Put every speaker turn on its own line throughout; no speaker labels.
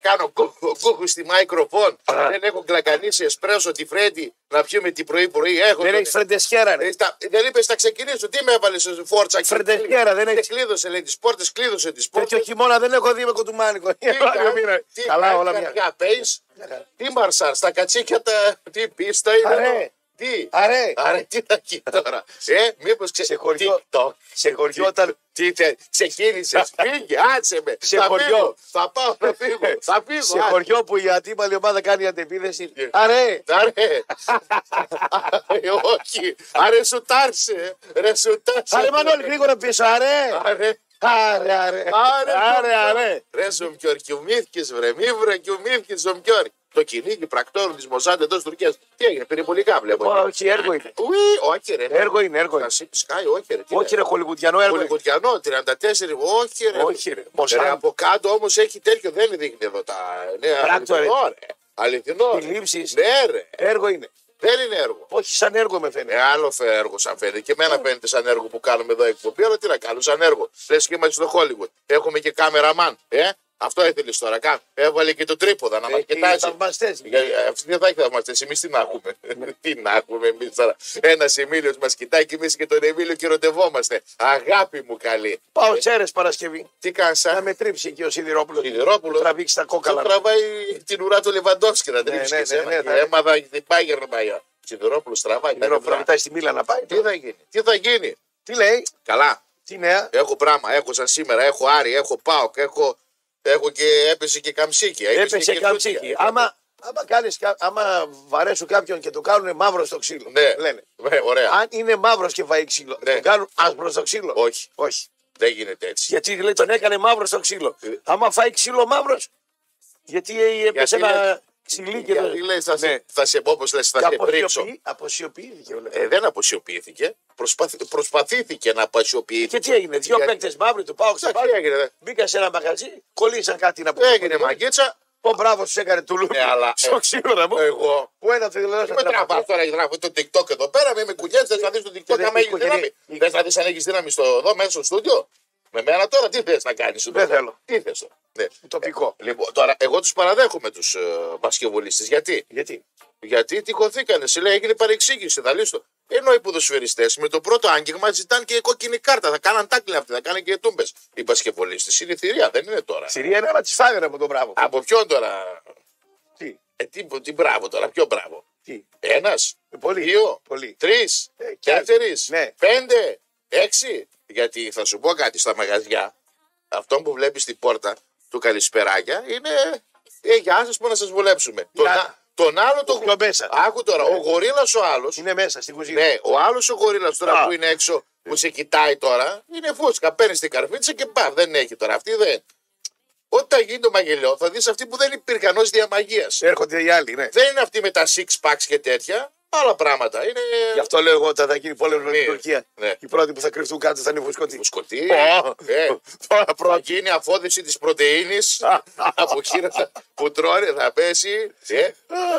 κάνω κούκου στη microphone. Δεν έχω κλακανίσει εσπρέσο τη φρέντι να πιούμε την πρωί-πρωί. Έχω
Δεν
τον-
έχεις φρεντεσιέρα, ρε.
Ε, τα- Δεν είπες να ξεκινήσω. Τι με έβαλες σε φόρτσα.
Φρεντεσιέρα, δεν έχεις.
Κλείδωσε, λέει τις πόρτες, κλείδωσε τις πόρτε.
Τέτοιο χειμώνα δεν έχω δει με κοντουμάνικο. Εβράδιο μήνα. Καλά, όλα μια.
Πες, τι μαρσάρ, στα κατσίκια τα. Τι πίστα είναι.
Αρέ.
εδώ. Τι.
Αρέ,
Άρα τι θα γίνει τώρα. Ε, μήπως
Σε
ξε...
χωριό-
TikTok.
σε χωριό όταν.
Τι τε, ξεκίνησες, φύγε, άτσε με.
Σε
θα
χωριό.
φύγω, θα πάω να φύγω, θα φύγω. Ε.
Σε
άσε.
χωριό που η αντίπαλη ομάδα κάνει αντεπίδεση.
Yeah.
Αρέ,
Άρε, Ε, όχι, άρε σου τάρσε, ρε σου τάρσε.
αρέ, Μανώλη, γρήγορα πίσω. Αρέ,
Άρε,
αρέ, αρέ.
άρε,
Αρέ,
Ζομπιόρ.
αρέ.
Ρε Ζομπιόρ, κοιουμήθηκες βρε, μη βρε, κοιουμήθηκες Ζομπιόρ. Το κυνήγι πρακτόρων της Μοσάντε εντός Τουρκίας. Τι έγινε, περιπολικά βλέπω.
Λοιπόν, Όχι, έργο είναι.
Ουί, όχι ρε.
Έργο είναι, έργο είναι.
Θα σήκεις, σκάει, όχι ρε. τι
Όχι, ρε, χολιγουντιανό έργο. είναι.
Πολυκοτιανό, 34, όχι ρε.
Όχι, ρε. Μοσάν.
Ρε, από κάτω όμως έχει τέτοιο, δεν δείχνει εδώ τα νέα.
Πράκτο, ρε.
Ναι, αληθινό, ρε. Αληθινό. ρε.
Συλλήψεις.
Ναι, ρε.
Έργο είναι.
Δεν είναι έργο.
Όχι, σαν έργο με φαίνεται. Ε.
Ε, άλλο φε- έργο σαν φαίνεται. Και εμένα φαίνεται σαν έργο που κάνουμε εδώ εκπομπή, αλλά τι να κάνω, σαν έργο. Λες και είμαστε στο Hollywood. Έχουμε και κάμεραμαν. Ε? Αυτό ήθελες τώρα. Κα... Έβαλε και το τρίποδα να μα
Ε, και οι
κοιτάζει.
θαυμαστές. Ναι.
Ε, ε, Αυτοί δεν θα έχει θαυμαστές. Εμείς τι να έχουμε. τι να έχουμε εμείς τώρα. Ένας Εμίλιος μας κοιτάει και εμείς και τον Εμίλιο και ροντευόμαστε. Αγάπη μου καλή.
Πάω τσέρες Παρασκευή.
Τι κάνεις
Να
σαν.
με τρίψει εκεί ο Σιδηρόπουλος.
Σιδηρόπουλος.
Τραβήξει τα
Αυτό
κόκαλα.
τραβάει την ουρά του Λεβαντόφσκι να την
Ναι,
ρίξει.
ναι,
και σε
ναι,
ένα.
ναι,
Και
θα-
Έμα θα την πάει Γερμανία. Σιδηρόπουλος τραβάει. τα
Σιδηρόπουλο,
νεφρά.
μετά στη Μίλα να πάει.
Τι θα γίνει. Τι θα γίνει.
Τι λέει,
Καλά.
τι νέα.
Έχω πράγμα. Έχω σαν σήμερα. Έχω Άρη. Έχω Πάοκ. Έχω, έχω και έπεσε και Καμψίκη.
Έπεσε
και
καμψίκη.
Τούτια.
Άμα, άμα, κάνεις, κα- άμα βαρέσουν κάποιον και το κάνουν μαύρο στο ξύλο.
Ναι.
Λένε.
Ναι, ωραία.
Αν είναι μαύρος και φάει ξύλο,
Ναι.
τον κάνουν άσπρο στο ξύλο.
Όχι.
Όχι.
Δεν γίνεται έτσι.
Γιατί λέει, τον έκανε μαύρο στο ξύλο.
Ε.
Άμα φάει ξύλο μαύρος, γιατί ε, έπεσε
Γιατί
ένα
λέει-
ξυλί και
Γιατί λες, θα,
Ναι.
σε, θα σε πω όπως λες, θα
Και
σε πρίξω.
αποσιωπή- αποσιωπήθηκε ο Λεβέντη.
Ε, δεν αποσιωπήθηκε. Προσπαθ, προσπαθήθηκε να αποσιωπηθεί.
Και τι έγινε, δύο
Γιατί-
παίκτες μαύροι του πάω
Εντάξει, τι
ξαπάρει.
έγινε. ρε.
Μπήκα σε ένα μαγαζί, κολλήσαν κάτι να πούμε.
Έγινε μαγκίτσα.
Πω μπράβο, τους έκανε του λούπι.
Ναι, αλλά-
Στο ξύλο να μου.
Εγώ
Που ένα φιλελεύθερο.
Με τραβά τώρα η γράφω το TikTok εδώ πέρα, με, με κουνιές, δεν θα δεις το TikTok
δεν
άμα έχεις
κουνιέ-
δύναμη. Δεν θα δεις αν έχεις δύναμη στο, εδώ μέσα στο στούντιο. Με μένα τώρα τι θες να κάνεις.
Δεν θέλω.
Τι θες τώρα. Ναι.
Τοπικό.
Λοιπόν, τώρα εγώ τους παραδέχομαι τους ε, μπασκευολίστε. Γιατί?
Γιατί.
Γιατί τυχωθήκανε. Σε λέει έγινε παρεξήγηση, θα λύσω. Ενώ οι ποδοσφαιριστές με το πρώτο άγγιγμα ζητάνε και κόκκινη κάρτα. Θα κάναν τάκλιν αυτοί, θα κάνουν και τούμπε. Οι μπασκευολίστε είναι θηρία, δεν είναι τώρα.
Συρία είναι, αλλά τη φάγανε από τον μπράβο.
Από ποιον τώρα.
Τι.
Ε, τι, τι μπράβο τώρα, ποιο μπράβο.
Τι.
Ένας,
Ε, Πολύ.
δύο,
Πολύ.
Τρεις,
Ε, και
τέσσερις,
ναι.
πέντε, έξι. Γιατί θα σου πω κάτι στα μαγαζιά. Αυτό που βλέπεις στην πόρτα του Καλησπεράκια είναι. Ε, γεια σας, που να σας βολέψουμε. Τον,
Γεια.
α- τον άλλο τον.
πιο μέσα.
Άκου τώρα, ο γορίλας ο άλλος.
Ναι. Είναι μέσα στην κουζίνα.
Ναι, ο άλλος ο γορίλας τώρα
Α.
που είναι έξω, που σε κοιτάει τώρα, είναι φούσκα. Παίρνεις την καρφίτσα και μπα. Δεν έχει τώρα. Αυτή δεν. Όταν γίνει το μαγελιό, θα δεις αυτοί που δεν υπήρχαν ως διαμαγείας.
Έρχονται οι άλλοι, ναι.
Δεν είναι αυτοί με τα six packs και τέτοια. Άλλα πράγματα. Είναι.
Γι' αυτό Ε, λέω εγώ όταν θα γίνει πόλεμο με την
Ναι.
Τουρκία.
Ναι.
Οι πρώτοι που θα κρυφτούν κάτω θα είναι φουσκωτοί.
Μουσκωτή.
Ω,
Ε,
Τώρα
θα
πρώτοι.
γίνει αφόδηση της πρωτενη από χείρα θα- που τρώνε, θα πέσει. ε.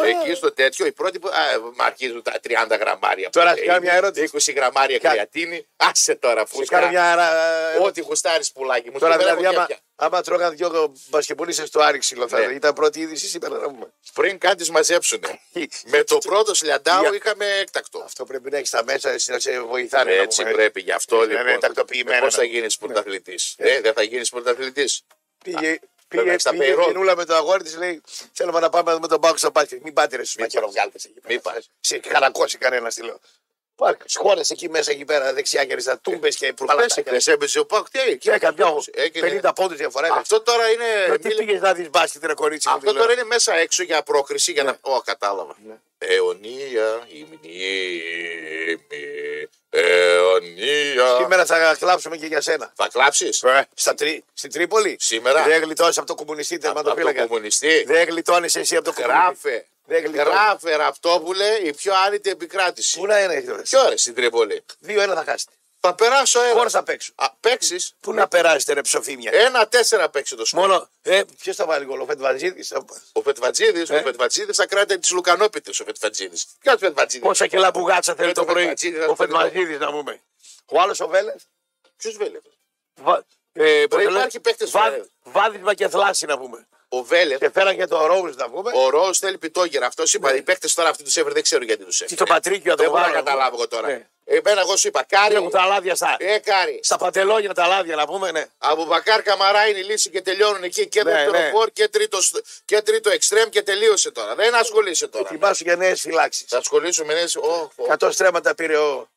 εκεί στο τέτοιο, οι πρώτοι που. Α, αρχίζουν τα 30 γραμμάρια.
Τώρα
πρωτεΐνη,
κάνω μια ερώτηση.
20 γραμμάρια
Κα-
κρεατίνη. Άσε τώρα,
Σε κάνω
φούσκα.
μια αρα-
Ό,τι γουστάρεις πουλάκι μου.
Τώρα
σήμερα
δηλαδή,
έχω
άμα,
κέφια.
άμα τρώγαν δυο μπασκεπολίστε στο άριξιλο, θα
Ναι.
ήταν πρώτη είδηση σήμερα να πούμε.
Πριν καν τι μαζέψουν. με το πρώτο σλιαντάο
Για-
είχαμε έκτακτο.
Αυτό πρέπει να έχεις τα μέσα εσύ να σε βοηθάνε. να
Έτσι
πούμε.
πρέπει, γι' αυτό
Ναι,
λοιπόν.
ναι, τακτοποιημένα,
Πώς θα
ναι.
γίνεις πρωταθλητή. Ε, δεν θα γίνεις πρωταθλητής.
Πήγε, πήγε,
βέβαια, στα
πήγε
Πεϊρόλ.
η Γενούλα με το αγόρι της, λέει: Θέλουμε να πάμε να δούμε τον Πάκο στο μπάσκετ. Μην πάτε ρε στους
Μην
μακεροβγάλτε εκεί πέρα.
Μη πας.
Σε χαρακώσει κανένας, τη λέω. Πάρκ, τις χώρες εκεί μέσα, εκεί πέρα, δεξιά και αριστερά, τούμπες και προπαλάτε.
Πες, έμπεσε ο Πάκ, τι
Και
έγινε.
έκανε μια
Έγινε.
50 πόντους διαφορά. έκανε.
Αυτό τώρα είναι.
Λέω, Ε, Τι
μίλη-
πήγες να δεις μπάσκετ, ρε κορίτσι. μου, δηλαδή. Ναι.
Αυτό
τη λέω.
τώρα είναι μέσα έξω για πρόκριση για να. Ω, κατάλαβα. Αιωνία, η μνήμη. ε, Αιωνία.
Σήμερα θα κλάψουμε και για σένα.
Θα κλάψεις.
Στα τρι... Στην Τρίπολη.
Σήμερα.
Δεν γλιτώνεις από το κομμουνιστή
Από
τερματοφύλακα.
τον κομμουνιστή.
Δεν γλιτώνεις εσύ από το κομμουνιστή.
Γράφε.
Δεν γλιτώνεις.
Γράφε, Ραπτόπουλε, η πιο άνετη επικράτηση.
Πού να είναι αυτό.
Ποιο ρε στην Τρίπολη.
Δύο-ένα θα χάσετε.
Θα περάσω ένα.
Χωρίς θα παίξουν.
Παίξεις.
Πού να περάσετε, ρε ψοφίμια.
Ένα-τέσσερα παίξει το σκορ.
Μόνο. Ε, Ποιος θα βάλει γκολ, ο Ε? Φεντβαντζίδη.
Ο Φετβατζίδης, ο Φετβατζίδης θα κράτε τις λουκανόπιτες ο Φετβατζίδης. Ποιος Φετβατζίδης.
Πόσα κιλά μπουγάτσα θέλει
Ε,
το
το
πρωί.
Φετβατζίδης,
Ο
ας πούμε.
Φεντβαντζίδη να πούμε. Ο άλλος ο Βέλε.
Ποιο βέλε.
Ε, πώς το λένε,
υπάρχει παίκτες,
βα-
Βέλε.
Βάδισμα και θλάση να πούμε.
Ο Βέλεθ,
Και φέραν και το Ρόουζ να βγούμε.
ο Ρο θέλει πιτόγερα. Αυτός είπα. Οι παίχτε τώρα αυτοί τους έφερε, δεν ξέρω γιατί τους έφερε.
Τι το πατρίκιο
Δεν
το
μπορώ να
βάλω.
καταλάβω εγώ τώρα.
Ναι.
Εμένα εγώ σου είπα Κάρι.
Έχουν τα λάδια στα,
Ε, Κάρι.
στα παντελόνια τα λάδια να πούμε, ναι.
Από Μπακάρ Καμαρά είναι η λύση και τελειώνουν εκεί. Και
Ναι,
δεύτερο
ναι.
φορ και τρίτος, και τρίτο εξτρέμ και τελείωσε τώρα. Δεν ασχολείσαι τώρα.
Θυμάσαι για νέες φυλάξεις.
Θα ασχολήσουμε ναι. εσύ- Ω, ω.
100 στρέμματα πήρε ο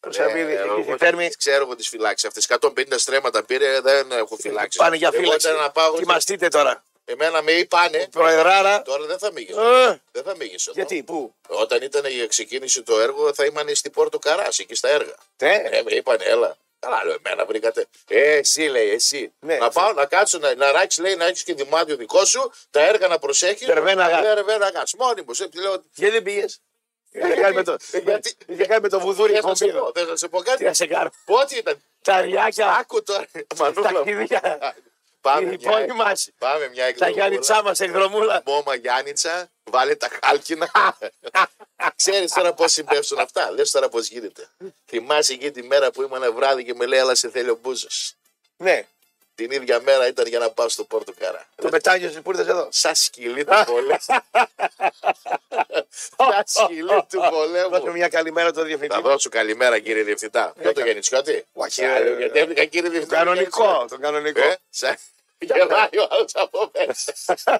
Ρουσαβίδη
Ε,
εκεί στη
εγώ
Θέρμη.
τις Ξέρω εγώ τις φυλάξεις αυτές. 150 στρέμματα πήρε, δεν έχω φυλάξεις.
Πάνε για
Εγώ
φύλαξη.
ήταν να πάω.
Κοιμαστείτε τώρα.
Εμένα με είπανε.
Προεδράρα.
Τώρα δεν θα μίγεσαι.
Ε,
Δεν θα μίγεσαι. εδώ.
γιατί, πού.
Όταν ήταν η ξεκίνηση το έργο, θα ήμανε στην Πόρτο Καράς, εκεί στα έργα.
Τε.
Ε, με είπανε, έλα. Καλά, λέω, εμένα βρήκατε. Ε, εσύ λέει, εσύ.
Ναι,
να πάω να κάτσω, να, να ράξεις, λέει, να έχεις και δωμάτιο δικό σου, τα έργα να προσέχεις.
Δερβένα γάτ.
Δερβένα γάτ. Μόνιμο. Ε, λέω,
Γιατί δεν πήγες. Είχε κάνει με το,
Ε, γιατί-
είχε κάνει με το βουδούρι
«Θες να σε
κομπίδο.
πω, θες να σε πω
Τι
κάτι.
να σε κάνω.
Πότε ήταν.
Τα ριάκια,
Άκου τώρα.
τα
Μανούλα.
χιδιά,
Πάμε
οι
μια,
πόνοι μας,
πάμε μια
τα
εκδρομή.
γιάννητσά μας εκδρομούλα.
Μόμα Γιάννητσα, βάλε τα χάλκινα. Ξέρεις τώρα πώς συμπέφτουν αυτά. Δε τώρα πώς γίνεται. Θυμάσαι εκεί τη μέρα που ήμουν βράδυ και με λέει, αλλά σε θέλει ο Μπούζος.
Ναι,
Την ίδια μέρα ήταν για να πάω στο Πόρτο Καρά.
το πετάγιος που ήρθες εδώ.
Σαν σκυλί του πολέμου. Σαν σκυλί του
Δώσε
πολέμου.
μια καλημέρα το διευθυντή. Ε,
Θα δώσω καλημέρα κύριε Διευθυντά. Ποιο το
καλά.
γεννητσιώτη.
Όχι,
Ε,
άλλο,
Γιατί έβγαλε κύριε Διευθυντά.
Κανονικό, το κανονικό.
Ε, σαν- Γελάει ο άλλο από μέσα.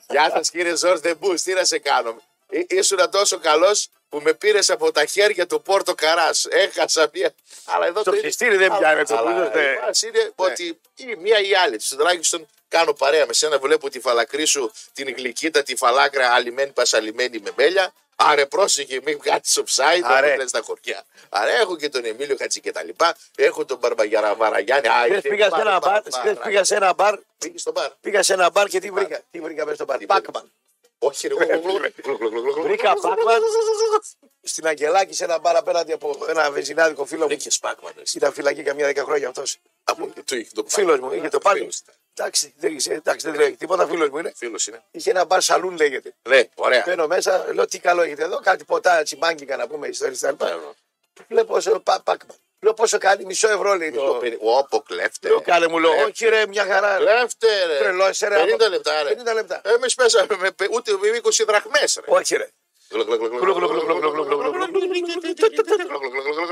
Γεια σας κύριε Ζόρτ Δεμπού, τι να σε κάνω. Ή- Ήσουν τόσο καλός που με πήρες από τα χέρια του Πόρτο Καράς. Έχασα μία. Αλλά εδώ
Το ψιστήρι δεν
Αλλά-
πιάνε το
αλλά
πλούτος, ναι.
η φάση είναι ότι η μία ή η άλλη. Τουλάχιστον κάνω παρέα με σένα, βλέπω τη φαλακρή σου, την γλυκίτα, τη φαλάκρα αλυμένη πασαλυμένη με μέλια. Άρε πρόσεχε, μην βγάλει offside,
Άρε.
δεν λε τα χωριά. Άρα έχω και τον Εμίλιο Χατζη και τα λοιπά. Έχω τον Μπαρμπαγιαρα Βαραγιάννη. Α,
Χθες
είναι
πήγα σε
πάρα,
ένα
πάρα,
μπαρ,
πάρα,
χθες
πάρα.
πήγα σε ένα μπαρ,
Πήγες στο μπαρ.
πήγα σε ένα μπαρ και τι βρήκα. Τι βρήκα μέσα στο μπαρ.
βρήκα.
Πάκμαν.
Όχι, ρε.
Βρήκα Πάκμαν στην Αγγελάκη σε ένα μπαρ απέναντι από ένα βεζινάδικο φίλο μου.
Βρήκες Πάκμαν. εσύ.
Ήταν φυλακή καμιά δέκα χρόνια αυτός.
Από το είχε το
Φίλος μου, είχε το πάλι.
Φίλος ήταν.
Εντάξει, δεν είχε- εντάξει, δεν τρέχει τίποτα, φίλος μου είναι.
Φίλος είναι.
Είχε ένα μπαρ σαλούν λέγεται.
Ναι, ωραία.
Μπαίνω μέσα, λέω τι καλό έχετε εδώ, κάτι ποτά τσιμπάνκικα να πούμε ιστορίες τα λοιπά. Λέω πόσο, πα, πάκμα. Λέω πόσο κάνει, μισό ευρώ λέει το.
Όπω κλέφτε.
Λέω κάνε μου, λέω,
Ε,
όχι ρε, μια χαρά.
Κλέφτε, ρε.
Τρελός, ρε,
50
άμα-
λεπτά, ρε.
50 λεπτά.
Εμεί πέσαμε με πε- ούτε με 20 δραχμές, ρε.
Όχι ρε.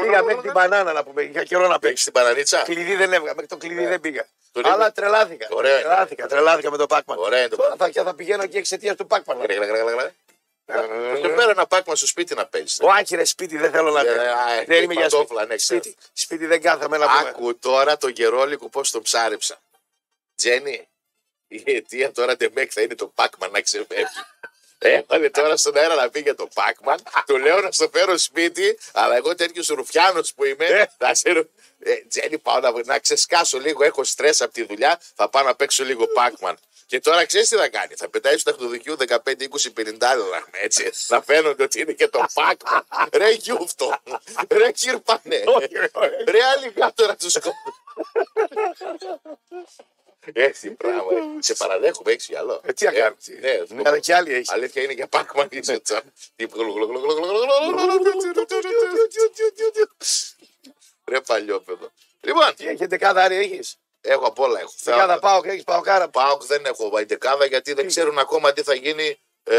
Πήγα μέχρι την μπανάνα να πούμε, για καιρό να παίξει.
Έχεις την παρανίτσα.
Κλειδί δεν έβγα, μέχρι το κλειδί δεν πήγα.
Τον
Αλλά
είδε.
τρελάθηκα.
Ωραία είναι.
Τρελάθηκα, τρελάθηκα με το Πάκμαν.
Ωραία είναι το
Τώρα θα, θα πηγαίνω και εξαιτίας του Πάκμαν.
Και πέρα να πάκμα στο σπίτι να παίζει.
Ο άκυρε σπίτι δεν θέλω να
Ε,
παίρνω.
α,
Δεν
και
είμαι για σπίτι.
παντόφλα, ναι, ξέρω.
σπίτι. Σπίτι δεν κάθομαι να πούμε.
Άκου τώρα τον Γερόλικο πώ τον ψάρεψα. Τζένι, η αιτία τώρα Ντεμέκ θα είναι το Πάκμαν να ξεφεύγει. Έβαλε τώρα στον αέρα να πει για το Πάκμαν. του λέω να στο φέρω σπίτι, αλλά εγώ τέτοιος Ρουφιάνος που είμαι. θα σε ρου- ε, Τζένι, πάω να, να ξεσκάσω λίγο. Έχω στρες από τη δουλειά. Θα πάω να παίξω λίγο Πάκμαν. Και τώρα ξέρεις τι θα κάνει. Θα πετάει στο ταχυδοδικείο 15-20-50 δραχμέ, έτσι. να φαίνονται ότι είναι και το Πάκμαν. Ρε γιούφτο. Ρε κύρπανε.
Όχι, ρε, όχι.
Ρε άλλη μια τώρα τους σκότω. Έτσι, πράγμα. ε. Σε παραδέχομαι, έχεις γυαλό.
Ε, τι να κάνουμε.
Ναι,
Αλλά και άλλοι έχεις.
αλήθεια είναι για Πάκμαν είσαι τώρα. Τι- Ρε παλιόπαιδο. Λοιπόν,
Τι έχεις, δεκάδα άρη έχεις.
έχω απ' όλα. Έχω.
Δεκάδα πάω και έχει πάω κάρα.
Πάω, δεν έχω βαϊντεκάδα γιατί δεν ξέρουν ακόμα τι θα γίνει ε,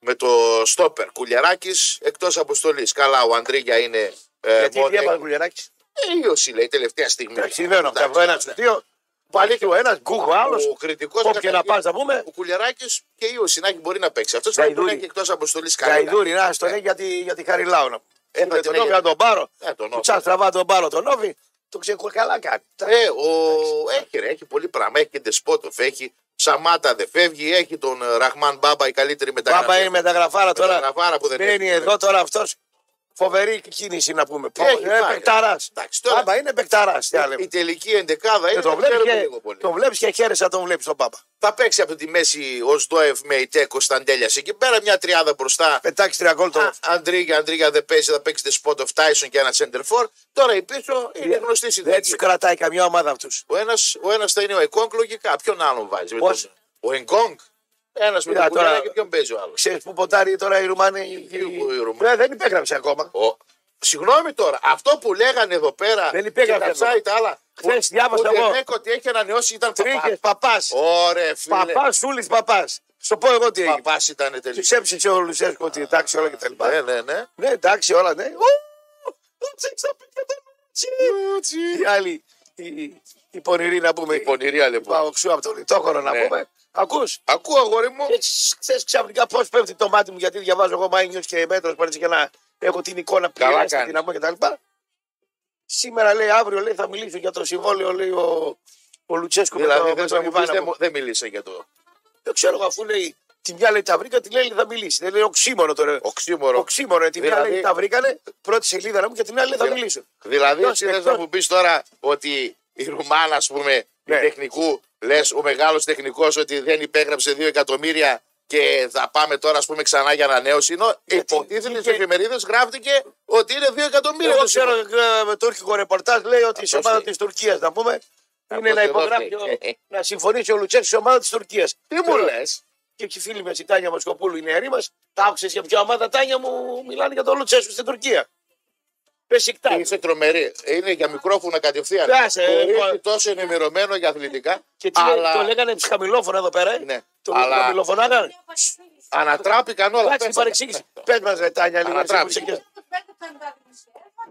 με το στόπερ. Κουλιαράκης εκτός αποστολής. Καλά, ο Αντρίγια είναι. Ε,
Γιατί
μόνο-
τι έβαλε κουλιαράκι.
Ε, Ήλιωση λέει τελευταία στιγμή.
Εντάξει, συμβαίνουν αυτά.
Εντάξει,
Ο ένα
ναι.
του δύο. Πάλι του ένα, γκούχο
Ο
άλλος.
κριτικός
Όπου και να πας να πούμε.
Ο Κουλιαράκης και ή ο Σινάκη μπορεί να παίξει. Αυτός
Γαϊδούρη.
μπορεί να είναι και εκτός αποστολής καλύτερα.
Καϊδούρι, να στο λέει γιατί, γιατί χαριλάω να πούμε.
Ναι. Ε, θα
Ούτε
τον
τον Όβι
λέγεται.
να τον πάρω.
Ε, τον
Του
Όβι.
τσάς τραβά τον πάρω τον Όβι. Το ξεκου- καλά κάνει.
Ε, ο... Έχει, ρε, έχει πολύ πράγμα. Έχει και Ντεσπότοφ, έχει Σαμάτα δεν φεύγει, έχει τον ε, Ραχμάν Μπάμπα η καλύτερη μεταγραφή.
Μπάμπα είναι μεταγραφάρα τώρα.
Μεταγραφάρα που δεν
Μπαίνει
έχει.
εδώ τώρα αυτός. Φοβερή κίνηση να πούμε.
Έχει
Είναι
πάει.
παικταρά.
Εντάξει, τώρα- Ε,
Μπάμπα είναι παικταρά. Τι άλλο.
Η- Η τελική εντεκάδα είναι
Και τον βλέπει
ξέρουμε
και,
λίγο πολύ.
τον Ε, βλέπεις και χαίρεσαι να τον βλέπεις τον Μπάμπα.
Θα παίξει από τη μέση ο Σντόεφ με η Τέ Κωνσταντέλια εκεί πέρα, μια τριάδα μπροστά.
Πετάξεις τρία γκολ το.
Α, Αντρίγια, Αντρίγια δεν παίζει, θα παίξει Ντεσπότοφ Τάισον και ένα Σέντερφορ. Τώρα η πίσω είναι γνωστή
Δεν
συνταγή.
τους κρατάει καμιά ομάδα αυτούς.
Ο ένας ο ένας θα είναι ο Εγκόγκ λογικά. Ποιον άλλον βάζεις. με
Πώς?
τον- Ο Εγκόγκ. Ένα με
Κοίτα,
τον Κουνιάρα
τώρα-
και ποιον παίζει ο άλλος.
Ξέρεις που ποντάρει τώρα οι Ρουμάνοι.
Οι Ρουμάνοι.
Ναι, δεν υπέγραψε ακόμα.
Ο... Συγγνώμη τώρα, αυτό που λέγανε εδώ πέρα
Δεν υπέγραψε
και τα
ακόμα.
site άλλα
Χθες διάβασα
Ούτε
εγώ.
Νέκο ότι έχει ανανεώσει ήταν
Τρίχε,
παπά.
παπάς.
Ωραία, φίλε.
Παπάς, σούλης, παπάς. Στο πω εγώ τι έγινε.
Παπάς ήταν τελικά.
Του έψηξε ο Λουτσέσκο ότι εντάξει όλα και τα λοιπά.
Ναι, ναι, ναι.
Ναι, εντάξει όλα, ναι. Ου, Λουτσέσκο θα πει και τον Λουτσί. Η άλλη, η- η- η πονηρή να πούμε.
Η πονηρία λοιπόν.
Παοξού από το λιτόχωρο να
Ναι.
πούμε. Ακούς.
Ακούω, αγόρι μου.
Και χθε ξαφνικά πώς πέφτει το μάτι μου γιατί διαβάζω εγώ My News και μέτρο που έτσι και να έχω την εικόνα που
Καλά
γυράζει
κάνεις.
την αμμό και τα λοιπά. Σήμερα λέει, αύριο λέει, θα μιλήσω για το συμβόλαιο, λέει ο, ο Λουτσέσκο με
Δηλαδή
το- με
θες
τον
να μου πεις,
Ιβάνα.
δεν
μου.
μου- δεν μίλησε για το
Δεν ξέρω, αφού λέει τη μια λέει τα βρήκα, τη λέει θα μιλήσει. Δεν λέει οξύμορο τώρα.
οξύμορο.
Οξύμορο, ε, τη μια
Δηλαδή-
λέει τα βρήκανε, πρώτη σελίδα να μου και την άλλη λέει, θα
Δηλα-
μιλήσω.
Δηλαδή,
Εκτός-
εσύ θες
εκτός-
να μου πεις τώρα ότι η Ρουμάνα, ας πούμε,
Ναι.
η τεχνικού, λες ο μεγάλος τεχνικός ότι δεν υπέγραψε 2 εκατομμύρια και θα πάμε τώρα, ας πούμε, ξανά για ανανέωση. Ενώ υποτίθεται στις εφημερίδες γράφτηκε ότι είναι 2 εκατομμύρια.
Εγώ
το
ξέρω
συμβόλαιο.
ε, με τουρκικό ρεπορτάζ λέει ότι η
Αυτός
ομάδα
λέει.
της Τουρκίας, να πούμε, είναι
Αυτός
να
εδώ
υπογράψει,
λέει.
ο- να συμφωνήσει ο Λουτσέσκο η ομάδα της Τουρκίας.
Τι μου λες.
και εκεί οι φίλοι μας, η Τάνια Μασκοπούλου, η νεαρή μας, τα άκουσες για ποια ομάδα Τάνια μου μιλάνε για τον Λουτσέσκου στην Τουρκία. Πεσικτά.
Είσαι τρομερή. Είναι για μικρόφωνα κατευθείαν.
Πιάσε, ε,
Χωρίς
λοιπόν.
τόσο ενημερωμένο για αθλητικά.
Και τι
αλλά
το λέγανε του χαμηλόφωνα εδώ πέρα. ε.
Ναι,
Το
αλλά-
χαμηλοφωνάγανε.
ανατράπηκαν όλα.
Εντάξει, την παρεξήγηση. Πες μας, ρε Τάνια, λίγο. εσύ που είσαι
Ανατράπηκε.
και-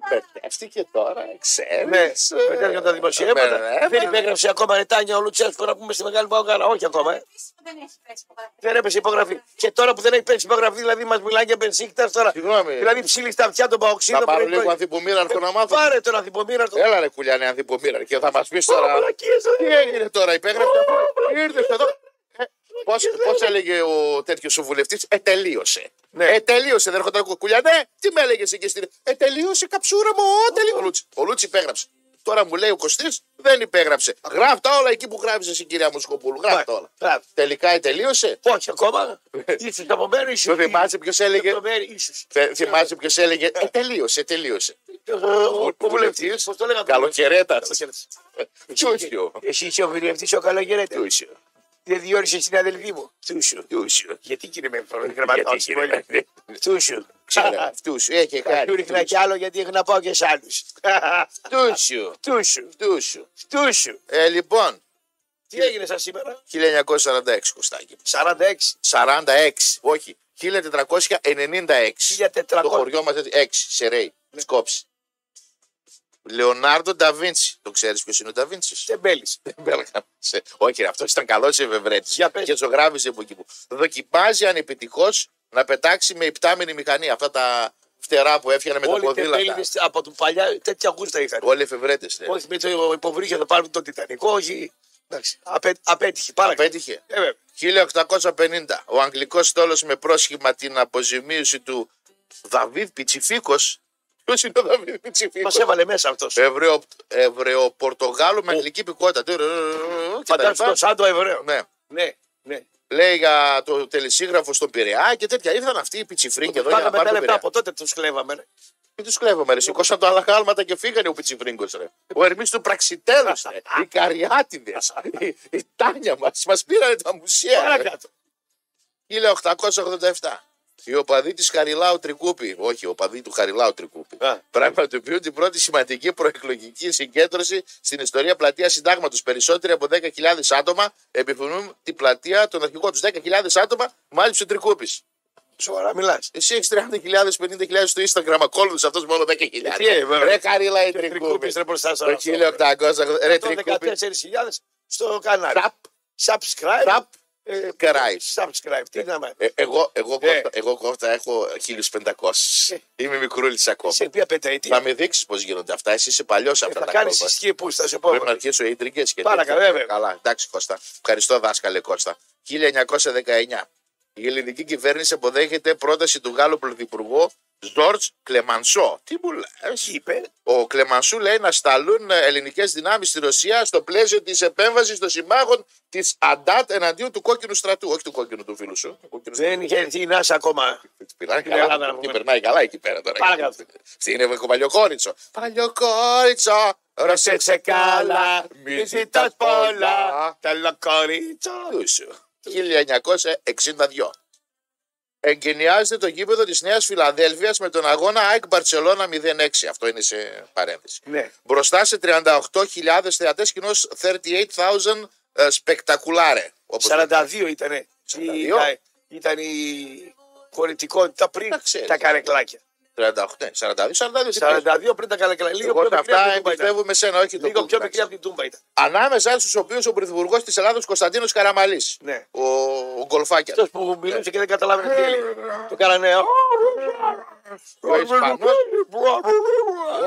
Μπερδεύτηκε τώρα, ξέρει.
Ναι,
ε,
μετά τα δημοσιεύματα. Δεν υπέγραψε ακόμα ρε Τάνια ο Λουτσέσκου να πούμε στη μεγάλη Παογκάρα. Όχι ακόμα, ε.
Δεν έχει πέσει ποτέ.
Δεν έπεσε υπογραφή. Και τώρα που δεν έχει πέσει υπογραφή, δηλαδή μας μιλάνε για Μπενσίκτα τώρα.
Συγγνώμη.
Δηλαδή ψήλει στα αυτιά τον Παοξίδο.
Θα πάρω
πρωί-
λίγο
πρωί.
ανθυπομήραρχο
Ε,
να μάθω.
Πάρε τον Ανθυπομήραρτο.
Έλα ρε κουλιανέ ανθυπομήραρχο και θα μας πεις
Τώρα
τώρα. Τι έγινε τώρα, υπέγραψε αυτό. Ήρθες εδώ. Ε, Πώς, πώς έλεγε ο τέτοιος ο Ε, βουλευτή, Ετελείωσε.
Ναι.
Ετελείωσε, Ε, δεν έρχονταν ο κουλιανέ. Τι με έλεγες εκεί στην. Ετελείωσε, καψούρα μου, ο, τελείω. Ο Λούτσι, ο Λούτσι υπέγραψε. Τώρα μου λέει ο Κωστής δεν υπέγραψε. Γράφτα όλα εκεί που γράφεις εσύ, κυρία Μοσκοπούλου. Γράφτα όλα.
Μπράβο.
Τελικά ετελείωσε.
Όχι ακόμα. ίσως από μένα, ίσω.
Το θυμάσαι ποιος έλεγε.
Το μέρη, ίσως.
Θε- Θυμάσαι ποιος έλεγε. Ετελείωσε, τελείωσε.
ε, Ο
Ο
βουλευτή.
βουλευτής.
Πώ το λέγατε.
Καλοκαιρέτα.
Τσούσιο.
Τσούσιο.
Εσύ είσαι ο βουλευτή, ο καλογερέτη.
Τσούσιο.
Δεν διόρισε την αδελφή μου. Τσούσιο.
Τσούσιο.
Γιατί κύριε με
Γιατί,
γραμματώσει.
κύριε,
Τσούσιο.
Ξέρω, αυτού σου έχει
Του
κάνει.
ρίχνα κι άλλο γιατί έχω να πάω και σ' άλλους.
Αυτού σου.
Τούσου.
Αυτού σου.
Τούσου.
Ε, λοιπόν,
Τι έγινε σας σήμερα.
1946 Κωστάκη.
46.
46, όχι. 1496.
1400.
Το χωριό μας 6, Σερέι,
Ναι.
Σκόψη. Λεωνάρντο Νταβίντσι. Το ξέρεις ποιος είναι ο Νταβίντσι.
Δεν μπέλει.
Όχι, αυτός ήταν καλός σε
Για πες.
και ζωγράφιζε από εκεί που. Δοκιμάζει ανεπιτυχώς να πετάξει με υπτάμενη μηχανή αυτά τα φτερά που έφτιανε με τα
Όλοι οι
ποδήλατα.
τεμπέληδες από του παλιά τέτοια γούστα είχαν.
Όλοι εφευρέτε.
Όχι με το υποβρύχιο θα πάρουμε τον Τιτανικό. Όχι. Εντάξει. Απέ- Απέτυχε. Πάρα
Απέτυχε.
Ε, βέβαια.
1850. Ο Αγγλικός στόλος με πρόσχημα την αποζημίωση του Δαβίδ Πιτσιφίκος. Ποιος είναι ο Δαβίδ Πιτσιφίκο.
Μας έβαλε μέσα αυτός.
Ευρεο, Ευρεοπορτογάλο με αγγλική υπηκότητα. Τι ωραίο, και τα
Φαντάζομαι
λοιπά.
το σαν το Εβραίο.
Ναι.
Ναι, ναι.
Λέει για το τελεσίγραφο στον Πειραιά και τέτοια. Ήρθαν αυτοί οι πιτσιφρίνκοι εδώ για να
Πάγαμε τα
πάρουν τον
λεπτά
Πειραιά.
από τότε τους κλέβαμε. ρε.
Και τους κλέβαμε, ρε. Σηκώσαν τα αλαχάλματα και φύγανε ο Πιτσιφρίνκο, ρε. Ο Ερμής του Πραξιτέλους, ρε. Οι Καριάτιδες. Η, η Τάνια μας. Μας πήρανε τα μουσεία. ρε.
Παρακάτω.
1887. Οι οπαδοί της Χαριλάου Τρικούπη. Όχι, οπαδοί του Χαριλάου Τρικούπη.
Α.
Πραγματοποιούν την πρώτη σημαντική προεκλογική συγκέντρωση στην ιστορία πλατεία Συντάγματος. Περισσότεροι από 10.000 άτομα επιφωνούν την πλατεία των αρχηγών τους. 10.000 άτομα μάλιστα Τρικούπης.
Σοβαρά μιλάς.
Εσύ έχεις 30.000, 50.000 στο Instagram, ακόλουθο αυτό μόνο 10.000.
Τι, ε, βέβαια.
Ρε Χαρίλα η
Τρικούπης
Τρικούπη.
ρε μπροστά Ε,
Το
σα.
1800. Ρε Τρικούπη.
14.000 στο κανάλι.
Ταπ,
Subscribe.
ταπ,
ε,
καράι.
Subscribe. Τι να με.
Ε, Εγώ, εγώ,
Ε.
Κώστα, εγώ Κώστα, έχω 1500. Είμαι μικρούλης ακόμα.
Σε Ε. ποια
Θα
πεταετία.
με δείξεις πώς γίνονται αυτά. Εσύ είσαι παλιός
Ε,
αυτά
Θα
τα
κάνεις
κόμματα.
ισχύ που θα σε πω.
Πρέπει να αρχίσω οι ίντρικε και
Πάρα
τέτοια.
καλά, βέβαια.
Καλά, εντάξει Κώστα. Ευχαριστώ δάσκαλε Κώστα. 1919. Η ελληνική κυβέρνηση αποδέχεται πρόταση του Γάλλου Πρωθυπουργού Ζόρτ Κλεμανσό. Τι μου λες.
Τι είπε.
Ο Κλεμανσού λέει να σταλούν ελληνικές δυνάμεις στη Ρωσία στο πλαίσιο της επέμβασης των συμμάχων της Αντάτ εναντίον του κόκκινου στρατού. Όχι του κόκκινου του φίλου σου. Ο κόκκινος
Δεν είχε έρθει η Νάσα ακόμα.
στρατού. Πηδάνε
Την
καλά.
Ελλάδα να
Τι
πούμε.
περνάει καλά εκεί πέρα τώρα.
Παρακάτω.
Στην Ευρωκο Παλιοκόριτσο. Παλιοκόριτσο,
Σε
Ρωσέ
τσεκάλα, μη ζητάς πολλά. Τα λοκορίτσα.
1962. εγκαινιάζεται το γήπεδο της Νέας Φιλαδέλφια με τον αγώνα ΑΕΚ Μπαρσελόνα 06. Αυτό είναι σε παρένθεση.
Ναι.
Μπροστά σε 38.000 θεατές, κοινώς 38.000 ε, σπεκτακουλάρε. όπως λέμε.
42 ήταν. ε. Η,
42.
τα- ήταν η χωρητικότητα πριν
Τα ξέρεις.
τα καρεκλάκια.
38, ναι, 42, 42. τι πες.
42 πριν τα καρεκλάκια. Λίγο
Εγώ
πιο
τα
μικρή από
αυτά
την Τούμπα ήταν.
εμπιστεύομαι σένα, όχι το
Λίγο πιο
Google.
μικρή από την Τούμπα ήταν.
Ανάμεσα στους οποίους ο Πρωθυπουργός της Ελλάδα Κωνσταντίνος Καραμαλής.
Ναι.
Ο, ο γκολφάκιας.
Αυτός που μιλούσε και δεν καταλάβαινε τι έλεγε. Το κάνανε. «Α,
Ο Ισπανός.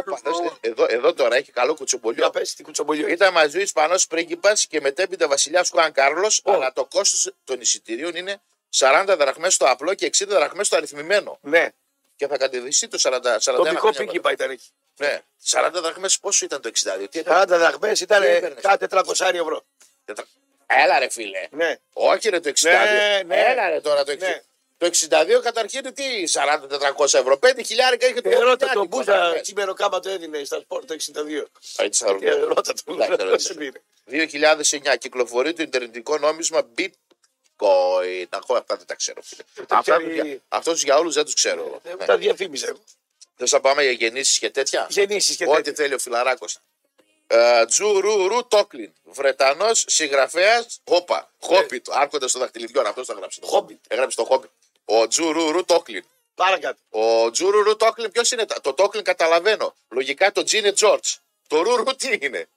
Όπα, δες, Εδώ, εδώ τώρα έχει καλό
Για
κουτσομπολιό.
πες την κουτσομπολιό.
Ήταν μαζί ο Ισπανός πρίγκιπας και μετέπειτα βασιλιάς Χουάν Κάρλος, αλλά το κόστος των εισιτηρίων είναι 40 δραχμές στο απλό και 60 δραχμές στο αριθμημένο.
Ναι,
Και θα κατηδηστεί το 40, 41
το δικό
χρόνια
πίγκιπα ήταν εκεί.
μετά. Ναι. 40 δραχμές πόσο ήταν το 62, τι έκανε.
40 δραχμές ήταν ε,
Τι έπαιρνες.
κάτι 400 ευρώ.
τετρα- Έλα ρε φίλε.
Ναι.
Όχι ρε το 62.
Ναι, ναι.
Έλα ρε τώρα το 62.
Ναι.
Το 62 καταρχήν τι 40-400 ευρώ. 5 χιλιάρικα είχε το
Ε, Ρώτα
Χριστιανικό,
τον Μπούζα,
δραχμές.
τσίμερο κάμα το έδινε στα σπορ το 62.
Έτσι θα
Ε,
ρωτήσω.
Ρώτα τον
Εντάξει, θα
Μπούζα,
ρωτήσω.
σε πήρε.
2009 κυκλοφορεί το Ιντερνετικό νόμισμα Bitcoin. Αχώ, αυτά δεν τα ξέρω. φίλε. Αυτά
ξέρει-
για- αυτούς για όλους δεν τους ξέρω.
Ε, Τα διαφήμιζα.
Θες να πάμε για γεννήσεις και τέτοια.
Γεννήσεις και
Ό,τι
τέτοια.
θέλει ο φιλαράκος. Τζου Ρου Ρου Τόκλιν. Βρετανός συγγραφέας.
Ναι.
Όπα. Χόμπιτ. Άρχοντα των δαχτυλιδιών. Αυτός το γράψει.
Χόμπιτ.
Έγραψε το Χόμπιτ. Ο Τζου Ρου Ρου Τόκλιν.
Παρακάτω.
Ο Τζου Ρου Ρου Τόκλιν ποιος είναι. τα- Το Τόκλιν καταλαβαίνω. Λογικά το Τζι είναι Τζόρτζ. Το Ρου Ρου τι είναι.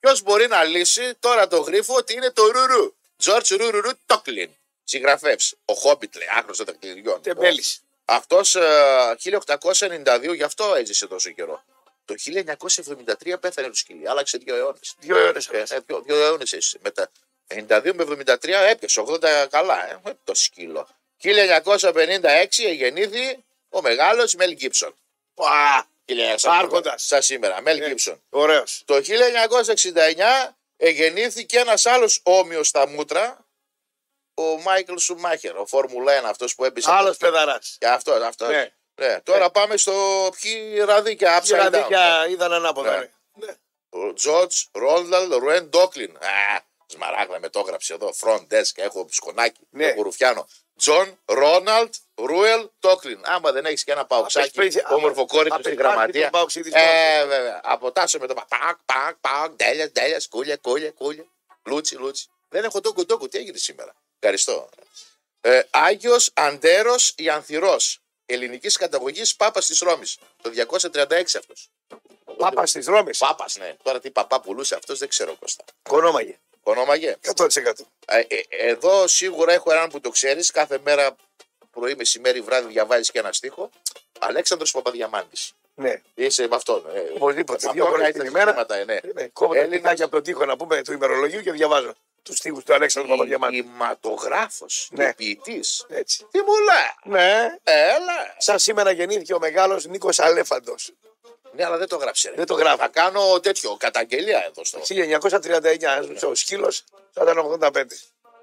Ποιο μπορεί να λύσει τώρα το γρίφο ότι είναι το Ρου Ρου. Τζόρτζ Ρου Ρου Ρου Τόκλιν. Συγγραφέας. Ο Χόμπιτ λέει. Άκρο των δαχτυλιδιών.
Τεμπέλης.
Αυτός ε, 1892 γι' αυτό έζησε τόσο καιρό. Το 1973 πέθανε το σκυλί, άλλαξε δύο αιώνες.
Δύο ώρες.
Ε, δύο δύο αιώνες έζησε. Μετά 92 με 73 έπιασε, 80 καλά, ε, ε, το σκύλο. 1956 γεννήθη ο μεγάλος Μέλ Γκίψον.
Πα,
1900
Άρχοντας.
Σαν σήμερα, Μέλ
Ε.
Γκίψον.
Ωραίος.
Το 1969 εγεννήθηκε ένας άλλος όμοιος στα μούτρα, ο Μάικλ Σουμάχερ, ο Φόρμουλα 1, αυτός που έπεισε.
Άλλος παιδαράς.
Και αυτός, αυτός.
Ναι.
Ναι. Τώρα πάμε στο ποιοι ραδίκια. Upside down.
Γυραδίκια είδαν ανάποδα.
Ναι.
ρε. Ναι.
Ο Τζορτζ Ρόλνταλ Ρουέν Ντόκλιν. Α, Σμαράγδα με το έγραψε εδώ. Front desk. Έχω σκονάκι.
Ναι.
Έχω ρουφιάνο. Τζον Ρόναλτ Ρούελ Ντόκλιν. Άμα δεν έχεις και ένα παουξάκι
Απεσπίζει- απε-
όμορφο κόρη στην
απεσπάζει
γραμματεία.
τον παοξιδισμό.
Ε, βέβαια. Αποτάσσε με το πα- πακ, πακ, πακ. Τέλεια, τέλεια. Κούλια, κούλια, κούλια. Λούτσι, λούτσι. Δεν έχω τόκου, τόκου. Τι έγινε σήμερα. Ευχαριστώ. Ε, Άγιος Αντέρος Ιανθυρός. Ελληνικής καταγωγής Πάπας της Ρώμης. Το 236 αυτός.
Πάπας στις Ρώμες.
Πάπας, ναι. Τώρα τι παπά πουλούσε αυτός δεν ξέρω Κώστα.
Κονόμαγε.
Ονόμαγε.
100%.
Ε, ε, εδώ σίγουρα έχω έναν που το ξέρεις. Κάθε μέρα πρωί, μεσημέρι, βράδυ διαβάζεις και ένα στίχο. Αλέξανδρος Παπαδιαμάντης.
Ναι.
Είσαι με αυτόν. Ε,
Οπωσδήποτε.
αυτόν
Δύο φορές
κάνεις
την
τα
ημέρα.
στοιχήματα, ναι.
Ναι, Κόβω τα
Έλληνας.
πινάκια από τον τοίχο να πούμε του ημερολογίου και διαβάζω τους στίχους του Αλέξανδρου Παπαδιαμάντη.
Κινηματογράφος
Ναι.
και ποιητής.
Έτσι.
Τι μου λέει.
Ναι.
Έλα.
Σαν σήμερα γεννήθηκε ο μεγάλος Νίκος Αλέφαντος.
Ναι, αλλά δεν το γράψε. ρε.
Δεν το γράφω.
Θα κάνω τέτοιο καταγγελία εδώ στο
1939 ζούσε ο σκύλος, θα ήταν 85.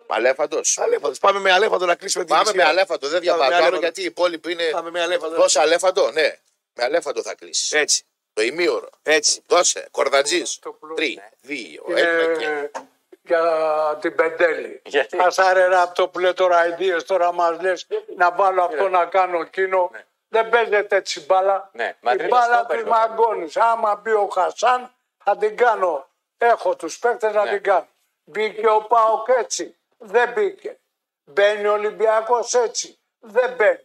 Αλέφαντος.
Αλέφαντος. Πάμε με αλέφαντο να κλείσουμε την
Πάμε με
ιστορία.
αλέφαντο, δεν διαβάζω άλλο
αλέφαντο.
γιατί οι υπόλοιποι είναι.
Πάμε με αλέφαντο.
Δώσε αλέφαντο, ναι. Με αλέφαντο θα κλείσεις.
Έτσι.
Το ημίωρο.
Έτσι.
Δώσε, κορδατζής.
Το πλούτο,
Τρία,
ναι.
δύο, ένα και.
είναι Ε, για την Πεντέλη. Ας άρερα αυτό που λέει τώρα ιδίες, τώρα μας λες να βάλω αυτό να κάνω εκείνο. Δεν παίζεται έτσι μπάλα.
Ναι,
Η
Μαδρίδας
μπάλα
το
τη
παίρνω.
μαγκώνεις. Άμα μπει ο Χασάν θα την κάνω. Έχω τους παίκτες να την κάνω. Μπήκε ο Πάοκ έτσι. Δεν μπήκε. Μπαίνει ο Ολυμπιακός έτσι. Δεν μπαίνει.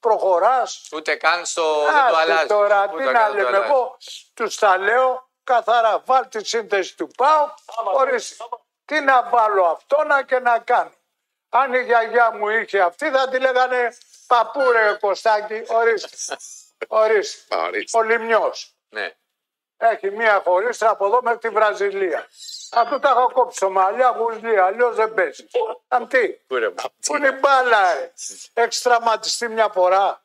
Προχωράς.
Ούτε καν στο. δεν το
Άσε
αλλάζει.
τώρα,
Ούτε καν
τι να
το
λέμε.
αλλάζει.
Εγώ τους τα λέω καθαρά. Βάλ τη σύνθεση του πάω. Ορίστε. Τι να βάλω αυτό να και να κάνω. Αν η γιαγιά μου είχε αυτή, θα τη λέγανε παπούρε Κωστάκη. Ορίστε. Ορίστε.
Α, ορίστε.
Ο Λιμνιός.
Ναι.
Έχει μία χωρίστρα από εδώ μέχρι τη Βραζιλία. Αυτό τα έχω κόψει στο μαλλιά, γουσλί, αλλιώς δεν παίζει. Αντί.
Κούρεμα.
Πού είναι η μπάλα, ε. Έχεις τραυματιστεί μια φορά.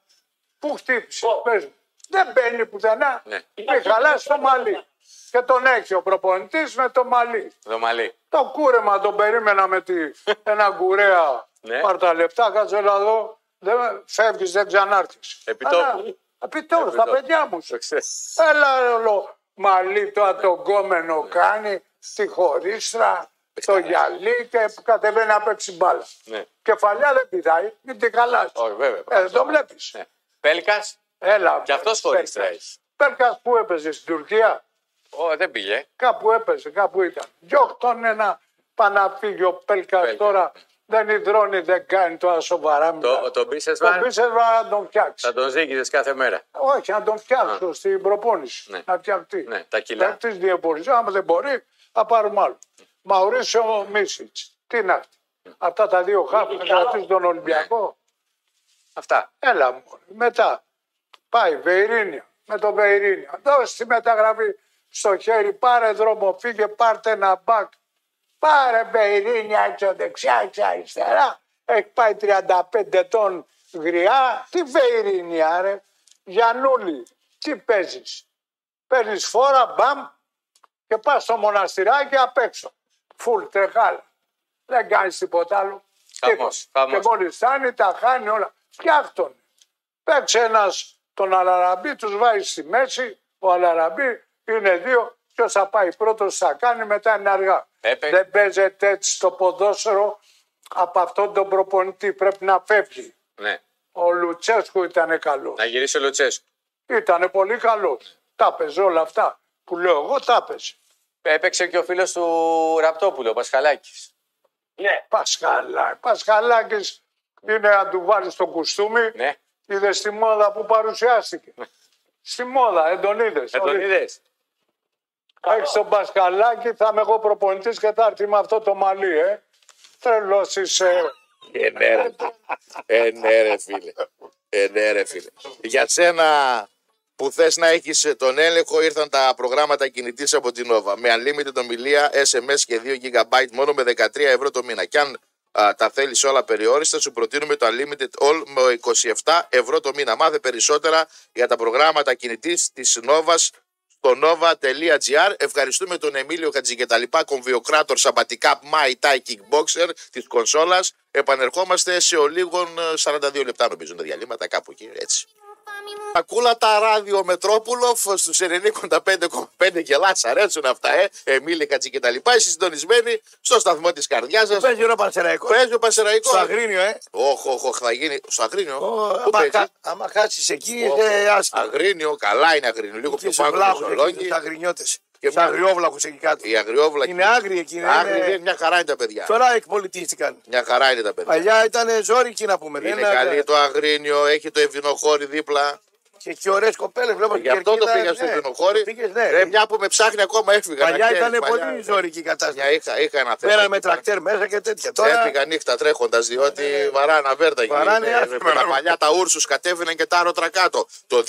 Πού χτύπησε, πες μου. Δεν μπαίνει πουθενά.
Ναι.
Και χαλάσει το μαλλί. Και τον έχει ο προπονητής με το μαλλί.
Δομαλή.
Το κούρεμα τον περίμενα με τη, ένα γκουρέα.
Ναι.
Πάρ' τα λεπτά, κάτσε να δω. Δεν, φεύγεις, δεν ξανάρθεις.
Επιτόπου.
Αλλά- επιτόπου, στα
Επιτόπου.
παιδιά μου.
Το ξέρεις. Ναι.
Έλα όλο μαλλί τώρα τον κόμενο κάνει στη χωρίστρα. το γυαλί και που κατεβαίνει να παίξει μπάλα.
Ναι.
Κεφαλιά δεν πηδάει, μην την χαλάσει.
Όχι, βέβαια.
Ε, δεν το βλέπει.
Πέλκας.
Έλα.
Κι αυτός χωρίς τρέχει.
Πέρκα που έπαιζε στην Τουρκία,
Ω, δεν πήγε.
κάπου έπαιζε, κάπου ήταν. Διώχτον ένα παναφύγιο Πέλκας
Πέλκα.
τώρα. Δεν υδρώνει, δεν κάνει τώρα σοβαρά.
Το,
μιλάμε.
το Μπίσεσμαν
Το πίσω να τον φτιάξει.
θα τον ζήγησε κάθε μέρα.
Όχι, να τον φτιάξω στην προπόνηση.
Ναι.
Να φτιαχτεί.
Ναι, τα κιλά.
Να τις διαπορρίζει. Άμα δεν μπορεί, θα πάρουμε άλλο. Μαουρίσιο Μίσιτ. Τι να αυτή.
Ναι.
Αυτά τα δύο χάφη θα κρατήσει τον Ολυμπιακό.
Ναι. Αυτά.
Έλα μου. Μετά πάει Βεϊρίνια. Με τον Βεϊρίνια. Δώσε τη μεταγραφή στο χέρι. Πάρε δρόμο. Φύγε. Πάρτε ένα μπακ. Πάρε Βεϊρίνια έτσι δεξιά, έτσι αριστερά. Έχει πάει 35 ετών γριά. Τι Βεϊρίνια ρε. Γιανούλη. Τι παίζεις. Παίρνεις φόρα, μπαμ, και πας στο μοναστηράκι απ' έξω. Φουλ τρεχάλα. Δεν κάνεις τίποτα άλλο.
Χαμός,
Τίποτα.
χαμός.
Και μόλις φτάνει, τα χάνει όλα. Φτιάχτον. Παίξε ένας τον Αλαραμπή, τους βάζεις στη μέση. Ο Αλαραμπή είναι δύο. Ποιος θα πάει πρώτος, θα κάνει, μετά είναι αργά.
Έπαι-
Δεν παίζεται έτσι το ποδόσφαιρο από αυτόν τον προπονητή. Πρέπει να φεύγει.
Ναι.
Ο Λουτσέσκου ήταν καλός.
Να γυρίσει ο Λουτσέσκου.
Ήταν πολύ καλός. Τα παίζει όλα αυτά που λέω εγώ, τα παίζει.
Έπαιξε και ο φίλος του Ραπτόπουλου, ο Πασχαλάκης.
Ναι.
Πασχαλά. Πασχαλάκης είναι να του βάλεις το κουστούμι.
Ναι.
Είδες τη μόδα που παρουσιάστηκε. Στη μόδα, δεν τον είδες.
Δεν Ε, τον είδε.
Έχει τον Πασχαλάκη, θα είμαι εγώ προπονητής και θα έρθει με αυτό το μαλλί, ε. Τρελός είσαι.
Ε, ναι, ρε. Ε, ναι, ρε, φίλε. Ε, ναι, ρε, φίλε. Για σένα που θες να έχεις ε, τον έλεγχο ήρθαν τα προγράμματα κινητής από την Nova. Με unlimited ομιλία, SMS και 2 GB μόνο με 13 ευρώ το μήνα. Και αν α, τα θέλεις όλα περιόριστα, σου προτείνουμε το unlimited all με 27 ευρώ το μήνα. Μάθε περισσότερα για τα προγράμματα κινητής της Nova στο nova.gr. Ευχαριστούμε τον Εμίλιο Χατζικεταλippa, κομβιοκράτορ Σαμπατικά My Thai Kickboxer της κονσόλας. Επανερχόμαστε σε ολίγων ε, 42 λεπτά, νομίζω, είναι τα διαλύματα, κάπου εκεί. Έτσι. Ακούλα τα ράδιο Μετρόπουλοφ στου 95,5 και λάτσα. Αρέσουν αυτά, ε. Εμίλιο Χατζικεταλippa, Είσαι συντονισμένοι στο σταθμό της καρδιάς σας.
Παίζει ο Πανσεραϊκό.
Παίζει ο Πασεραϊκό.
Στο Αγρίνιο, ε.
Όχι, όχι, όχι, θα γίνει. Στο Αγρίνιο.
Ω,
Πού
άμα
παίζει?
χα- Άμα χάσεις εκεί,
Ω,
δεν άσχημα.
Αγρίνιο, καλά είναι Αγρίνιο. Λίγο
Εκεί
πιο
στου
πάνω από το
βλάχου,
Θεσσαλονίκη.
στου αγρινιώτες.
Και
Στου
μια-
αγριόβλαχου εκεί κάτω.
Η αγριόβλακη.
Είναι άγριοι εκεί, είναι-
Άγριοι δεν είναι μια χαρά είναι τα παιδιά.
Τώρα εκπολιτίστηκαν.
Μια χαρά είναι τα παιδιά.
Παλιά ήταν ζόρικοι να πούμε.
Είναι
δεν
καλή το αγρίνιο, έχει το ευγενοχώρι δίπλα.
Και, και ωραίες κοπέλες βλέπω.
Γι' αυτό το
Κερκίδα,
πήγα στο
ναι.
ευγενοχώρι.
Το πήγες, ναι.
Ρε, Ε, μια που με ψάχνει ακόμα έφυγα. να
Παλιά
ξέρεις,
ήταν
παλιά,
πολύ
ναι.
ζωρική η
Μια
κατάσταση.
είχα, είχα ένα θέμα.
Πέραμε με
εκεί πέρα.
τρακτέρ μέσα και τέτοια. Τώρα Ε,
Έφυγα νύχτα τρέχοντας διότι βαράνε βέρτα
Βαράνε
Με-
άσχημα.
με τα παλιά τα ούρσους κατέβαιναν και τα άρωτρα κάτω. Το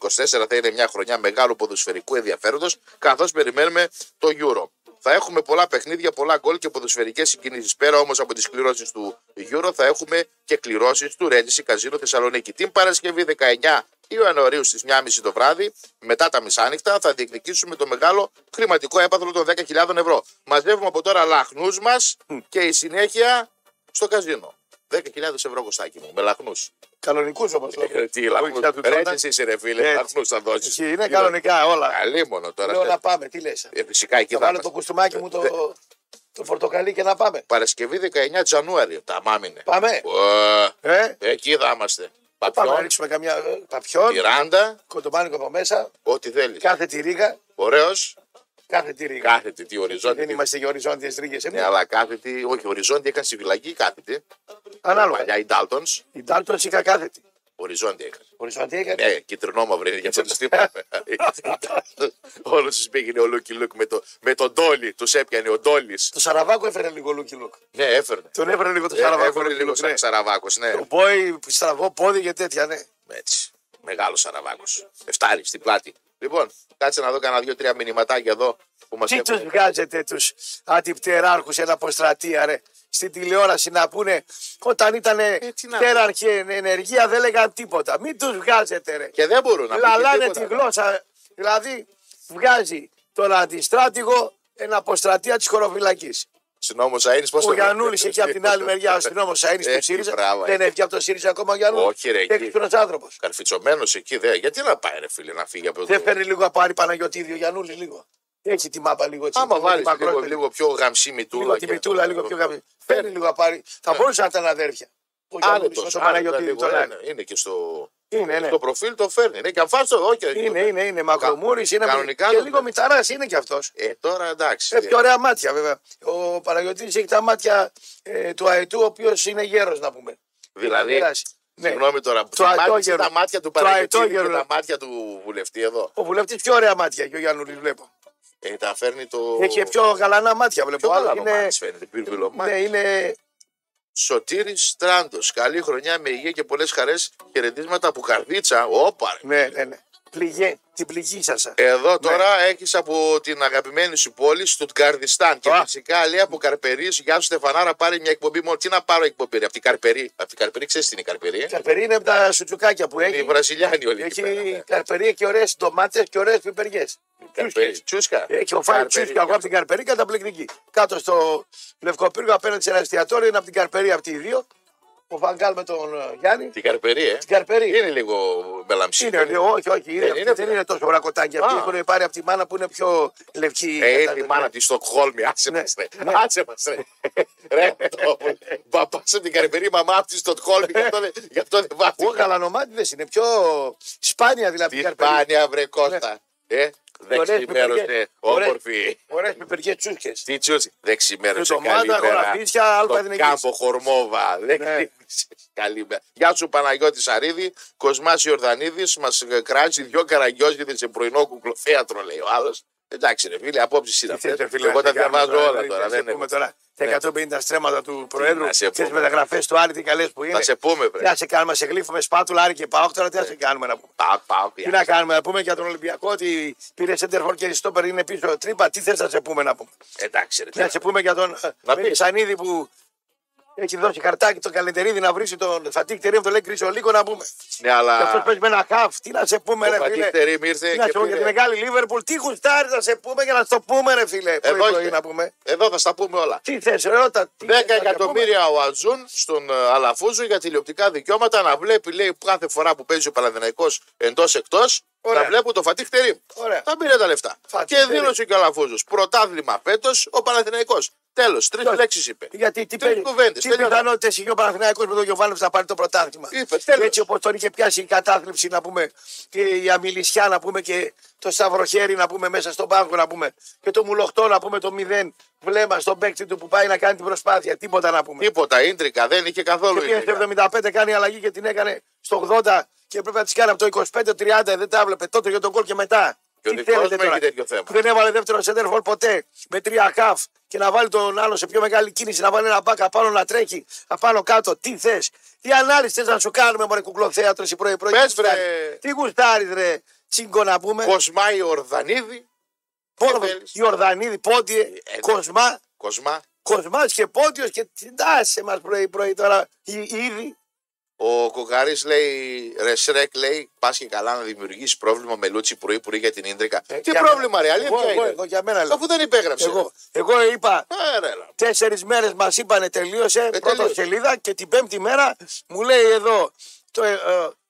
2024 θα είναι μια χρονιά μεγάλου ποδοσφαιρικού ενδιαφέροντος, καθώς περιμένουμε το Euro. Θα έχουμε πολλά παιχνίδια, πολλά γκολ και ποδοσφαιρικές συγκινήσεις. Πέρα όμως από τις κληρώσεις του Euro, θα έχουμε και κληρώσεις του Ρέντιση Καζίνο Θεσσαλονίκη. Την Παρασκευή 19 Ιανουαρίου στις 1.30 το βράδυ, μετά τα μισάνυχτα, θα διεκδικήσουμε το μεγάλο χρηματικό έπαθλο των 10.000 ευρώ. Μαζεύουμε από τώρα λαχνούς μας και η συνέχεια στο καζίνο. 10.000 ευρώ κοστάκι μου, με λαχνούς.
κανονικούς όμως.
Τι λαχνούς.
Όχι, θα του
Ρέτσε
τσόντα.
εσύ, ρε φίλε,
Έτσι.
λαχνούς θα δώσεις.
Είναι κανονικά όλα.
Καλή μόνο τώρα.
Λέω
αυτά.
να πάμε, τι λες.
Ε, Φυσικά εκεί
Θα
θα
βάλω
είμαστε.
το κουστούμάκι μου
Δε-
το, το φορτοκαλί και να πάμε.
Παρασκευή 19 Τζανουαρίου, τα μάμινε.
Πάμε.
Ωε,
Ε,
Εκεί θα είμαστε.
πάμε να
Παπιόν,
ρίξουμε καμιά ε, παπιόν,
Μιράντα,
κοντομάνικο από μέσα,
ό,τι θέλεις.
κάθε τη ρίγα,
Ωραίος,
κάθε τη ρίγα.
κάθετη, τι οριζόντια.
Δεν είμαστε για οριζόντιες ρίγες
Ναι,
εμείς.
αλλά κάθετη, όχι οριζόντια, έκανε στη φυλακή κάθετη.
Ανάλογα.
Παλιά η Ντάλτον,
Η Ντάλτον είχα κάθετη.
οριζόντια έκανε.
Οριζόντια έκανε.
Ναι, κυτρινόμαυρη είναι για αυτό το στήμα. Όλος τους πήγαινε ο Λούκι Λούκ με, το, με τον Ντόλι. Τους έπιανε ο Ντόλις.
Το Σαραβάκο έφερε λίγο λούκι λουκ.
Ναι, έφερνε.
Τον έφερε λίγο το
Ε,
Σαραβάκο.
Έφερνε
Λούκι
λίγο
Λουκ,
σαν
ναι.
σαραβάκος, ναι.
Το πόη, στραβό πόδι και τέτοια, ναι.
Έτσι. Μεγάλος σαραβάκος. Εφτάρι στην πλάτη. Λοιπόν, κάτσε να δω κανένα δύο-τρία μηνυματάκια εδώ που μας
Τι του
έχουν.
βγάζετε τους αντιπτεράρχους ένα αποστρατεία, ρε. Στην τηλεόραση να πούνε όταν ήταν
Ε, τι να-
πτέραρχη εν- ενεργεία δεν λέγαν τίποτα. Μην τους βγάζετε, ρε.
Και δεν μπορούν να πούν. και
Λαλάνε τη
τίποτα.
γλώσσα. Δηλαδή, βγάζει τον αντιστράτηγο ένα αποστρατεία της χωροφυλακής.
Συνόμος Αένη, πώς
Ο Γιανούλη εκεί από την άλλη μεριά, ο αστυνόμο Αένη
Ε,
του ΣΥΡΙΖΑ.
μπράβο,
Δεν
ε.
έφυγε από το ΣΥΡΙΖΑ ακόμα ο Γιανούλη.
Όχι, ρε, εκεί.
άνθρωπος.
Καρφιτσωμένος εκεί, δε. Γιατί να πάει, ρε φίλε, να φύγει από εδώ.
Δεν φέρνει λίγο από Άρη Παναγιοτήδη ο Γιανούλη λίγο. Έχει τη μάπα λίγο έτσι.
Άμα
λίγο
βάλεις λίγο,
μακρότερη.
λίγο πιο γαμσί μητούλα.
Λίγο
και-
την πιτούλα, λίγο πιο γαμμένη. Φέρνει λίγο απάρι. Θα
Ναι.
μπορούσαν να ήταν αδέρφια. Ο Γιάννης,
Άνετος,
ο
άνετα
Παναγιώτη,
λίγο,
τον Άκη.
είναι, είναι και στο,
Είναι, ναι.
στο προφίλ το φέρνει. Ναι, και αν φας το όχι.
Είναι, είναι, είναι. Μακρομούρης είναι.
Κανονικά
Και
το-
λίγο μηταράς είναι κι αυτός.
Ε, τώρα εντάξει.
Έχει ωραία μάτια βέβαια. Ο Παναγιώτης έχει τα μάτια ε, του Αετού, ο οποίος είναι γέρος να πούμε.
δηλαδή,
Μοιράζει. Ναι.
συγγνώμη τώρα.
Το
θυμάστε
αετόγερο.
τα μάτια του
Το
Παναγιώτη και
αετόγερο.
τα μάτια του βουλευτή εδώ.
Ο βουλευτής πιο ωραία μάτια και ο Γιάννουλης βλέπω.
Ε, τα φέρνει το...
Έχει πιο γαλανά μάτια βλέπω.
Πιο
Ο άλλος
μεγάλο
είναι...
μάτς φαίνεται, πυρβυλωμάτι.
Ναι, είναι.
Σωτήρης Στράντος, καλή χρονιά με υγεία και πολλές χαρές, χαιρετίσματα από καρδίτσα, όπα ρε.
Ναι, ναι, ναι. Πληγέ... Την Ναι. πληγήσασα.
Εδώ τώρα έχεις από την αγαπημένη σου πόλη, Στουτγκαρδιστάν. Και
Α.
φυσικά λέει από Καρπερή, Γεια σου Στεφανάρα, πάρε μια εκπομπή μόνο. Τι να πάρω εκπομπή, ρε, από την Καρπερή. Από την Καρπερή, ξέρεις τι είναι η Καρπερή. ε?
Καρπερί είναι από τα σουτσουκάκια που
Είναι οι
έχει.
Βραζιλιάνοι όλοι εκεί πέρα.
Έχει
ναι.
καρπερί και ωραίες ντομάτες και ωραίες πιπεριές.
Καρπερή. Τσούσκα.
Έχει ο Φάιλ
Καρπερή.
Τσούσκας, εγώ από την Καρπερή καταπληκτική. Κάτω στο Λευκό Πύργο απέναντι σε ένα εστιατόριο είναι από την Καρπερή αυτοί οι δύο. Ο Βαγκάλ με τον ε, Γιάννη.
Την Καρπερή, ε.
Την Καρπερή.
Είναι λίγο μελαμψή.
Είναι, λέω, όχι, όχι, είναι,
Δεν
αυτή,
είναι,
δεν
φίλε.
είναι τόσο βρακοτάκι. Αυτή
Α.
έχουν πάρει από τη μάνα που είναι πιο λευκή.
Ε,
κατά-
η μάνα της Στοκχόλμη, άσε
Ναι,
μας ρε.
ναι.
Άσε μας ρε. Ρε, το- παπάς από την Καρπερή, η μαμά από τη Στοκχόλμη, γι' αυτό δεν- γι' αυτό δεν
Ο
βάθηκα.
γαλανομάτιδες είναι πιο σπάνια δηλαδή.
Τι
η Καρπερή.
σπάνια βρε Κώστα. Ε, δεν
Ωραίες
ξημέρωσε,
πιπεριές.
όμορφη.
Ωραίε πιπεριέ τσούχε.
Τι τσούς, δεν ξημέρωσε
Ντομάτα,
καλύτερα.
χωραφίσια, άλφα
Στον
εθνικής.
κάμπο Χορμόβα. Δεν
Ναι.
ξημέρωσε καλύτερα. Γεια σου Παναγιώτης Σαρίδη, Κοσμάς Ιορδανίδης, μας κράζει δυο καραγκιόζιδες σε πρωινό κουκλοθέατρο λέει ο άλλος. Εντάξει ρε φίλε, απόψεις είναι αυτές. Εγώ τα διαβάζω όλα τώρα. δεν είναι- Ναι.
Τα 150 στρέμματα του Προέδρου
να σε
και τι
πούμε.
μεταγραφές του Άρη, τι καλές που είναι.
Θα σε πούμε
Τι
βρε. Ναι.
να σε κάνουμε, σε γλύφουμε σπάτουλα, Άρη και Πάοκ, τώρα τι να σε κάνουμε να πούμε.
Πάω, πάω,
Τι
πια.
να κάνουμε, να πούμε για τον Ολυμπιακό ότι πήρε Σέντερφορ και η Στόπερ είναι πίσω τρύπα. Τι θες να σε πούμε να πούμε.
Εντάξει, ρε.
Τι να σε πούμε για τον ε,
Να πεις.
Σανίδη που έχει δώσει χαρτάκι τον Καλεντερίδη να βρει τον Φατίχ Τερήμ, τον λέει Κρυσολίκο να πούμε.
Ναι,
Και αυτός
αλλά
παίζει με ένα χαφ. Τι να σε πούμε, ρε
ο
φίλε.
Πατήρ
Τι
ήρθε
να σε
και
πούμε για τη
πήρε.
μεγάλη Λίβερπουλ. Τι γουστάρι να σε πούμε για να στο πούμε, ρε φίλε. Πρωί, πρωί
είστε.
να πούμε.
Εδώ θα στα πούμε όλα.
Τι θες, ρε, όταν. τι
10
θες να σε
εκατομμύρια ο Ατζούν στον ε, Αλαφούζο για τηλεοπτικά δικαιώματα να βλέπει, λέει, κάθε φορά που παίζει ο Παναδυναϊκός εντός εκτός, να
Ωραία.
βλέπουν το Φατίχ Τερήμ.
Ωραία.
Τα πήρε τα λεφτά.
Φατίχ
και
Τερίμ.
δήλωσε και ο Αλαφούζος. Πρωτάθλημα φέτος ο Παναδυναϊκός. Τέλος, τρεις
Ποιος?
λέξεις είπε.
Γιατί τι
Τρεις
παίρνει.
κουβέντες,
Τι
τελειώνω.
πιθανότητε είχε ο Παναθυναϊκό με τον Γιωβάνο να πάρει το πρωτάθλημα.
Είπε, τέλος.
Έτσι όπως τον είχε πιάσει η κατάθλιψη να πούμε και η αμιλησιά να πούμε και το σταυροχέρι να πούμε μέσα στον πάγκο να πούμε και το μουλοχτό να πούμε το μηδέν βλέμμα στον παίκτη του που πάει να κάνει την προσπάθεια. Τίποτα να πούμε.
Τίποτα, ίντρικα, δεν είχε καθόλου.
Και πήγε
ίντρικα.
στο 75, κάνει αλλαγή και την έκανε στο 80 και πρέπει να της κάνει από το 25-30. Δεν τα έβλεπε τότε για τον κόλ και μετά.
Και ο
Τι
δικός
θέλετε
μου
τώρα.
έχει τέτοιο θέμα.
Που Δεν έβαλε δεύτερο σέντερφορ ποτέ με τρία καφ και να βάλει τον άλλο σε πιο μεγάλη κίνηση, να βάλει ένα μπάκα πάνω να τρέχει, απάνω κάτω. Τι θες, τι ανάλυση θες να σου κάνουμε, Μωρέ κουκλοθέατρο ή πρωί-πρωί.
Πες,
Τι γουστάρεις.
βρε.
Τι γουστάρεις, ρε, τσίγκο να πούμε.
Κοσμάει Ορδανίδη.
Πόνο,
τι θέλεις.
Ιορδανίδη, Πόντιε,
ε,
Κοσμά.
Κοσμά.
Κοσμάς και Πόντιος και τιντάσε μας πρωί-πρωί τώρα οι- οι ήδη.
Ο Κοκαρή λέει, ρε Σρέκ λέει, πας και καλά να δημιουργήσεις πρόβλημα με Λούτσι πρωί-πρωί για την ντρικα.
Ε,
Τι
για
πρόβλημα,
μένα.
ρε, αλήθεια
εγώ, εγώ,
είναι.
εγώ, για μένα λέω.
Αφού δεν υπέγραψε.
Εγώ, εγώ είπα
Ε, ρε, έλα.
τέσσερις μέρες μας είπανε τελείωσε
Ε,
πρώτη
τελείωσε.
σελίδα και την πέμπτη μέρα μου λέει εδώ το, ε, ε,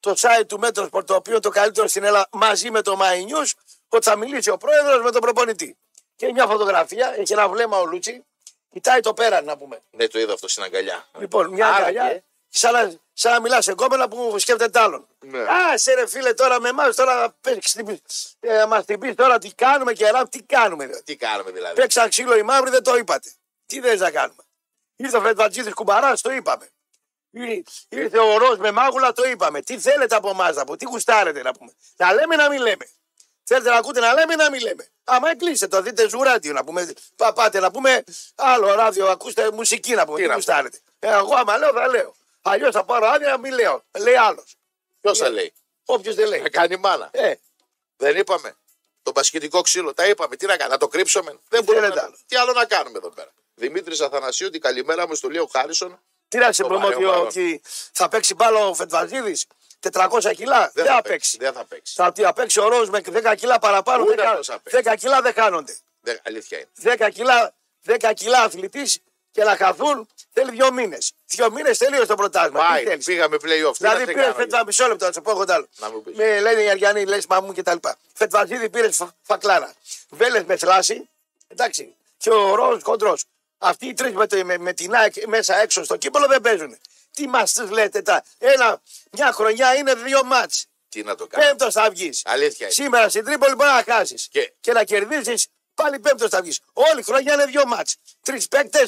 το site του Μέτροσπορ το οποίο το καλύτερο στην Ελλάδα μαζί με το My News ότι θα μιλήσει ο πρόεδρος με τον προπονητή. Και μια φωτογραφία, έχει ένα βλέμμα ο Λούτσι, κοιτάει το πέραν να πούμε.
Ναι, το είδα αυτό στην αγκαλιά.
Λοιπόν, μια
Άρα
αγκαλιά,
και.
σαν, να- σαν να μιλάς σε κόμμενα που σκέφτεται άλλον.
Ναι.
Α, σε ρε φίλε, τώρα με εμάς τώρα μα Ε, την πει τώρα τι κάνουμε και ράπ, τι κάνουμε. δηλαδή.
Τι κάνουμε δηλαδή.
Παίξαν ξύλο οι μαύροι, δεν το είπατε. Τι δεν να κάνουμε. Ήρθε ο Φετβατζίδη κουμπαράς, το είπαμε. Ή- Ήρθε ο Ρος με μάγουλα, το είπαμε. Τι θέλετε από εμάς να πούμε, τι γουστάρετε να πούμε. Να λέμε να μην λέμε. Θέλετε να ακούτε να λέμε να μην λέμε. Άμα κλείστε το, δείτε ζουράτιο να πούμε. Πα, πάτε να πούμε άλλο ράδιο, ακούστε μουσική να πούμε.
Τι
Τι,
να
γουστάρετε. Ε, εγώ άμα λέω θα λέω. Αλλιώς θα πάρω άδεια να μην λέω. Λέει άλλος.
Ποιος θα λέει.
Όποιος δεν λέει.
Να κάνει μάνα.
Ε,
Δεν είπαμε. Το πασχετικό ξύλο. Τα είπαμε. Τι να κάνουμε. Να το κρύψουμε. Δεν μπορούμε.
θέλετε
να-
άλλο.
Τι άλλο να κάνουμε εδώ πέρα. Δημήτρης Αθανασίου, την καλημέρα μου στο Λίο Χάρισον.
τι να σε
Το
πούμε
βαρύ,
ότι
ο
ο-
βαρός.
ότι θα παίξει μπάλο ο Φετβατζίδη 400 κιλά. Δεν θα παίξει.
Δεν θα παίξει.
Θα τι απέξει ο Ρόζ με 10 κιλά παραπάνω.
Ούτε
δεν κα-
αυτός θα παίξει.
10 κιλά δεν χάνονται.
Δεν- Αλήθεια είναι.
10 κιλά, 10 κιλά αθλητής και να χαθούν Θέλει δύο μήνες. Δύο μήνες τελείωσε το πρωτάθλημα. Τι
Πάει,
θέλεις.
πήγαμε playoff. Τι να
Δηλαδή πήρε
κάναμε.
φετβα, μισό λεπτό, να σου πω εγώ τ' άλλο.
Να μου πεις.
Με λένε οι Αριανοί, λες μαμού και τα λοιπά. Φετβαζίδη πήρε φα- φακλάρα. Βέλες με θλάση. Εντάξει. Και ο Ρο κοντρός. Αυτοί οι τρεις με, το- με, με την ΑΕΚ μέσα έξω στο κύπελο δεν παίζουν. Τι μας του λέτε τα. Ένα, μια χρονιά είναι δύο μάτ.
Τι να το κάνουμε.
Πέμπτος θα βγεις.
Αλήθεια είναι.
Σήμερα στην Τρίπολη μπορεί να χάσεις.
Και-
Και... να κερδίσεις πάλι πέμπτος θα βγεις. Όλη η χρονιά είναι δύο μάτ. Τρεις παίκτες.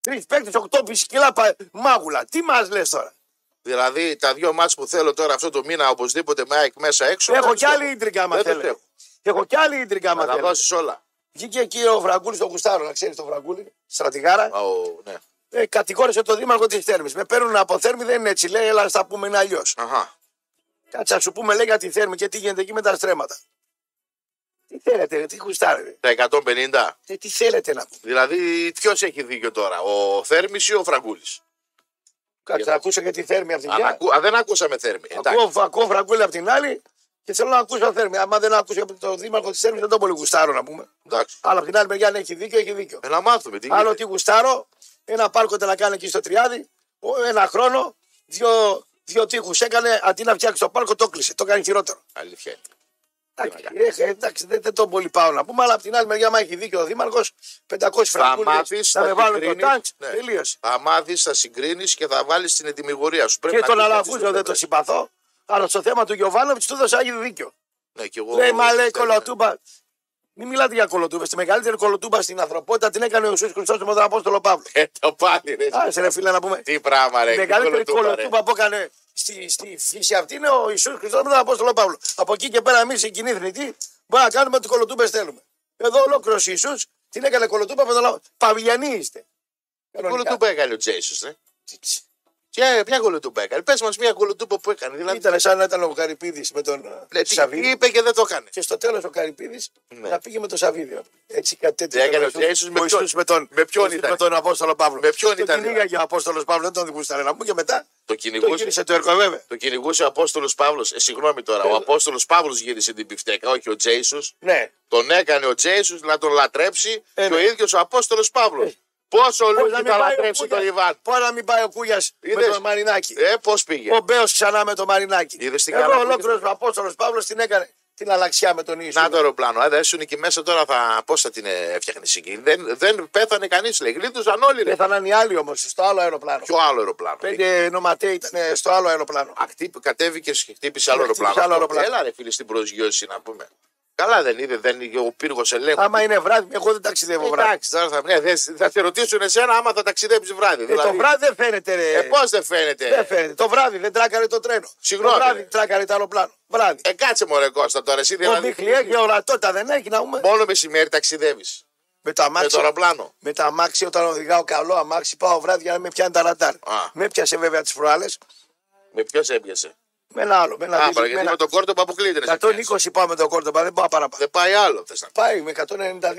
Τρει παίκτε, οκτώ κιλά πα- μάγουλα. Τι μας λες τώρα.
Δηλαδή τα δύο μάτς που θέλω τώρα αυτό το μήνα οπωσδήποτε με ΑΕΚ μέσα έξω.
Έχω
δεν
κι
τους
άλλη ίντρικα άμα
Δεν τους
θέλετε.
έχω.
Έχω κι άλλη ίντρικα άμα
Να τα
θέλετε.
δώσεις όλα.
Βγήκε εκεί ο Βραγκούλης, τον Κουστάρο, να ξέρεις τον Βραγκούλη, στρατηγάρα.
Ω, ναι.
Ε, κατηγόρησε το δήμαρχο της Θέρμης. Με παίρνουν από Θέρμη, δεν είναι έτσι. Λέει, έλα, στα πούμε, είναι αλλιώς.
Αχα.
Κάτσε, να σου πούμε, λέει για τη Θέρμη και τι γίνεται εκεί με τα στρέμματα. Τι θέλετε, ρε, τι κουστάρετε.
Τα 150.
Τι, τι θέλετε να πούμε.
Δηλαδή ποιος έχει δίκιο τώρα. Ο Θέρμης ή ο Φραγκούλης.
Κάτσε, να ακούσω και τη Θέρμη από την
Αν
μια.
ακού- α, δεν ακούσαμε Θέρμη. Ε, Εντάξει.
Ακούω, ακούω Βραγκούλη από την άλλη και θέλω να ακούσω Θέρμη. Άμα δεν ακούσω από τον δήμαρχο της Θέρμης, δεν τον πολύ γουστάρω να πούμε.
Εντάξει.
Αλλά από την άλλη μεριά, αν έχει δίκιο, έχει δίκιο.
Ε, Να μάθουμε. Τι
Άλλο
γίνεται.
τι γουστάρω, ένα πάρκο να κάνω εκεί στο Τριάδι, ο- ένα χρόνο, δύο, δύο τείχους έκανε, αντί να φτιάξει το πάρκο, το κλείσε. Το κάνει χειρότερο.
Αλήθεια είναι.
Εντάξει, ε, εντάξει, δεν, δεν τον πολύ πάω να πούμε, αλλά από την άλλη μεριά, μα έχει δίκιο ο Δήμαρχος, 500 φραγκούλε.
μάθεις,
Να
θα
με βάλουν το
συγκρίνεις,
τάγκ,
ναι.
τελείωσε.
Θα μάθεις, θα συγκρίνεις και θα βάλεις την ετοιμιγορία σου. Πρέπει
Και
να
τον
ακούσεις
Αλαφούζο
τις
δεν το
πλευρές.
συμπαθώ, αλλά στο θέμα του Γιωβάνοβιτ του έδωσα άγιο δίκιο.
Ναι, και εγώ.
Λέει, μα λέει
πιστεύω,
κολοτούμπα. Μην μιλάτε για κολοτούμπα. Στη μεγαλύτερη κολοτούμπα στην ανθρωπότητα την έκανε ο Ιησούς Χριστός με τον Απόστολο Παύλο.
Ε, το πάλι, ρε.
Άσε ρε φίλε να πούμε.
Τι πράγμα, ρε.
Η
τι
μεγαλύτερη
κολοτούμπα, ρε.
κολοτούμπα που έκανε στη, στη φύση αυτή είναι ο Ιησούς Χριστός με τον Απόστολο Παύλο. Από εκεί και πέρα εμείς οι κοινοί θνητοί μπορούμε να κάνουμε ό,τι κολοτούμπες θέλουμε. Εδώ ολόκληρος Ιησούς την έκανε κολοτούμπα με τον Απόστολο. Παυλιανοί είστε.
Τι
Κανονικά.
κολοτούμπα έκανε ο Τζέισο, ρε. Ποια, ποια κολοτούμπα έκανε. Πες μας μια κολοτούμπα που έκανε. Δηλαδή,
Ήταν σαν να ήταν ο Καρυπίδης με τον
λέει,
ε,
τι-
Σαββίδη.
είπε και δεν το έκανε.
Και στο τέλος ο Καρυπίδη
Ναι.
να πήγε με τον Σαββίδη. Έτσι κάτι τέτοιο.
Τι έκανε ο
Ιησούς-
Ιησούς με
ο
ποιον-
Ιησούς με τον,
με ποιον
ο Ιησούς
ήταν?
με τον Απόστολο Παύλο.
Με ποιον
τον
ήταν,
κυνήγαγε ο Απόστολος Παύλο, δεν τον δικούσταρε να μου και μετά
Το
το
κυνηγούσε.
γύρισε το έργο, βέβαια.
Το κυνηγούσε ο Απόστολος Παύλος. Ε, συγγνώμη τώρα. Ο Απόστολος Παύλος γύρισε την πιφτέκα, όχι ο Τζέισο.
Ναι.
Τον έκανε ο Τζέισο να τον λατρέψει
Ε,
και ο
ναι.
ίδιος ο Απόστολος Παύλος. Πόσο
Πώς
λόγο
να,
θα
μην πάει ο
λατρέψει τον
Κούγιας,
Ιβάν.
πώς να μην πάει ο Κούγιας με
Είδες?
τον Μαρινάκη.
Ε, πώς πήγε.
Ο Μπέος ξανά με τον Μαρινάκη.
Είδες τι
Εδώ
καλά που
ολόκληρος ο Απόστολος Παύλος την έκανε την αλλαξιά με τον Ιησού.
Να το αεροπλάνο. ε, Άντε, έσουν εκεί μέσα τώρα θα... πώς θα την έφτιαχνε εκεί. Δεν, δεν πέθανε κανείς, λέει. Γλίτουσαν όλοι. Ρε.
Πέθαναν οι άλλοι όμως στο άλλο αεροπλάνο.
Ποιο άλλο αεροπλάνο.
Πέντε νοματέ ήταν ε, στο άλλο αεροπλάνο.
Ακτύπη, κατέβηκες και χτύπησε άλλο
Ε, Χτύπησε
αεροπλάνο.
άλλο αεροπλάνο.
Έλα, ρε φίλε, στην προσγειώση να πούμε. Καλά δεν είδε, δεν είδε ο πύργος ελέγχου.
Άμα είναι βράδυ, εγώ δεν ταξιδεύω βράδυ.
Εντάξει, τώρα θα, ναι, δε- θα σε ρωτήσουν εσένα άμα θα ταξιδέψεις βράδυ.
Ε,
δηλαδή,
το βράδυ δεν φαίνεται. Ρε.
ε, πώς δεν φαίνεται.
Δεν φαίνεται. Το βράδυ δεν τράκαρε το τρένο.
Συγγνώμη,
Το βράδυ
ρε.
τράκαρε το αεροπλάνο. Βράδυ.
Ε, κάτσε μωρέ Κώστα τώρα. Εσύ
ο
δηλαδή.
Μίχλι έχει ορατότητα, δεν έχει Ναι, να πούμε.
Μόνο μεσημέρι ταξιδεύεις.
Με το
Με
αμάξι.
το αεροπλάνο.
Με τα αμάξι, όταν οδηγάω καλό αμάξι, πάω βράδυ για να με πιάνει τα ραντάρ.
Α.
Με πιάσε βέβαια τις προάλλε.
Με ποιος έπιασε.
Με ένα άλλο. Με ένα
Α,
δίλη-
παρα, γιατί
με
με
ένα...
τον κόρτο που αποκλείεται. να σε πιάσει.
120 πάω με τον κόρτομπα, δεν πάω παραπάνω.
Δεν πάει άλλο. θες να
Πάει με 192.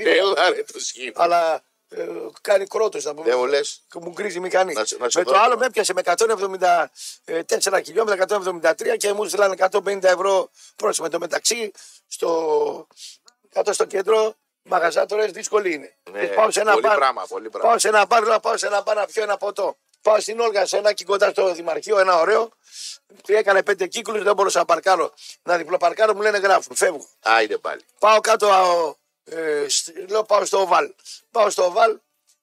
Έλα ρε το σκύλο. Αλλά
Ε, κάνει κρότος να πούμε.
δεν μου λες.
Και μου γκρίζει η μηχανή.
Να σε- να σε
με
δω
το άλλο
τώρα.
με έπιασε με 174 χιλιόμετρα, 173 και μου ζητάνε 150 ευρώ πρόσημα. Εν τω μεταξύ, στο, κάτω στο κέντρο, μαγαζάτορες δύσκολοι είναι.
Ναι,
Και πάω σε ένα
πολύ
μπαρ,
πράγμα, πολύ πράγμα.
Πάω σε ένα μπαρ, λέω, πάω σε ένα μπαρ να πιω ένα ποτό. Πάω στην Όλγα σε ένα και κοντά στο Δημαρχείο, ένα ωραίο. Και έκανε πέντε κύκλους, δεν μπορούσα να παρκάρω. Να διπλοπαρκάρω, μου λένε γράφουν, φεύγω.
Άιντε πάλι.
Πάω κάτω, α, ε, σ- λέω πάω στο Οβάλ. Πάω στο Οβάλ,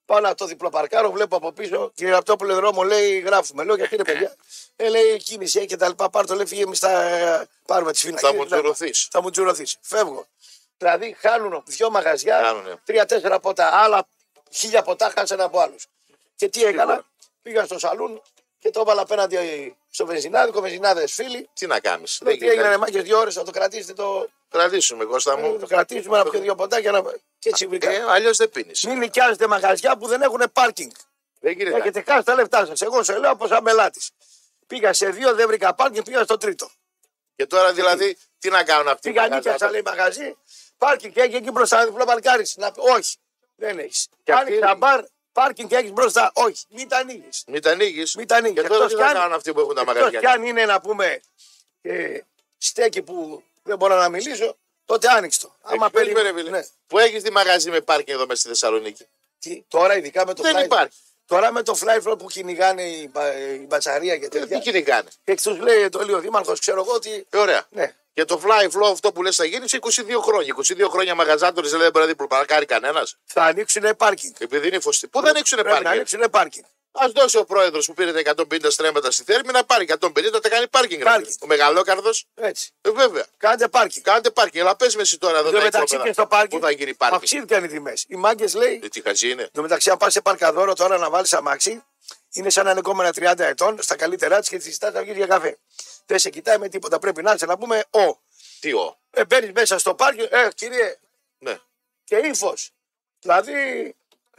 πάω να το διπλοπαρκάρω, βλέπω από πίσω. Κύριε Ραπτόπουλε, δρόμο μου λέει γράφουμε. Λέω γιατί είναι παιδιά. Ε, λέει κίνηση ε, και τα λοιπά. Πάρ' το λέει, φύγε, εμείς θα ε, πάρουμε τις φύλακες.
Θα μου τζουρωθείς.
Θα μου τζουρωθεί. Φεύγω. Δηλαδή χάνουν δύο μαγαζιά,
Χάνουνε.
τρία-τέσσερα ποτά. Άλλα χίλια ποτά χάσανε από άλλους. Και τι έκανα, πήγα στο σαλούν και το έβαλα απέναντι στο βενζινάδικο, βενζινάδες φίλοι.
Τι να κάνεις.
Λέω τι έγινε, ρε μάγκες, δύο ώρες θα το κρατήσετε το,
Κρατήσουμε, Κώστα
να
μου.
το Ε, κρατήσουμε να πιω δύο ποντάκια να... και έτσι βρήκα.
Ε, Αλλιώς δεν πίνεις.
Μην νοικιάζετε μαγαζιά που δεν έχουν πάρκινγκ.
Δεν γίνεται.
Έχετε χάσει τα λεφτά σας. Εγώ σε λέω από σαν μελάτη. Πήγα σε δύο, δεν βρήκα πάρκινγκ, πήγα στο τρίτο.
Και τώρα δηλαδή τι να κάνουν αυτοί. οι
Πήγα
μαγαζάτες.
νίκιασα λέει μαγαζί, πάρκινγκ έχει εκεί μπροστά, διπλό παρκάρι. Να... πει, Όχι, δεν έχεις.
Και αυτοί-
Άνοιξα μπαρ, πάρκινγκ έχεις μπροστά. Όχι, μην τα ανοίγεις.
Μην τα ανοίγεις.
Μην τα ανοίγεις.
Και τώρα
Εκτός
τι
κι
θα
αν-
κάνουν αυτοί που έχουν τα
Εκτός κι
μαγαζιά.
αν είναι να πούμε ε, στέκι που δεν μπορώ να μιλήσω, τότε άνοιξε το. Άμα
Εκτός,
περίμενε-
ρε φίλε.
ναι.
Που έχεις τη μαγαζί με πάρκινγκ εδώ μέσα στη Θεσσαλονίκη.
Τι, Τώρα ειδικά με το
Δεν
flight-
υπάρχει.
Τώρα με το fly flow που κυνηγάνε η, μπα, η μπατσαρία και
Ε, Τι
τέτοια.
κυνηγάνε.
Και τους λέει το λέει ο Δήμαρχο, ξέρω εγώ ότι.
Ε, Ωραία.
Ναι.
Για το fly flow αυτό που λες θα γίνει σε 22 χρόνια. 22 χρόνια μαγαζάτορες δεν μπορεί να διπλοπαρκάρει κανένας.
Θα ανοίξουν πάρκινγκ.
Επειδή είναι φωστή. Πού δεν ανοίξουν
Πρέπει να
πάρκινγκ.
ανοίξουν πάρκινγκ.
Ας δώσει ο πρόεδρος που πήρε τα 150 στρέμματα στη θέρμη να πάρει 150 να τα κάνει πάρκινγκ. ρε
Πάρκινγκ.
παιδί. Ο μεγαλόκαρδος.
Έτσι.
Ε, βέβαια.
Κάντε πάρκινγκ.
Κάντε πάρκινγκ. Αλλά πες με εσύ τώρα εδώ
Εν τω
τα
μεταξύ
υπόπεδα.
και στο πάρκινγκ.
Πού θα γίνει πάρκινγκ.
Αυξήθηκαν οι τιμές. Οι μάγκες λέει.
Ε, Τι χαζή είναι.
Εν τω μεταξύ, αν πας σε παρκαδόρο τώρα να βάλεις αμάξι, είναι σαν να είναι κόμμενα 30 ετών, στα καλύτερά της και τη ζητά να βγεις για καφέ. Δεν σε κοιτάει με τίποτα. Πρέπει να είσαι να πούμε, ο.
Τι ο.
Ε, Μπαίνεις μέσα στο πάρκινγκ, ε, κύριε,
Ναι.
και ύφος. Δηλαδή,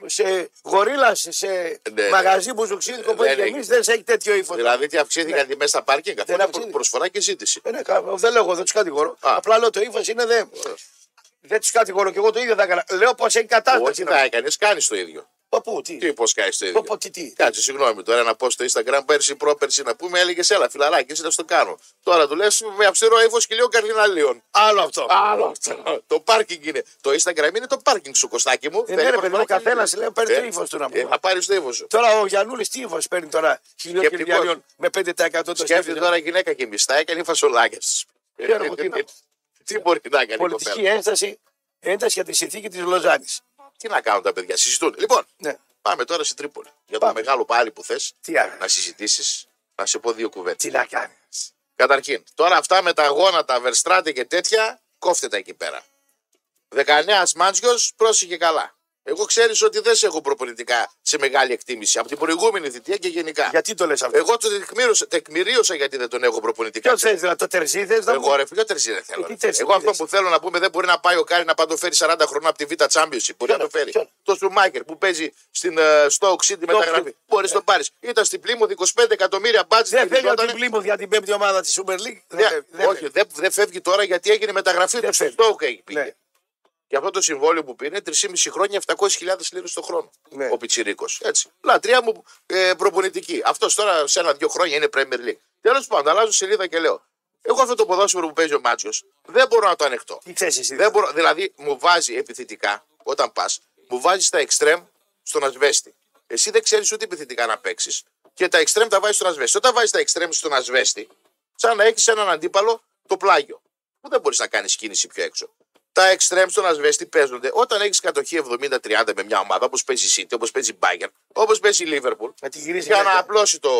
σε γορίλα, σε
Ναι.
μαγαζί μπουζουξίδικο που
Δεν
έχει
έχει.
εμεί, δεν σε έχει τέτοιο ύφος.
Δηλαδή τι αυξήθηκαν τιμέ στα πάρκινγκ. Αυτό
Ναι. Δεν
είναι
αυξήθηκε.
προσφορά και ζήτηση.
Ε, ναι, κα- δεν λέω εγώ, δεν τους κατηγορώ.
Α.
Απλά λέω το ύφος είναι. Δεν, δεν τους κατηγορώ και εγώ το ίδιο θα έκανα. Λέω πώ έχει κατάσταση.
Όχι θα έκανες, κάνεις το ίδιο.
Πω, πού, τι.
Τι πώ κάνει το ίδιο.
Πω, πω, τι, τι.
Κάτσε, συγγνώμη τώρα να πω στο Instagram πέρσι, πρόπερσι να πούμε, έλεγες έλα φιλαράκι, εσύ να στο κάνω. Τώρα του λες με αυστηρό ύφος κυλίων καρδιναλίων.
Άλλο αυτό.
Άλλο αυτό. Το πάρκινγκ είναι. Το Instagram είναι το πάρκινγκ σου, Κωστάκι μου.
Ε,
Θέλει
ναι, ρε παιδί,
προσφορά
ο
και
καθένα
ζήτηση.
λέει παίρνει
Ε,
το ύφος του να
ε,
πούμε.
Θα πάρεις το ύφος σου.
Τώρα ο Γιανούλης τι ύφος παίρνει τώρα χιλιό
Σκεπτικός.
κερδιαριών με 5% το
Σκέφτεται
σκέφτεται.
τώρα η γυναίκα και μισθά, έκανε οι φασολάκε. Ε,
Ξέρω εγώ τι να πω.
Τι μπορεί να κάνει η
Πολιτική
κοπέλα.
ένσταση, ένσταση για τη συνθήκη της Λοζάνης.
Τι να κάνουν τα παιδιά, συζητούν. Λοιπόν,
Ναι.
πάμε τώρα στην Τρίπολη. Για το
Πάμε.
μεγάλο πάλι που θες
Τι άλλο.
να συζητήσεις, να σε πω δύο κουβέντες.
Τι να κάνεις.
Καταρχήν, τώρα αυτά με τα γόνατα, Verstraete και τέτοια, κόφτε τα εκεί πέρα. 19 Μάντζιος, πρόσεχε καλά. Εγώ ξέρεις ότι δεν σε έχω προπονητικά σε μεγάλη εκτίμηση από την προηγούμενη θητεία και γενικά.
Γιατί το λες αυτό.
Εγώ το τεκμηρίωσα, τεκμηρίωσα γιατί δεν τον έχω προπονητικά.
Ποιο θες, δηλαδή το τερζίδε να
Εγώ
μου
ρε φίλε, τερζί δεν θέλω.
Ε, τι
ρε.
τερζί,
Εγώ
τι
αυτό
τερζί.
που θέλω να πούμε δεν μπορεί να πάει ο Κάρι να πάει να το φέρει 40 χρόνια από τη Β' Championship. Μπορεί να το
Ποιον,
φέρει.
ποιον.
Το Σουμάκερ που παίζει στην, ε, στο Οξίτη μεταγραφή.
City. Ε.
Μπορεί να το πάρεις. Ήταν στην Πλήμουθ 25 εκατομμύρια μπάτζι.
Δεν θέλει από την πλήμο για την πέμπτη ομάδα της Super League. Δεν
ε- Ναι,
φεύγει, δεν
όχι,
φεύγει.
δεν δεν φεύγει τώρα γιατί έγινε μεταγραφή
Δεν
του στο
φεύγει.
Στόουκ εκεί πήγε.
Ναι.
Και αυτό το συμβόλαιο που πήρε 3,5 χρόνια 700.000 λίρες το χρόνο.
Ναι.
Ο Πιτσυρίκο. Έτσι. Λατρεία μου ε, προπονητική. Αυτός τώρα σε ένα-δύο χρόνια είναι Premier League. Τέλος πάντων, αλλάζω σελίδα και λέω. Εγώ αυτό το ποδόσφαιρο που παίζει ο Μάτσιος δεν μπορώ να το ανεχτώ.
Τι ξέρει εσύ.
Δεν μπορώ, δηλαδή, μου βάζει επιθετικά όταν πας, μου βάζει τα εξτρέμ στον ασβέστη. Εσύ δεν ξέρεις ούτε επιθετικά να παίξεις και τα εξτρέμ τα βάζεις στον ασβέστη. Όταν βάζεις τα εξτρέμ στον ασβέστη, σαν να έχεις έναν αντίπαλο το πλάγιο. Που δεν μπορείς να κάνεις κίνηση πιο έξω. Τα εξτρέμ στον ασβέστη παίζονται όταν έχεις κατοχή 70-30 με μια ομάδα, όπως παίζει η City, όπως παίζει η Bayern, όπως παίζει η Liverpool.
Να τη γυρίσει.
Για να
μετά.
απλώσει το,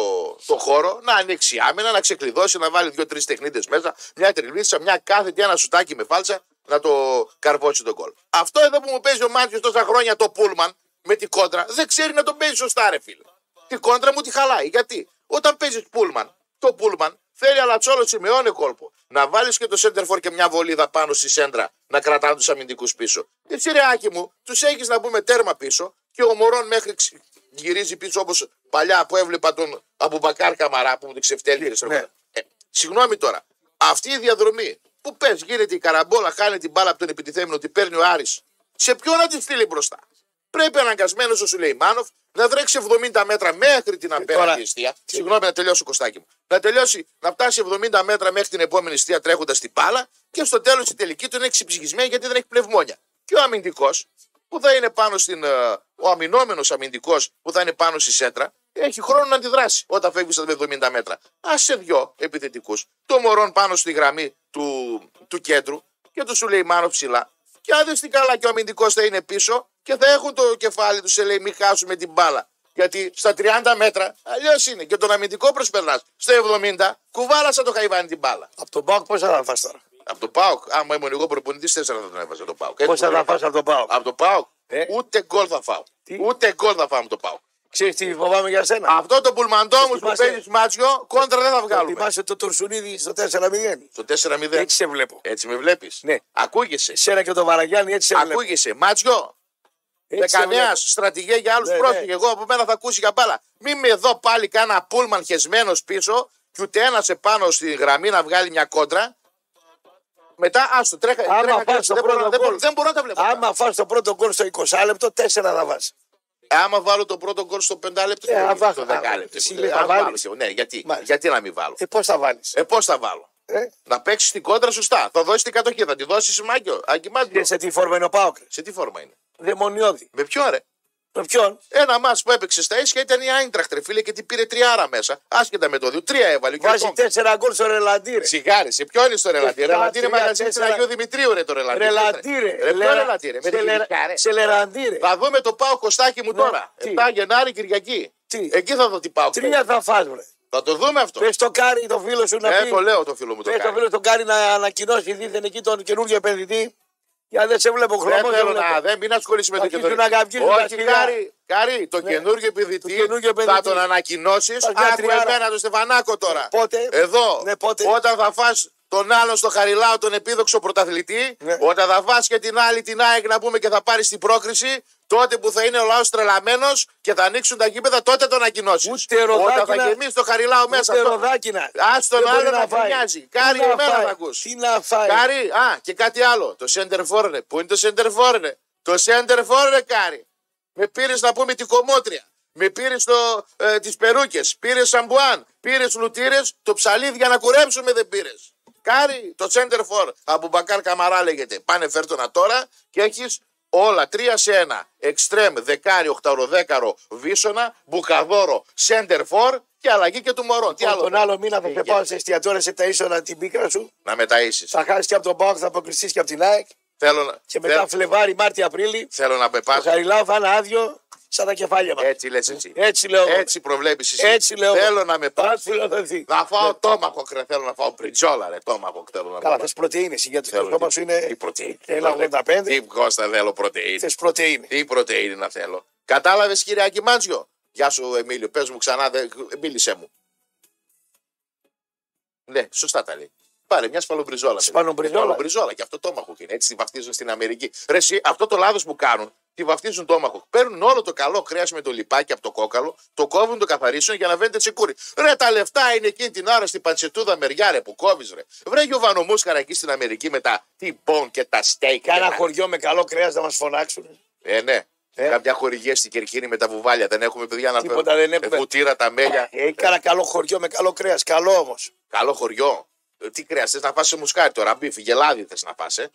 το χώρο, να ανοίξει άμυνα, να ξεκλειδώσει, να βάλει δύο-τρει τεχνίτες μέσα, μια τριβίτσα, μια κάθετη, ένα σουτάκι με φάλτσα, να το καρβώσει τον κόλ. Αυτό εδώ που μου παίζει ο Μάντιο τόσα χρόνια το πούλμαν με την κόντρα, δεν ξέρει να τον παίζει σωστά, ρε φίλε. Την κόντρα μου τη χαλάει. Γιατί όταν παίζεις πούλμαν, το πούλμαν θέλει αλατσόλο σημειώνει κόλπο. Να βάλεις και το σέντερφορ και μια βολίδα πάνω στη σέντρα να κρατάνε τους αμυντικούς πίσω. Έτσι, ρε άκη μου, τους έχεις να πούμε τέρμα πίσω και ο Μωρόν μέχρι ξυ- γυρίζει πίσω όπως παλιά που έβλεπα τον Αμπουμπακάρ Καμαρά που μου την ξεφτέλνει.
Ναι.
Ε, συγγνώμη τώρα. Αυτή η διαδρομή που πες, γίνεται η καραμπόλα, χάνει την μπάλα από τον επιτιθέμενο, την παίρνει ο Άρης Σε ποιον να τη στείλει μπροστά. Πρέπει αναγκασμένος ο Σουλεϊμάνοφ να τρέξει 70 μέτρα μέχρι την
Ε, τώρα-
απέναντι εστία. Συγγνώμη να τελειώσει ο Κωστάκι μου. Να τελειώσει, να φτάσει 70 μέτρα μέχρι την επόμενη εστία τρέχοντας την μπάλα και στο τέλος η τελική του είναι ξυψυχισμένη γιατί δεν έχει πνευμόνια. Και ο αμυντικός που θα είναι πάνω στην. ε, Ο αμυνόμενος αμυντικός που θα είναι πάνω στη σέντρα έχει χρόνο να αντιδράσει όταν φεύγει στα 70 μέτρα. Ας σε δυο επιθετικούς. Το Μωρόν πάνω στη γραμμή του, του κέντρου και το Σουλεϊμάνο ψηλά. Και αν δεν στην καλά και ο αμυντικός θα είναι πίσω και θα έχουν το κεφάλι τους σε λέει μην χάσουμε την μπάλα. Γιατί στα 30 μέτρα αλλιώς είναι. Και τον αμυντικό προσπερνάς. Στο 70 κουβάλασα το χαϊβάνι την μπάλα.
Από τον Πάοκ πώς θα φας τώρα.
Από το Πάοκ, άμα ήμουν εγώ προπονητής, 4 θα τον έβαζα το Πάοκ.
Πώς θα φας από τον Πάοκ.
Από το Πάοκ
Ε.
ούτε γκολ θα φάω.
Τι?
Ούτε γκολ θα φάω από το Πάοκ.
Ξέρεις τι φοβάμαι για σένα.
Αυτό το πουλμαντό μου που
θυμάσαι-
παίζεις μάτσιο, κόντρα δεν θα βγάλουμε.
Θυμάσαι το Τουρσουνίδη στο 4-0.
Το 4-0.
Έτσι
Έτσι,
σε βλέπω.
με βλέπεις.
Ναι.
Ακούγεσαι.
Σένα και τον Βαραγιάννη έτσι σε βλέπω.
Ακούγεσαι. Μάτσιο,
Έτσι σε
Δεκανέα
βλέπω.
στρατηγέ για άλλους
Ναι,
πρόσφυγε.
ναι.
Εγώ από μένα θα ακούσει για μπάλα. Μη με εδώ πάλι κάνα πούλμαν χεσμένος πίσω και ούτε ένας επάνω στη γραμμή να βγάλει μια κόντρα. Μετά άστο, τρέχα.
Άμα
τρέχα
φας
κάτσε,
το
Ε, δεν, μπορώ,
πρώτο
να- δεν, μπορώ,
γκολ.
δεν μπορώ να τα βλέπω. Άμα,
Άμα φας το πρώτο γκολ στο 20 λεπτό, 4 θα βάζεις.
Ε, άμα βάλω το πρώτο γκολ στο 5 λεπτό,
Ε,
ε,
άμα
θα το
βάλεις.
10 λεπτό.
Εσύ
Ε,
λέει, θα
άμα βάλω
βάλεις.
και εγώ. Ναι, γιατί,
Μάλιστα.
γιατί να μην βάλω.
Ε, πώς θα βάλεις.
Ε, πώς θα βάλω.
Ε,
Να παίξεις την κόντρα σωστά. Θα δώσεις την κατοχή, θα τη δώσεις μάγκιο. Αγκιμάντιο.
και σε τι φόρμα είναι ο Πάοκ.
Σε τι φόρμα είναι.
Δαιμονιώδη.
Με ποιο ρε.
Με ποιον.
Ένα μα που έπαιξε στα ίσια ήταν η Άιντραχτ, ρε φίλε, και την πήρε τριάρα μέσα. Άσχετα με το δύο. Τρία έβαλε. και
Βάζει
ο
τέσσερα γκολ στο ρελαντί, ρε.
Σιγάρι, σε ποιο είναι στο ρελαντήρε.
Εφτά,
Ρελαντήρε
τρία,
μαγαζί της
τέσσερα.
Αγίου Δημητρίου, ρε το ρελαντήρε.
Ρελαντί, ρε.
Ρε, ποιο
Λερα-
ρελαντί, ρε. Ε, Με
σε
την
λερα-
γλυκιά, ρε.
Σε ρελαντί, ρε.
Θα δούμε το πάω Κωστάκι μου τώρα.
Ναι, τι.
7 Γενάρη Κυριακή.
Τι.
Εκεί θα δω τι πάω.
Τρία θα φας, βρε.
Θα το δούμε αυτό.
Πες το κάρι το φίλο σου να
Ε, το
πει.
λέω το φίλο μου το
Πες το
κάνει.
φίλο τον κάρι να ανακοινώσει δίθεν εκεί τον καινούργιο επενδυτή. Για δεν σε βλέπω
Δεν
χρώμα.
θέλω να δεν μην ασχολείσαι με το
Αρχίζουν
καινούργιο.
να καυγίζουν τα
Όχι,
σκυλιά.
Κάρι, Κάρι, το καινούργιο
το
επιδητή
καινούργιο
θα
επενδυτή.
τον ανακοινώσεις.
Θα βγει
Άκου
ατριάρα.
εμένα τον Στεφανάκο τώρα.
Πότε?
Εδώ.
Ναι, πότε?
Όταν θα φας τον άλλον στο Χαριλάο, τον επίδοξο πρωταθλητή,
Ναι.
όταν θα φας και την άλλη την ΑΕΚ να πούμε και θα πάρει την πρόκριση, τότε που θα είναι ο λαός τρελαμένος και θα ανοίξουν τα γήπεδα, τότε το ανακοινώσεις.
Ούτε
Όταν θα
ροδάκινα-
γεμίσει το Χαριλάο μέσα.
Ούτε
αυτό.
ροδάκινα.
Ας τον
Δεν μπορεί
άλλο να
φάει.
γκρινιάζει.
Τι
Κάρι,
να
εμένα
φάει.
θα ακούς.
Τι να φάει.
Κάρι, α, και κάτι άλλο. Το center forward. Πού είναι το center forward. Το center forward, Κάρι. Με πήρες να πούμε την κομμότρια. Με πήρες ε, τις περούκες. Πήρες σαμπουάν. Πήρες λουτήρες. Το ψαλίδι για να κουρέψουμε δεν πήρες. Κάρι, το center forward. Από μπακάρ καμαρά λέγεται. Πάνε φέρτονα τώρα και έχεις όλα τρία σε ένα. Εξτρέμ, δεκάρι, οχταροδέκαρο, βίσονα, μπουκαδόρο, center forward και αλλαγή και του μωρό. Τι άλλο.
Τον άλλο μήνα θα
Ε,
σε πάω σε εστιατόρια σε τα ίσονα την πίκρα σου.
Να μεταείσεις.
Θα χάσεις και από τον Πάοκ, θα αποκριστείς και από την ΑΕΚ.
Θέλω, να-
Και μετά
θέλ-
Φλεβάρι, Μάρτι, Απρίλη.
θέλω να με πας
Το Χαριλάου θα είναι άδειο σαν τα κεφάλια μας.
Έτσι λες εσύ.
Έτσι λέω εγώ.
Έτσι προβλέπεις εσύ.
Έτσι λέω.
Θέλω να με πας.
Ας φιλοδοθεί.
Να φάω τόμαχο, κρε. Θέλω να φάω πριτζόλα, ρε. Τόμαχο, θέλω να
Ναι. Καλά,
φάω.
θε πρωτενε. Γιατί το
Θέλω
στόμα
τι-
σου είναι.
Τι πρωτεΐνη.
Ένα 85.
Τι Κώστα θέλω πρωτεΐνη.
Θες πρωτενε.
Τι πρωτεΐνη να θέλω. Κατάλαβες κύριε Ακιμάντζιο. Γεια σου, Εμίλιο. Πες μου ξανά, δε... μίλησε μου. Ναι, σωστά τα λέει. Πάρε μια σπαλομπριζόλα. παιδί.
Σπαλομπριζόλα.
Σπαλομπριζόλα. Και αυτό τόμαχο είναι. Έτσι τη βαφτίζουν στην Αμερική. Ρε, εσύ, αυτό το λάθος που κάνουν, τη βαφτίζουν τόμαχο. Παίρνουν όλο το καλό κρέας με το λιπάκι από το κόκαλο, το κόβουν, το καθαρίσουν για να βαίνετε τσεκούρι. Ρε, τα λεφτά είναι εκείνη την ώρα στην παντσετούδα μεριά, ρε, που κόβεις, ρε. Βρέ Γιωβανομούσκαρα εκεί στην Αμερική με τα τιμπον και τα στέικ. και
Κάνα
τα-
χωριό με καλό κρέας να μας φωνάξουν.
ε, ναι.
Ε.
Κάποια χορηγία στην Κερκίνη με τα βουβάλια. Δεν έχουμε παιδιά να
Τίποτα δεν έχουμε.
Ε, βουτήρα, τα μέλια.
Έχει κάνα καλό χωριό με καλό κρέας. Καλό όμως.
Καλό χωριό. Ε, Τι κρέας, θες να φας σε μουσκάρι τώρα. Μπίφι, γελάδι θες να φας, ε.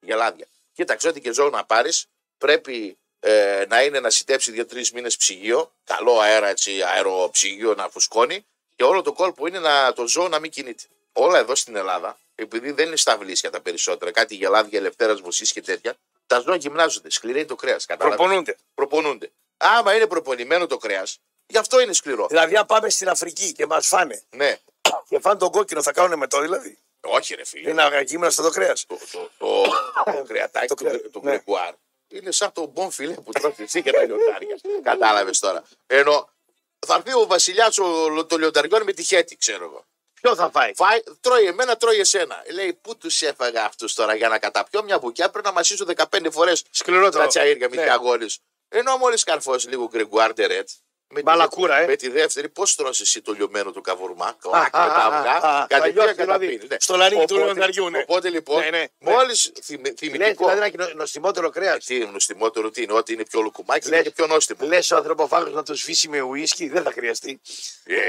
Γελάδια. Κοίταξε, ό,τι και ζώο να πάρεις, πρέπει ε, να είναι να σιτέψει δύο-τρει μήνες ψυγείο. Καλό αέρα, έτσι, αεροψυγείο να φουσκώνει. Και όλο το κόλπο είναι να, το ζώο να μην κινείται. Όλα εδώ στην Ελλάδα, επειδή δεν είναι σταυλίσια τα περισσότερα, κάτι γελάδια, ελευθέρας βοσή και τέτοια, τα ζώα γυμνάζονται. Σκληραίνει το κρέας.
Προπονούνται.
προπονούνται. Άμα είναι προπονημένο το κρέας, γι' αυτό είναι σκληρό.
Δηλαδή, αν πάμε στην Αφρική και μας φάνε
Ναι.
και φάνε τον κόκκινο, θα κάνουν με το δηλαδή.
Όχι, ρε φίλε.
Είναι αγακίμενα στο κρέα.
Ναι. Το, το, το, το κρεατάκι
Το
του,
κρέα-
του
ναι.
γκρεκουάρ είναι σαν το μπον φιλέ που τρώσει εσύ και τα λιοντάρια. Κατάλαβες τώρα. Ενώ θα έρθει ο βασιλιάς των λιονταριών με τη χέτη, ξέρω εγώ.
Ποιο θα φάει.
Φάει, τρώει εμένα, τρώει εσένα. Λέει, πού τους έφαγα αυτούς τώρα για να καταπιώ μια μπουκιά. Πρέπει να μασίσω 15 φορέ
Σκληρότερο.
τα τσαΐρια με
Ναι.
ναι. Ενώ μόλις καρφώσεις λίγο γκρεγκουάρ ρετ. Με τη
Μπαλακούρα,
δε-
ε.
Με τη δεύτερη, πώ τρώσει εσύ το λιωμένο του καβουρμά,
α,
κακ, με τα
α, α,
αυγά,
α,
κατευθείαν
παλιός, δηλαδή,
καταπίνει. ναι.
στο λαρίκι του
Οπότε-
λιονταριού, ναι.
Οπότε λοιπόν,
Ναι, ναι, ναι.
μόλις
Λες
θυμητικό.
δηλαδή ένα νοστιμότερο κρέας.
Ε, Τι είναι νοστιμότερο, τι είναι, ότι είναι πιο λουκουμάκι
Λες-
είναι και πιο νόστιμο.
Λες ο ανθρωποφάγο να το σφίσει με ουίσκι, δεν θα χρειαστεί.
Ε,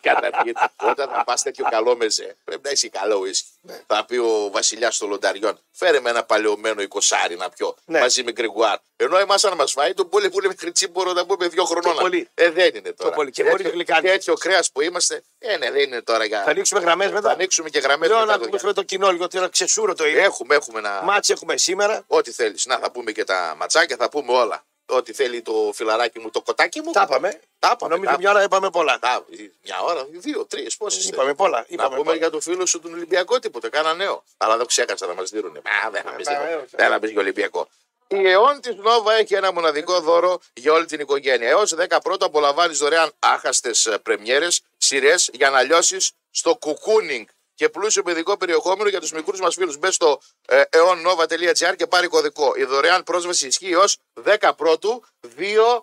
Καταρχήν, όταν θα πας τέτοιο καλό μεζέ, πρέπει να είσαι καλό ουίσκι.
Ναι.
Θα πει ο βασιλιάς των Λονταριών, φέρε με ένα παλαιωμένο εικοσάρι να πιω
Ναι.
μαζί με γκρεγουάρ. Ενώ εμάς, αν μας φάει, τον πόλι που είναι μέχρι τσίμπορο να πούμε δύο χρονών.
πολύ.
Ε, δεν είναι τώρα.
πολύ. Και
Τέτοιο-
χωρίς γλυκάνη.
Τέτοιο κρέας που είμαστε, ε, ναι, δεν είναι τώρα για.
Θα ανοίξουμε γραμμές
θα
μετά.
ανοίξουμε και γραμμές.
Λέω να ακούσουμε το κοινό λίγο, τώρα ξεσούρο το είναι.
Έχουμε, έχουμε να.
Μάτσε έχουμε σήμερα.
Ό,τι θέλεις. Να, θα πούμε και τα ματσάκια, θα πούμε όλα. Ό,τι θέλει το φιλαράκι μου, το κοτάκι μου.
Τα είπαμε.
Τα είπαμε,
Νομίζω
τα-
μια ώρα είπαμε πολλά.
τα- Μια ώρα, δύο, τρεις, πόσες.
Είπαμε πολλά.
Να
Είπαμε
πούμε
πολλά.
για το φίλο σου τον Ολυμπιακό τίποτα. Κάνα νέο. Αλλά δεν ξέχασα να μας δίνουν. Α, δεν θα
βέβαια,
πει τίποτα.
βέβαια.
Δεν θα πεις για Ολυμπιακό. Η αιών της Νόβα έχει ένα μοναδικό δώρο για όλη την οικογένεια. Έως 10 πρώτο απολαμβάνεις δωρεάν άχαστες πρεμιέρες, σειρές για να λιώσεις στο κουκούνινγκ και πλούσιο παιδικό περιεχόμενο για τους μικρούς μας φίλους. Μπες στο ε, aeonnova.gr και πάρει κωδικό. Η δωρεάν πρόσβαση ισχύει ως 10 πρώτου 2024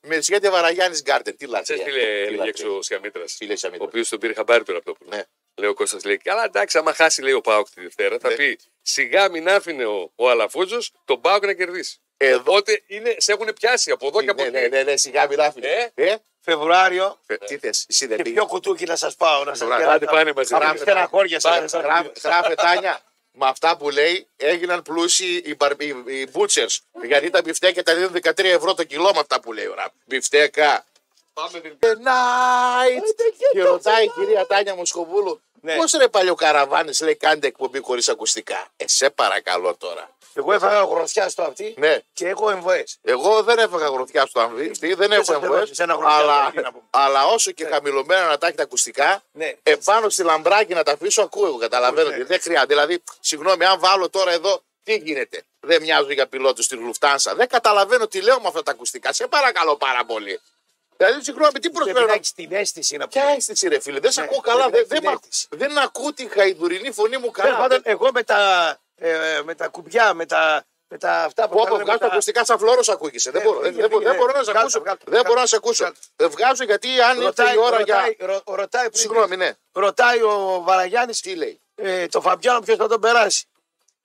με σχέδια Βαραγιάννης Γκάρτερ. Τι λάθο.
Ξέρεις τι λέει έλεγε έξω ο Σιαμήτρας.
Τι λέει, Σιαμήτρας.
Ο οποίος τον πήρε χαμπάρι του Ραπτόπουλου.
Ναι.
Λέει ο Κώστας, λέει, Καλά, εντάξει, άμα χάσει, λέει ο Πάοκ τη Δευτέρα, θα
Ναι.
πει σιγά μην άφηνε ο, ο Αλαφούζος τον Πάοκ να κερδίσει.
Εδώ-
Οπότε είναι, σε έχουν πιάσει από εδώ και από
Ναι,
εκεί.
ναι, ναι, ναι, σιγά μην άφηνε.
Ε?
Ε,
Φεβρουάριο.
ε, τι θες, εσύ δεν
Και
πήγες.
ποιο κουτούκι να σας πάω να σας
Ωραία,
Άντε, πάνε μαζί.
Από στεναχώρια
Γράφε,
σα.
γράφε, γράφε, Τάνια, με αυτά που λέει έγιναν πλούσιοι οι, μπαρ, οι, οι butchers. Γιατί τα μπιφτέκια τα δίνουν 13 ευρώ το κιλό με αυτά που λέει ο Ραπ. Μπιφτέκα. Πάμε την night. Και ρωτάει η κυρία Τάνια Μοσκοβούλου.
Ναι.
Πώς ρε παλιοκαραβάνη λέει κάντε εκπομπή χωρίς ακουστικά. Ε, σε παρακαλώ τώρα.
Εγώ έφαγα γροθιά στο αυτή
Ναι.
και έχω εμβοές.
Εγώ δεν έφαγα γροθιά στο αμφίστη, δεν έχω
σε
εμβολέ.
θέλω, σε ένα γροθιά
Αλλά,
δεν έχει να Ναι. πούμε.
αλλά όσο και χαμηλωμένα να τα έχει τα ακουστικά,
Ναι.
επάνω στη λαμπράκι να τα αφήσω, ακούω εγώ. Καταλαβαίνω
Ναι.
ότι δεν χρειάζεται. Δηλαδή, συγγνώμη, αν βάλω τώρα εδώ, τι γίνεται. Δεν μοιάζω για πιλότους τη Λουφτάνσα. Δεν καταλαβαίνω τι λέω με αυτά τα ακουστικά. Σε παρακαλώ πάρα πολύ. Δηλαδή, συγγνώμη, τι
Πρέπει
προσφέρω.
να
να-
έχεις την αίσθηση να
Ποια
πούμε.
αίσθηση, ρε φίλε, δεν σε
Ναι,
ακούω καλά.
πρέπει να έχεις
Δεν, δεν,
την
μ' ακού-
αίσθηση.
δεν ακούω τη χαϊδουρινή φωνή μου
Τέλος
καλά.
πάντων, εγώ με τα, ε, με τα κουμπιά, με τα, με τα αυτά που
Πω, πω,
κάνουμε,
βγάζω
με
τα
τα-
ακουστικά σαν φλόρο ακούγεσαι. Δεν
Ε,
μπορώ,
φύγε,
δεν- δεν μπορώ-
φύγε,
δεν μπορώ να
ναι.
σε
Κάτω,
ακούσω.
κάτω,
Δεν
κάτω.
μπορώ να σε ακούσω.
Κάτω.
Δεν βγάζω γιατί αν ήρθε
Ρωτάει,
η ώρα
ρωτάει,
για.
ρω- ρωτάει πριν,
Συγγνώμη, ναι.
ρωτάει ο Βαραγιάννης
Τι λέει.
ε, το Φαμπιάνο ποιος θα τον περάσει.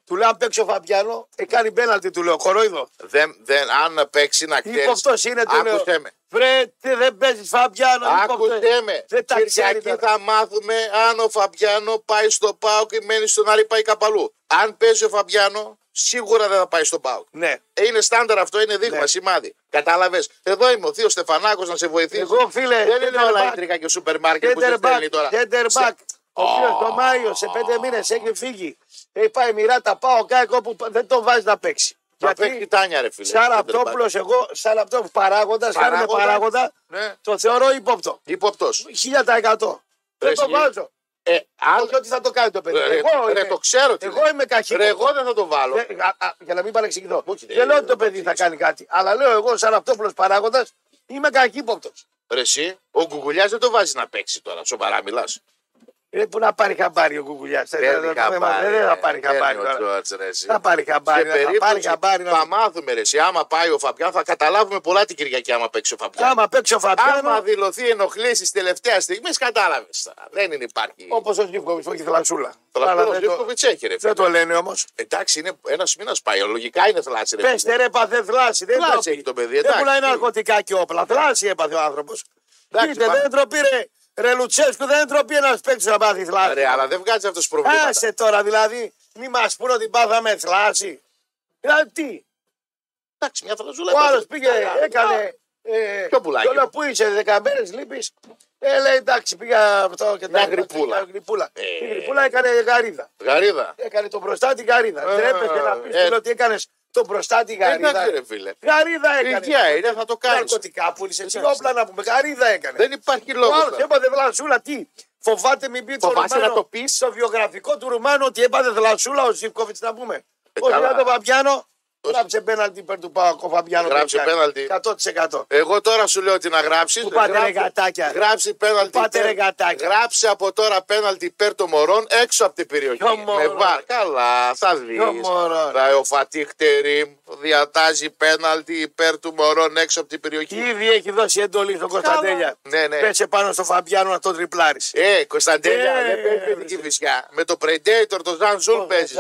Του λέω αν παίξει ο Φαμπιάνο, ε, κάνει μπέναλτι, του λέω κορόιδο.
Δεν, δεν, αν παίξει να
Είπε
ξέρει.
αυτό είναι, του λέω.
Άκουσε με.
Βρε, τι δεν παίζεις Φαμπιάνο, είπε
Άκουσε
αυτός.
με.
Δεν τα ξέρει.
Κυριακή
τώρα.
θα μάθουμε αν ο Φαμπιάνο πάει στο Πάο και μένει στον Άρη πάει κάπου αλλού. Αν παίζει ο Φαμπιάνο, σίγουρα δεν θα πάει στο Πάο.
Ναι.
Είναι στάνταρ αυτό, είναι δείγμα,
Ναι.
σημάδι. Κατάλαβες. Εδώ είμαι ο Θείος Στεφανάκος να σε βοηθήσει.
Εγώ, φίλε,
δεν είναι
center
όλα
back.
ίντρικα και σούπερ μάρκετ που σε
Κέντερ
στέλνει
Μπακ,
τώρα.
Κέντερ
Σε-
Μπακ, ο οποίο το Μάιο σε πέντε μήνες έχει φύγει. Έχει πάει μοιρά τα πάω κάκο που δεν τον βάζεις να παίξει.
Θα παίξει η
Γιατί
Τάνια, ρε φίλε.
σαν
Center back.
Ραπτόπουλο, εγώ, σαν Ραπτόπουλο παράγοντα, κάνουμε
Παράγοντας.
παράγοντα,
Ναι.
το θεωρώ ύποπτο.
Υποπτό.
1000%. Δεν το
εσύ.
βάζω.
Ε, αν...
Όχι ότι θα το κάνει το παιδί.
Ρε,
Εγώ
ρε,
είμαι-
το ξέρω τι
Εγώ
λέει.
είμαι καχύποπτος.
Ρε, εγώ δεν θα το βάλω.
Δεν- α, α, για να μην παρεξηγηθώ.
κοίτα,
Δεν λέω
ε,
ότι το παιδί θα
παρεξηγήσεις.
κάνει κάτι. Αλλά λέω εγώ, σαν αυτόπλο παράγοντας, είμαι καχύποπτος.
Ρε, εσύ, ο Γκουγκουλιά δεν το βάζεις να παίξει τώρα. Σοβαρά μιλάς.
Ε, που να πάρει χαμπάρι ο κουκουλιάς. Δεν
Παίρνει χαμπάρι.
δεν θα
ε,
πάρει
παίρνει
χαμπάρι.
ο
τώρα.
Τζόρτζ, ρε, εσύ.
Θα πάρει χαμπάρι.
Σε
Θα πάρει
περίπτωση
χαμπάρι.
θα
να-
μάθουμε ρε, εσύ, άμα πάει ο Φαπιάν θα καταλάβουμε πολλά την Κυριακή άμα παίξει ο Φαπιάν.
Άμα παίξει ο
Άμα
Φαπιάνο,
δηλωθεί ενοχλήσει τελευταίας στιγμής, κατάλαβες. Δεν είναι υπάρχει.
όπως ο Ζήφκοβιτ που έχει θλασούλα. Αλλά
Ο
δεν το-
Ζήφκοβιτ έχει ρε.
Δεν
φίλε.
το λένε όμως.
Εντάξει, είναι ένας μήνας πάει. Λογικά είναι θλάση. ρε, φίλε.
Πέστε ναι, ρε, παθε θλάση. Δεν
Θλάση
ντροπή.
έχει το παιδί,
Δεν
εντάξει.
πουλάει ναρκωτικά και όπλα. Θλάση έπαθε ο άνθρωπος.
Εντάξει,
Είτε
πάμε.
δεν ντροπή ρε. Ρε Λουτσέσκου δεν ντροπή ένας παίκτης να πάθει θλάση.
Ρε, αλλά δεν βγάζει αυτό προβλήματα.
Άσε τώρα δηλαδή, μη μας πούνε ότι πάθαμε θλάση. Δηλαδή τι,
Εντάξει, μια θαλασσούλα.
ο
έπαιζε.
άλλο πήγε,
Καλά.
έκανε. Ε,
Ποιο πουλάκι.
το λέω, Πού είσαι, δεκαμένε λείπεις. Ε, λέει εντάξει, πήγα αυτό και τα
Μια
λοιπά,
γρυπούλα.
μια γρυπούλα.
Ε.
Η γρυπούλα έκανε γαρίδα.
Γαρίδα.
Έκανε τον μπροστά την γαρίδα.
Ε,
Τρέπεσαι να πεις
ε.
ότι έκανες τον μπροστά την
Εντάξει,
γαρίδα.
ρε φίλε.
Γαρίδα έκανε.
Παιδιά είναι, θα το κάνεις.
Ναρκωτικά πούλησε, τι όπλα να πούμε, γαρίδα έκανε.
Δεν υπάρχει
Ο
λόγο.
άλλο έπαθε βλασούλα, τι. Φοβάται μην πει το
Φοβάσαι
Ρουμάνο,
να το πεις.
στο βιογραφικό του Ρουμάνου ότι έπαθε βλασούλα ο Ζήφκοβιτ να πούμε.
Ε,
Ότι
καλά.
αν το Φαμπιάνο,
Ως-
γράψε πέναλτι υπέρ του Πάοκ, ο Φαμπιάνο.
Γράψε
το έχει
πέναλτι.
κάνει. 100%.
Εγώ τώρα σου λέω τι να γράψεις.
Του πάτε ρε γατάκια.
Γράψει πέναλτι.
Του πάτε
υπέρ-
ρε γατάκια.
Γράψε από τώρα πέναλτι υπέρ των μωρών έξω από την περιοχή.
Ποιο μωρό,
Με
ρε.
βάρ. Καλά, θα δει.
Ποιο μωρό, ρε.
Ο Φατίχ Τερίμ διατάζει πέναλτι υπέρ του μωρών έξω από την περιοχή.
Και ήδη έχει δώσει έντολη στον Κωνσταντέλια.
Ναι, ναι.
Πέσε πάνω στο Φαμπιάνο να τον τριπλάρεις.
Ε, Κωνσταντέλια,
Ε,
δεν παίζει
ε,
παιδική φυσιά. Με το Predator, το Ζαν Ζουλ παίζει.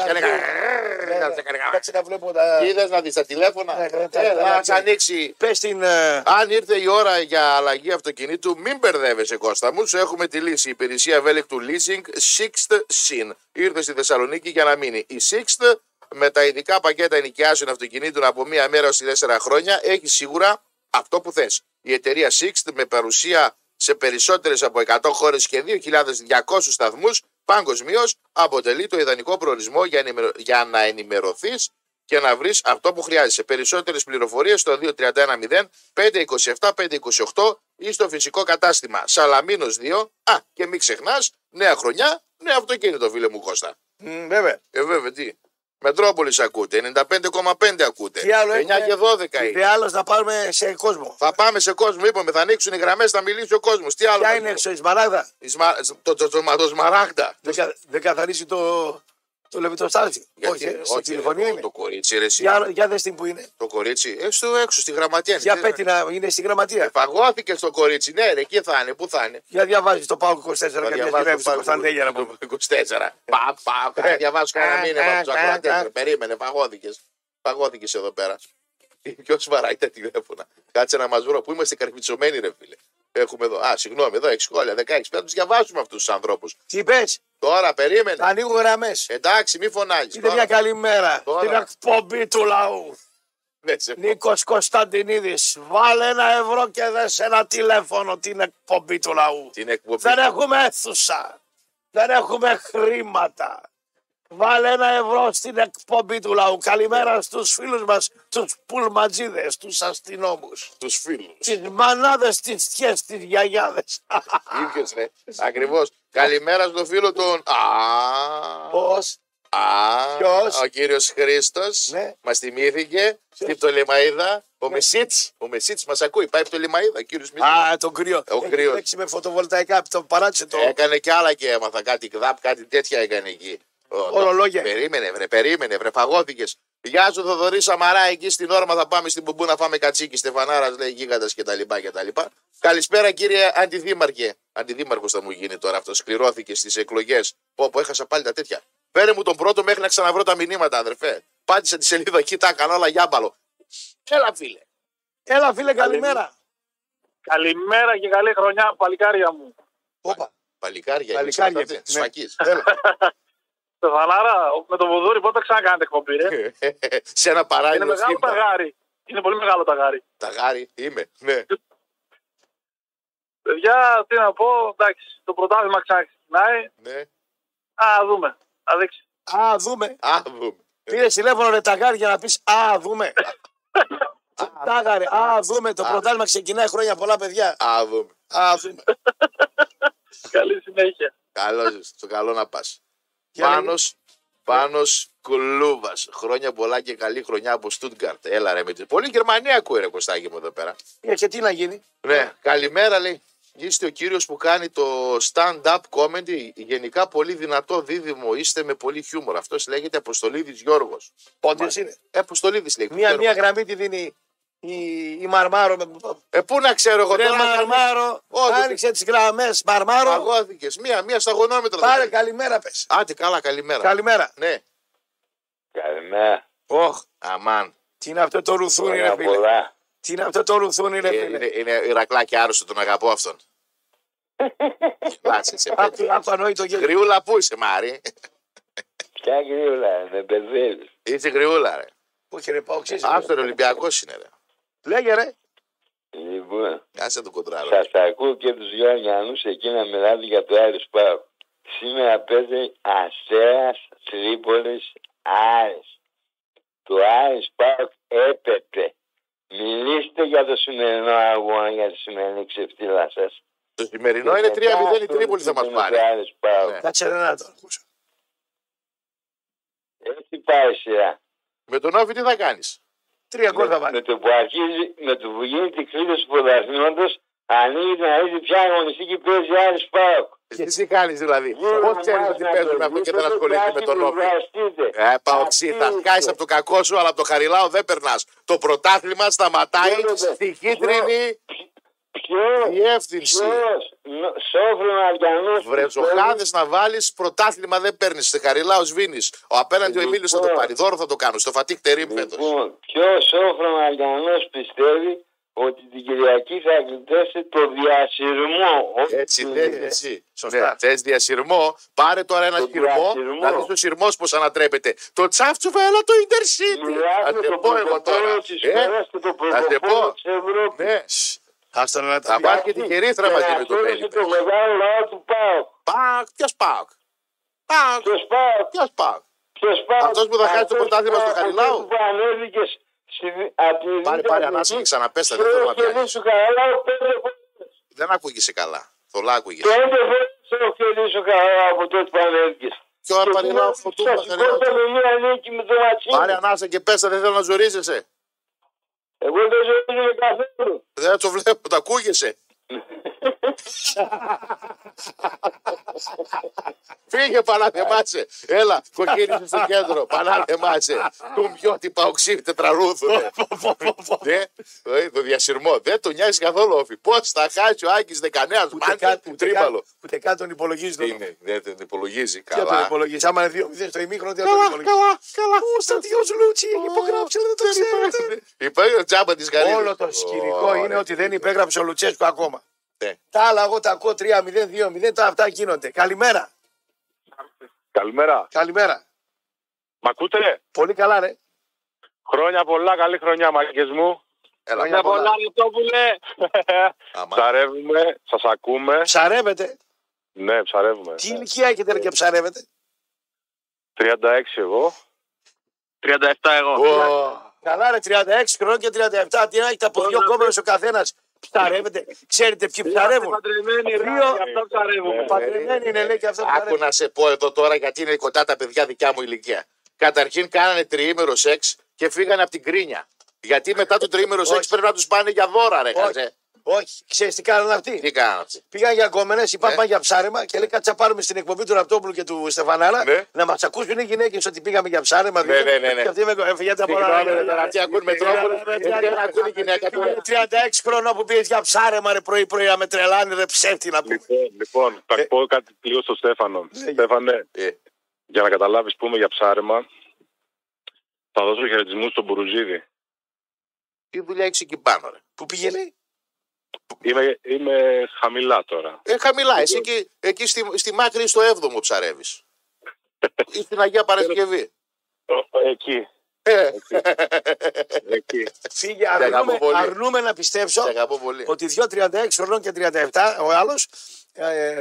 Κάτσε να βλέπω τα.
Είδες να δεις τα τηλέφωνα.
Ε, τα- τα-
Έλα,
τα-
ας ανοίξει.
Πες την. ε,
Αν ήρθε η ώρα για αλλαγή αυτοκινήτου, μην μπερδεύεσαι, Κώστα μου. Σου έχουμε τη λύση. Η υπηρεσία ευέλικτου leasing Sixth Sin. Ήρθε στη Θεσσαλονίκη για να μείνει. Η Sixth με τα ειδικά πακέτα ενοικιάσεων αυτοκινήτων από μία μέρα έως τέσσερα χρόνια έχει σίγουρα αυτό που θες. Η εταιρεία Sixth με παρουσία σε περισσότερες από 100 χώρες και 2.200 σταθμούς παγκοσμίως αποτελεί το ιδανικό προορισμό για, ενημερω- για να ενημερωθείς και να βρεις αυτό που χρειάζεσαι. Περισσότερες πληροφορίες στο 2310-527-528 ή στο φυσικό κατάστημα Σαλαμίνος 2. Α, και μην ξεχνάς, νέα χρονιά, νέο αυτοκίνητο φίλε μου Κώστα.
μ, Βέβαια.
Ε, βέβαια, τι. Μετρόπολης ακούτε, 95,5 ακούτε.
Τι άλλο
9
έχουμε?
και 12 είναι.
Ιδε άλλο να πάρουμε σε κόσμο.
Θα πάμε σε κόσμο, είπαμε, θα ανοίξουν οι γραμμές, θα μιλήσει ο κόσμος. Τι άλλο.
Ποια
να
είναι
πούμε.
έξω η Σμαράγδα.
Η σμα- Το, το, το, το σμαράγδα.
Δεν, κα- δεν καθαρίζει το, το λεβιτοστάσιο. Όχι, ε, στην τηλεφωνία
το,
είναι.
το κορίτσι, ρε, εσύ.
Για, για δες την που είναι.
Το κορίτσι. Ε, στο έξω, στη γραμματεία. είναι.
Για
Τι-
πέτει να είναι στη γραμματεία. Ε,
Παγώθηκε στο κορίτσι. Ναι, ρε, εκεί θα είναι, πού θα είναι.
Για διαβάζεις το ΠΑΟΚ 24
Θα
και
διαβάσω
διαβάζεις το
πάλι
Κωνσταντέλια να
το-
πούμε.
το 24. Παπ, παπ. Θα
ε,
διαβάσω κανένα μήνυμα από τους
α, α, α.
ακροατέ. Περίμενε, παγώθηκε. Παγώθηκε εδώ πέρα. Ποιος βαράει τα τηλέφωνα. Κάτσε να μας βρω που είμαστε καρφιτσωμένοι, ρε φίλε. Έχουμε εδώ. Α, συγγνώμη, εδώ έχει σχόλια. 16 πρέπει να τους διαβάσουμε αυτούς τους ανθρώπους.
Τι είπες,
Τώρα περίμενε.
Ανοίγω γραμμές.
Εντάξει, μη φωνάζεις.
Είτε μια καλή μέρα
Τώρα. Ναι,
στην εκπομπή του λαού. Νίκος Κωνσταντινίδης, βάλε ένα ευρώ και δε ένα τηλέφωνο την εκπομπή του λαού.
Την εκπομπή.
Δεν έχουμε αίθουσα. Δεν έχουμε χρήματα. Βάλε ένα ευρώ στην εκπομπή του λαού. Καλημέρα στους φίλους μας, τους πουλματζίδες, τους αστυνόμους,
Τους φίλους.
τις μανάδες, τις θιές, τις γιαγιάδες.
ίδιος ρε. Ακριβώς. Καλημέρα στο φίλο τον. Α.
Πώς,
Α,
Ποιος?
ο κύριος Χρήστος
Ναι.
μας μα θυμήθηκε στην Πτολεμαίδα. Ο Μεσίτς Ο Μεσίτς μας ακούει. Πάει Πτολεμαίδα, ο κύριος Μεσίτ.
α, τον κρύο.
Ο κρύος. Ε,
Έχει με φωτοβολταϊκά, τον παράτησε το...
Έκανε και άλλα και έμαθα. Κάτι κδάπ, κάτι τέτοια έκανε εκεί. Ο-
Ορολόγια.
Περίμενε, βρε, περίμενε, βρε, φαγώθηκες. Γεια σου, Θοδωρή Σαμαρά, εκεί στην όρμα θα πάμε στην Πουμπού να φάμε κατσίκι. Στεφανάρας λέει γίγαντας κτλ. Καλησπέρα, κύριε Αντιδήμαρχε. Αντιδήμαρχος θα μου γίνει τώρα αυτός. Σκληρώθηκε στις εκλογές. Πω, πω, έχασα πάλι τα τέτοια. Φέρε μου τον πρώτο μέχρι να ξαναβρω τα μηνύματα, αδερφέ. Πάτησα τη σελίδα εκεί, τα έκανα όλα γιάμπαλο.
Έλα φίλε. Έλα φίλε, καλημέρα.
Καλημέρα και καλή χρονιά, παλικάρια μου.
Όπα.
Παλικάρια,
Παλικάρια,
Παλικάρια. Τη
ναι.
φακή.
Στεφανάρα, με το βοδούρι πότε ξανακάνετε εκπομπή, ρε.
Σε ένα
Είναι
παράλληλο
μεγάλο
θύμα.
ταγάρι. Είναι πολύ μεγάλο ταγάρι.
Ταγάρι, είμαι. Ναι.
Παιδιά, τι να πω, εντάξει, το πρωτάθλημα ξαναξεκινάει.
ναι.
Α, δούμε. Θα δείξει.
Α, δούμε.
Α, δούμε.
Πήρε τηλέφωνο ρε ταγάρι για να πεις Α, δούμε. Τάγαρε, α, δούμε. Το πρωτάθλημα ξεκινάει χρόνια πολλά, παιδιά.
Α, δούμε.
Α, δούμε.
Καλή συνέχεια.
Καλό, στο καλό να πας.
Για να Ναι.
Πάνος, Πάνος Κουλούβα. Χρόνια πολλά και καλή χρονιά από Στούτγκαρτ. Έλα ρε με τη. Πολύ Γερμανία ακούει ρε Κωστάκη μου εδώ πέρα.
Ε, Και τι να γίνει.
Ναι, καλημέρα λέει. Είστε ο κύριος που κάνει το stand-up comedy. Γενικά πολύ δυνατό δίδυμο. Είστε με πολύ χιούμορ. Αυτός λέγεται Αποστολίδης Γιώργος.
Πόντιος είναι.
Ε, Αποστολίδης λέει.
Μία,
ξέρω.
μία γραμμή τη δίνει η, η Μαρμάρο. Με...
Ε, πού να ξέρω εγώ
Ρε
τώρα.
Μαρμάρο,
Ό,τι-
άνοιξε τις γραμμές. Μαρμάρο,
Παγώθηκες. Μία-μία σταγονόμετρα.
πάρε καλημέρα, πες.
δηλαδή. Άντε, καλά, καλημέρα.
Καλημέρα.
Ναι.
Καλημέρα.
Όχ,
Αμάν.
τι είναι αυτό το ρουθούνι, ρε φίλε.
πολλά.
Τι είναι αυτό το ρουθούνι, ρε
Ε,
φίλε.
Είναι, είναι Ηρακλάκι άρρωστο, τον αγαπώ αυτόν. Κοιτάξτε, σε
Απ'
πέτυχε.
το ανόητο γέλιο.
Γριούλα, πού είσαι, Μάρι.
Ποια γρήγορα, δεν μπερδεύει.
Είσαι γριούλα, ρε.
Όχι, ρε, πάω, ξέρεις.
Άστορ Ολυμπιακός είναι, ρε.
Λέγε, ρε.
Λοιπόν,
Άσε τον κοντράλο.
σας ακούω και τους δυο Αριανού εκεί να μιλάτε για το Άρης Πάου. Σήμερα παίζει Αστέρας Τρίπολης Άρης. Το Άρης Πάου έπεται. Μιλήστε για το σημερινό αγώνα, για τη σημερινή ξεφτύλα σας.
Το σημερινό είναι 3-0 η Τρίπολη θα μας πάρει. Ναι.
Κάτσε ρε να το ακούσω.
Έτσι πάει η σειρά.
Με τον Όφη τι θα κάνεις.
Τρία γκολ θα βάλει.
Με το που αρχίζει, με το που γίνεται η κλήρωση του πρωταθλήματος, ανοίγει να δει ποια αγωνιστική παίζει Άρης Πάου.
Και εσύ κάνεις δηλαδή. Πώ ξέρεις ότι παίζουν αυτό και δεν ασχολείται με τον Όφη. Ε, παοξή, θα σκάσει από το κακό σου, αλλά από το χαριλάο δεν περνάς. Το πρωτάθλημα σταματάει
Γίνεται.
στη κίτρινη
Ποιο,
διεύθυνση.
ποιος, Σόφρον Αριανός.
Βρεζοχάδε να βάλεις, πρωτάθλημα δεν παίρνεις. Στη Χαριλάου σβήνεις. Ο απέναντι ο
Λοιπόν.
Εμίλιος θα το πάρει. Δώρο θα το κάνω. Στο Φατίχ Τερήμ φέτο.
Λοιπόν, ποιο Σόφρον Αριανός πιστεύει ότι την Κυριακή θα γλιτώσει το διασυρμό.
Έτσι,
Όχι,
θες
ε,
εσύ.
Σωστά.
Ναι, θες διασυρμό. Πάρε τώρα ένα
Το
σειρμό.
διασυρμό.
Να δεις το σειρμό πώς ανατρέπεται. Το τσάφτσουβα, έλα το Ιντερσίτι.
Μιλάς
Θα
με
σε
Ναι, το
πω εγώ
πρωτοπόρο
τώρα.
της
Ε,
χώρας και το πρωτοπόρο
πω.
της Ευρώπης.
Ναι.
Άστο ρε να
Θα
τα
πάρει και την κερίθρα μαζί
Ναι,
με τον
Τεραστίωσε
Πέλη.
το μεγάλο λαό του ΠΑΟΚ.
Πακ, ποιος πακ. Πακ,
Ποιος ΠΑΟΚ,
ποιος πακ.
ποιος ΠΑΟΚ.
Αυτός που θα χάσει το
Αυτός
πρωτάθλημα στο
που-
Χαριλάου.
αυτός που ανέβηκες από
Πάρε, πάρε ανάσα και ξαναπέστα. Δεν θέλω να πιάνεις.
σου Χαριλάου πέντε φορές.
Δεν ακούγεσαι καλά. Θολά ακούγεσαι.
Πέντε φορές ο Χελής σου Χαριλάου από τότε που ανέβηκες.
Και ο Απαριλάου,
Και
ο Τούμπας,
σας
Χαριλάου.
σηκώσαμε μία νίκη με το Ματσίνη.
Πάρε ανάσα και πέστα, δεν θέλω να ζορίζεσαι.
Εγώ δεν ζωρίζομαι καθόλου.
Δεν το βλέπω, το ακούγεσαι. Φύγε πανάθεμάτσε. Έλα, κοκκίνησε στο κέντρο. Πανάθεμάτσε. Του μειώτη παοξίδι τετραρούθου. ναι. Ναι, ε, το διασυρμό. Δεν τον νοιάζει καθόλου όφη. Πώς θα χάσει ο Άκη Δεκανέας
Ούτε
Μάρκο
καν-
του
ούτε καν-
τρίμπαλο.
Ούτε καν τον υπολογίζει τον
Είναι, δεν τον υπολογίζει
Τι να τον
καλά.
υπολογίσει. Άμα είναι δύο μηδέν στο ημίχρονο, τι να τον υπολογίσει.
καλά.
Ο στρατηγός Λούτσι έχει υπογράψει, αλλά δεν το ξέρετε.
Υπάρχει ο τζάμπα της Γαλλία.
Όλο το σκηνικό είναι ότι δεν υπέγραψε ο Λουτσέσκο ακόμα.
Ναι.
Τα άλλα, εγώ τα ακούω 3-0-2-0, τα αυτά γίνονται. Καλημέρα.
Καλημέρα.
Καλημέρα.
Μ' ακούτε, ρε?
Πολύ καλά, ρε.
Χρόνια πολλά, καλή χρονιά, μαγκές μου.
Έλα,
Χρόνια πολλά.
Λεπτόπουλε.
άμα.
ψαρεύουμε, σας ακούμε.
Ψαρεύετε.
Ναι, ψαρεύουμε.
Τι ηλικία έχετε
Ε.
ρε, και ψαρεύετε.
36 εγώ.
37 εγώ.
Καλά, ρε, 36 χρόνια και 37. Τι να έχετε από δύο κόμμενε ο καθένας. Ψαρεύετε. Ξέρετε ποιοι ψαρεύουν.
Παντρεμένοι,
Δύο-
δύο αυτά ψαρεύουμε.
Παντρεμένοι είναι, λέει, και αυτά
Άκου
ψαρεύουν.
να σε πω εδώ τώρα γιατί είναι κοντά τα παιδιά δικιά μου ηλικία. Καταρχήν κάνανε τριήμερο σεξ και φύγανε από την κρίνια. Γιατί μετά το τριήμερο σεξ
Όχι.
πρέπει να τους πάνε για δώρα, ρε.
Όχι.
χαζέ.
Όχι, ξέρεις τι κάνανε αυτοί.
Τι κάνανε αυτοί.
Πήγαν για κόμενε, είπαν
Ναι.
πάνε για ψάρεμα και λέει κάτσε να πάρουμε στην εκπομπή του Ραπτόπουλου και του Στεφανάρα
Ναι.
να μας ακούσουν οι γυναίκες ότι πήγαμε για ψάρεμα.
Ναι, ναι, ναι, ναι.
Και αυτοί με κοφιέτα από όλα.
Συγγνώμη, ρε, τώρα τι ακούν με τρόπο. Δεν ακούνε η γυναίκα του. ρε.
36 χρόνια που πήγες για ψάρεμα ρε πρωί-πρωί να με τρελάνε, ρε ψεύτη να πούμε. Ε,
Λοιπόν, λοιπόν θα πω κάτι λίγο στο Στέφανο. Στέφανε,
Ε,
για να καταλάβεις πούμε για ψάρεμα, θα δώσω χαιρετισμούς στον Μπουρουζίδη.
Τι δουλειά έχεις εκεί πάνω, ρε.
Που πήγαινε.
Είμαι, είμαι χαμηλά τώρα.
Ε, χαμηλά. Εσύ εκεί, εκεί στη, στη μάκρη στο 7ο ψαρεύει.
ε,
Ή στην Αγία Παρασκευή.
Εκεί.
Ε,
Εκεί.
Φύγε,
αγαπώ
αρνούμε,
πολύ.
αρνούμε να πιστέψω
σε αγαπώ πολύ.
ότι δυο 36 χρονών και 37 ο άλλος ε,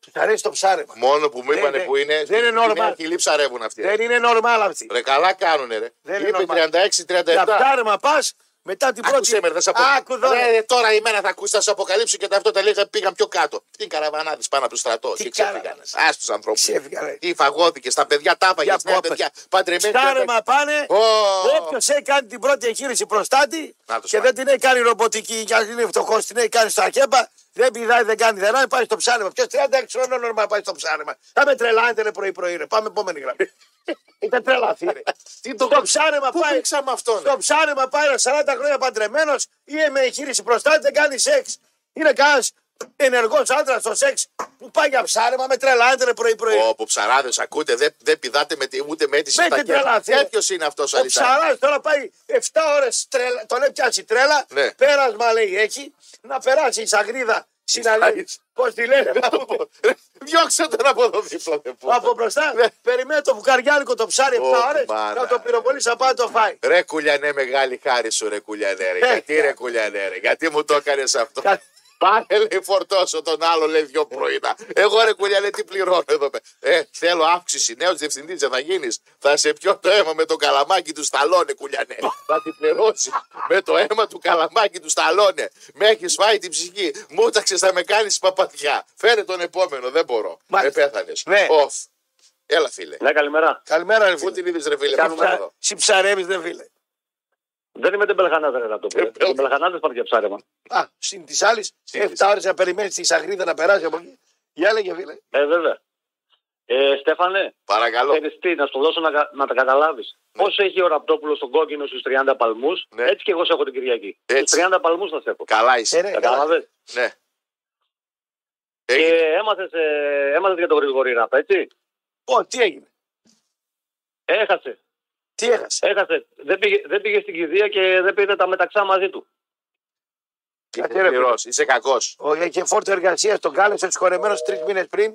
τους αρέσει το ψάρεμα.
Μόνο που μου
Δεν
είπανε
είναι-
που είναι.
Ναι, δεν είναι
στην
normal.
Αρχιλή ψαρεύουν αυτοί.
Δεν είναι normal αυτή.
Ρε καλά κάνουνε ρε.
Δεν είναι
Είπε
normal.
36-37.
Για ψάρεμα πας μετά την πρώτη.
Άκουσε με, ρε, θα σε απο...
Άκου εδώ, ρε.
Ρε, ρε, τώρα εμένα θα ακούσει, θα σου αποκαλύψω και τα αυτό τα λίγα πήγαν πιο κάτω. Τι καραβανάδες πάνω από το στρατό.
Τι
και ξέφυγανε.
καραβανάδες.
Ας τους ανθρώπους.
Ξέφυγα, ρε.
Τι φαγώθηκε, τα παιδιά τα έφαγε.
Για
Τα
πάπες.
παιδιά παντρεμένοι.
Ψάρεμα πάνε.
Ω.
Όποιος έχει κάνει την πρώτη εγχείρηση προστάτη
Να τους
και
φάνε.
δεν την έχει κάνει ρομποτική, και αν είναι φτωχός, την έχει κάνει στο ακέμπα, δεν πηδάει, δεν κάνει δεν πάει στο ψάρεμα. Ποιος 36 χρόνων νορμά πάει στο ψάρεμα. Θα με τρελάνετε ρε πρωί-πρωί, ρε. Πάμε επόμενη γραμμή. Ήταν τρελαθή, ρε.
Τι το
Στο ψάρεμα
Πού
πάει.
παίξαμε αυτόν. ρε.
Στο ψάρεμα πάει ένας 40 χρόνια παντρεμένος ή με εγχείρηση προστάτη δεν κάνει σεξ. Είναι κανένα ενεργός άντρας στο σεξ που πάει για ψάρεμα, με τρελάνετε ρε πρωί-πρωί.
Όπου ψαράδες, ακούτε, δεν, δεν πηδάτε με, τη- ούτε με αίτηση.
Με
στα
την
χέρια.
τρελάθη, ρε.
Τέτοιος είναι αυτός
Ο
αλήθεια.
ψαράς τώρα πάει 7 ώρες τρέλα. Τον έχει πιάσει τρέλα.
Ναι.
Πέρασμα λέει έχει. Να περάσει η σαγρίδα. Συναλλαγή.
Σαγρίδα.
Πώς τη λένε.
Διώξτε τον από εδώ δίπλα. δεν πω.
Από μπροστά. Περιμένει το βουκαριάνικο το ψάρι 7
Ω,
ώρε.
μάνα,
Να το
ρε.
πυροβολήσει να πάει να το φάει.
Ρε κουλιανέ, μεγάλη χάρη σου, ρε κουλιανέ. Ρε.
Ε,
γιατί ρε κουλιανέ, ρε, γιατί μου το έκανες αυτό.
Κα-
Πάνε λέει φορτώσω τον άλλο, λέει δυο πρωινά. Εγώ ρε κουλιανέ, τι πληρώνω εδώ πέρα. Ε, θέλω αύξηση. Νέος διευθυντής δεν θα γίνεις. Θα σε πιω το αίμα με το καλαμάκι του σταλώνε, κουλιανέ. θα την πληρώσεις με το αίμα του καλαμάκι του σταλώνε. Με έχεις φάει την ψυχή. Μούταξε, θα με κάνεις παπαθιά. Φέρε τον επόμενο, δεν μπορώ. Ε,
Μάλιστα.
πέθανες.
Ναι.
Έλα, φίλε.
Ναι, καλημέρα.
Καλημέρα, ρε
Πού
φίλε.
την είδες, ρε φίλε,
Κάνουμε
πάμε
Ψα-
εδώ.
Συ ψαρεύει, δεν φίλε.
Δεν είμαι τεμπελχανά, δεν είναι το
Ε,
πω. Τεμπελχανά πάνε για ψάρεμα.
Α, συν της άλλης, 7 ώρε να περιμένει τη σαγρίδα να περάσει από εκεί. Για λέγε, φίλε.
Ε, βέβαια. Ε, Στέφανε,
Παρακαλώ.
ξέρεις τι, να σου το δώσω να, κα- να τα καταλάβεις. Όσο έχει ο Ραπτόπουλος στον κόκκινο στους 30 παλμούς,
Ναι.
έτσι και εγώ σε έχω την Κυριακή.
Έτσι.
Στους 30 παλμούς θα σε έχω.
Καλά είσαι.
Ε, ρε, καλά.
Κατάλαβες.
Ναι.
Και
Έγινε.
έμαθες, ε, έμαθες για τον Γρηγορή Ραπ, έτσι.
Ω, τι έγινε.
Έχασε.
Τι έχασε.
Έχασε. Δεν πήγε, δεν πήγε στην κηδεία και δεν πήρε τα μεταξά μαζί του.
Είσαι
Κάτι, ρε, φίλε.
σκληρός, Είσαι κακός.
Ο- Είχε φόρτο εργασίας, τον κάλεσε σχορεμένο τρεις μήνες πριν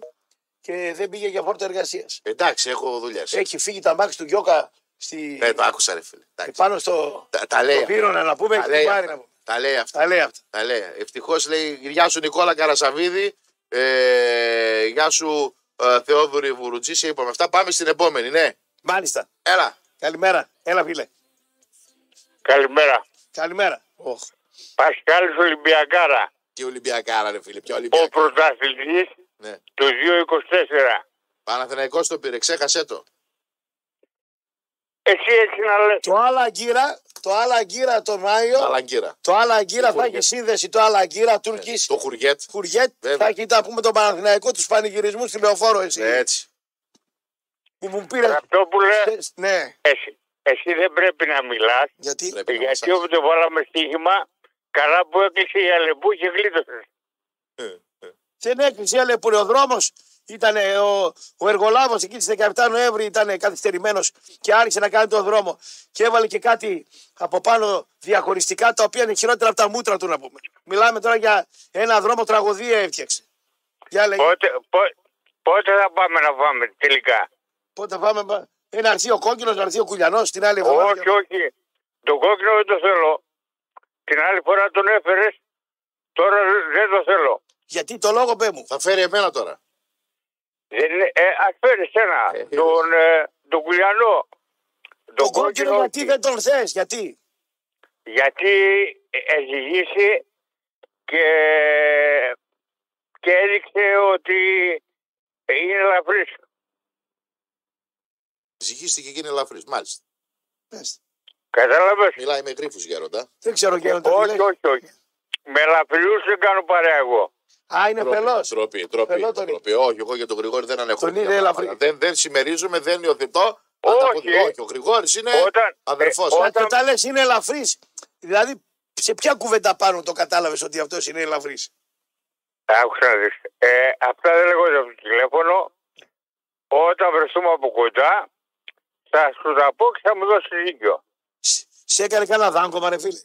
και δεν πήγε για φόρτο εργασίας.
Εντάξει, έχω δουλειά.
Έχει φύγει τα μάξι του Γιώκα στη...
Ναι, το άκουσα, ρε φίλε. Εντάξει.
πάνω στο
Τα, τα λέει.
το
αυτά.
πύρονα να πούμε.
Τα
έχει
λέει
πάρει
αυτά.
να πούμε.
Τα λέει αυτά.
Τα λέει αυτά.
Τα λέει. Ευτυχώς λέει γεια σου Νικόλα Καρασαβίδη. Ε, γεια σου ε, Θεόδουρη Βουρουτζή. Σε είπαμε αυτά. Πάμε στην επόμενη. Ναι.
Μάλιστα.
Έλα.
Καλημέρα. Έλα, φίλε.
Καλημέρα.
Καλημέρα. Οχ.
Πασκάλης Ολυμπιακάρα.
Τι Ολυμπιακάρα, ρε φίλε. Ποια
Ο
Ολυμπιακάρα.
πρωταθλητής
Ναι.
του 224.
Παναθηναϊκός το πήρε. Ξέχασέ το.
Εσύ έτσι να λες.
Το άλλα αγκύρα, το άλλα αγκύρα τον Μάιο,
Αλαγκύρα.
το άλλα αγκύρα
Το
θα
Χουργέτ. Ε,
έχεις σύνδεση το άλλα αγκύρα Τουρκή.
Το Χουργέτ.
Χουριέτ
Βέβαια.
θα έχεις τα πούμε τον Παναθηναϊκό τους πανηγυρισμούς στη λεωφόρο εσύ.
Ναι, έτσι.
Που μου πήρε.
Ραπτόπουλε,
Ναι,
εσύ, εσύ δεν πρέπει να μιλάς.
γιατί.
Πρέπει να μας
Γιατί
άρεσε.
όπου το βάλαμε στοίχημα, καλά που έκλεισε η Αλεπού και γλίτωσε.
Δεν έκλεισε, έλεγε που ο δρόμος. Ήταν ο, ο εργολάβος εκεί τη 17 Νοέμβρη, ήταν καθυστερημένος και άρχισε να κάνει τον δρόμο. Και έβαλε και κάτι από πάνω διαχωριστικά τα οποία είναι χειρότερα από τα μούτρα του να πούμε. Μιλάμε τώρα για ένα δρόμο τραγωδία έφτιαξε. Για λέγε.
Πότε, πο-
Πότε θα πάμε να πάμε τελικά.
Πότε πάμε. πα- Είναι αρθεί ο κόκκινο, να αρθεί ο κουλιανός την άλλη εβδομάδα.
Όχι, όχι. Το κόκκινο δεν το θέλω. Την άλλη φορά τον έφερες. Τώρα δεν το θέλω.
Γιατί το λόγο πέ μου.
Θα φέρει εμένα τώρα.
Δεν είναι, ε, ας φέρεις ένα.
Ε,
τον, ε, τον Κουλιανό.
Το κόκκινο γιατί
όχι.
δεν τον θες, γιατί.
Γιατί εζυγίσει και, και έδειξε ότι είναι ελαφρύς.
Ζυγίστηκε και είναι ελαφρύς. Μάλιστα.
Πες.
Κατάλαβες.
Μιλάει με γρήφου γέροντα.
Δεν ξέρω και το
όχι,
λέει.
όχι, όχι. Με ελαφριούς δεν κάνω παρέα εγώ.
Α, είναι φελό.
Τροπή, τροπή,
Φελό τον
τροπή. Όχι, εγώ για τον Γρηγόρη δεν ανέχω.
Τον είδε ελαφρύ.
Δεν, δεν συμμερίζομαι, δεν υιοθετώ.
Όχι.
ανταποδι- όχι ο Γρηγόρης είναι
Όταν-
αδερφός.
ε,
Και
όταν-
όταν λες είναι ελαφρύς, δηλαδή σε ποια κουβέντα πάνω το κατάλαβες ότι αυτός είναι ελαφρύς.
Άκουσα να δεις. Ε, αυτά δεν λέγονται από το τηλέφωνο. Όταν βρεθούμε από κοντά, θα σου τα πω και θα μου δώσει δίκιο.
Σε έκανε κανένα δάγκωμα, ρε φίλε.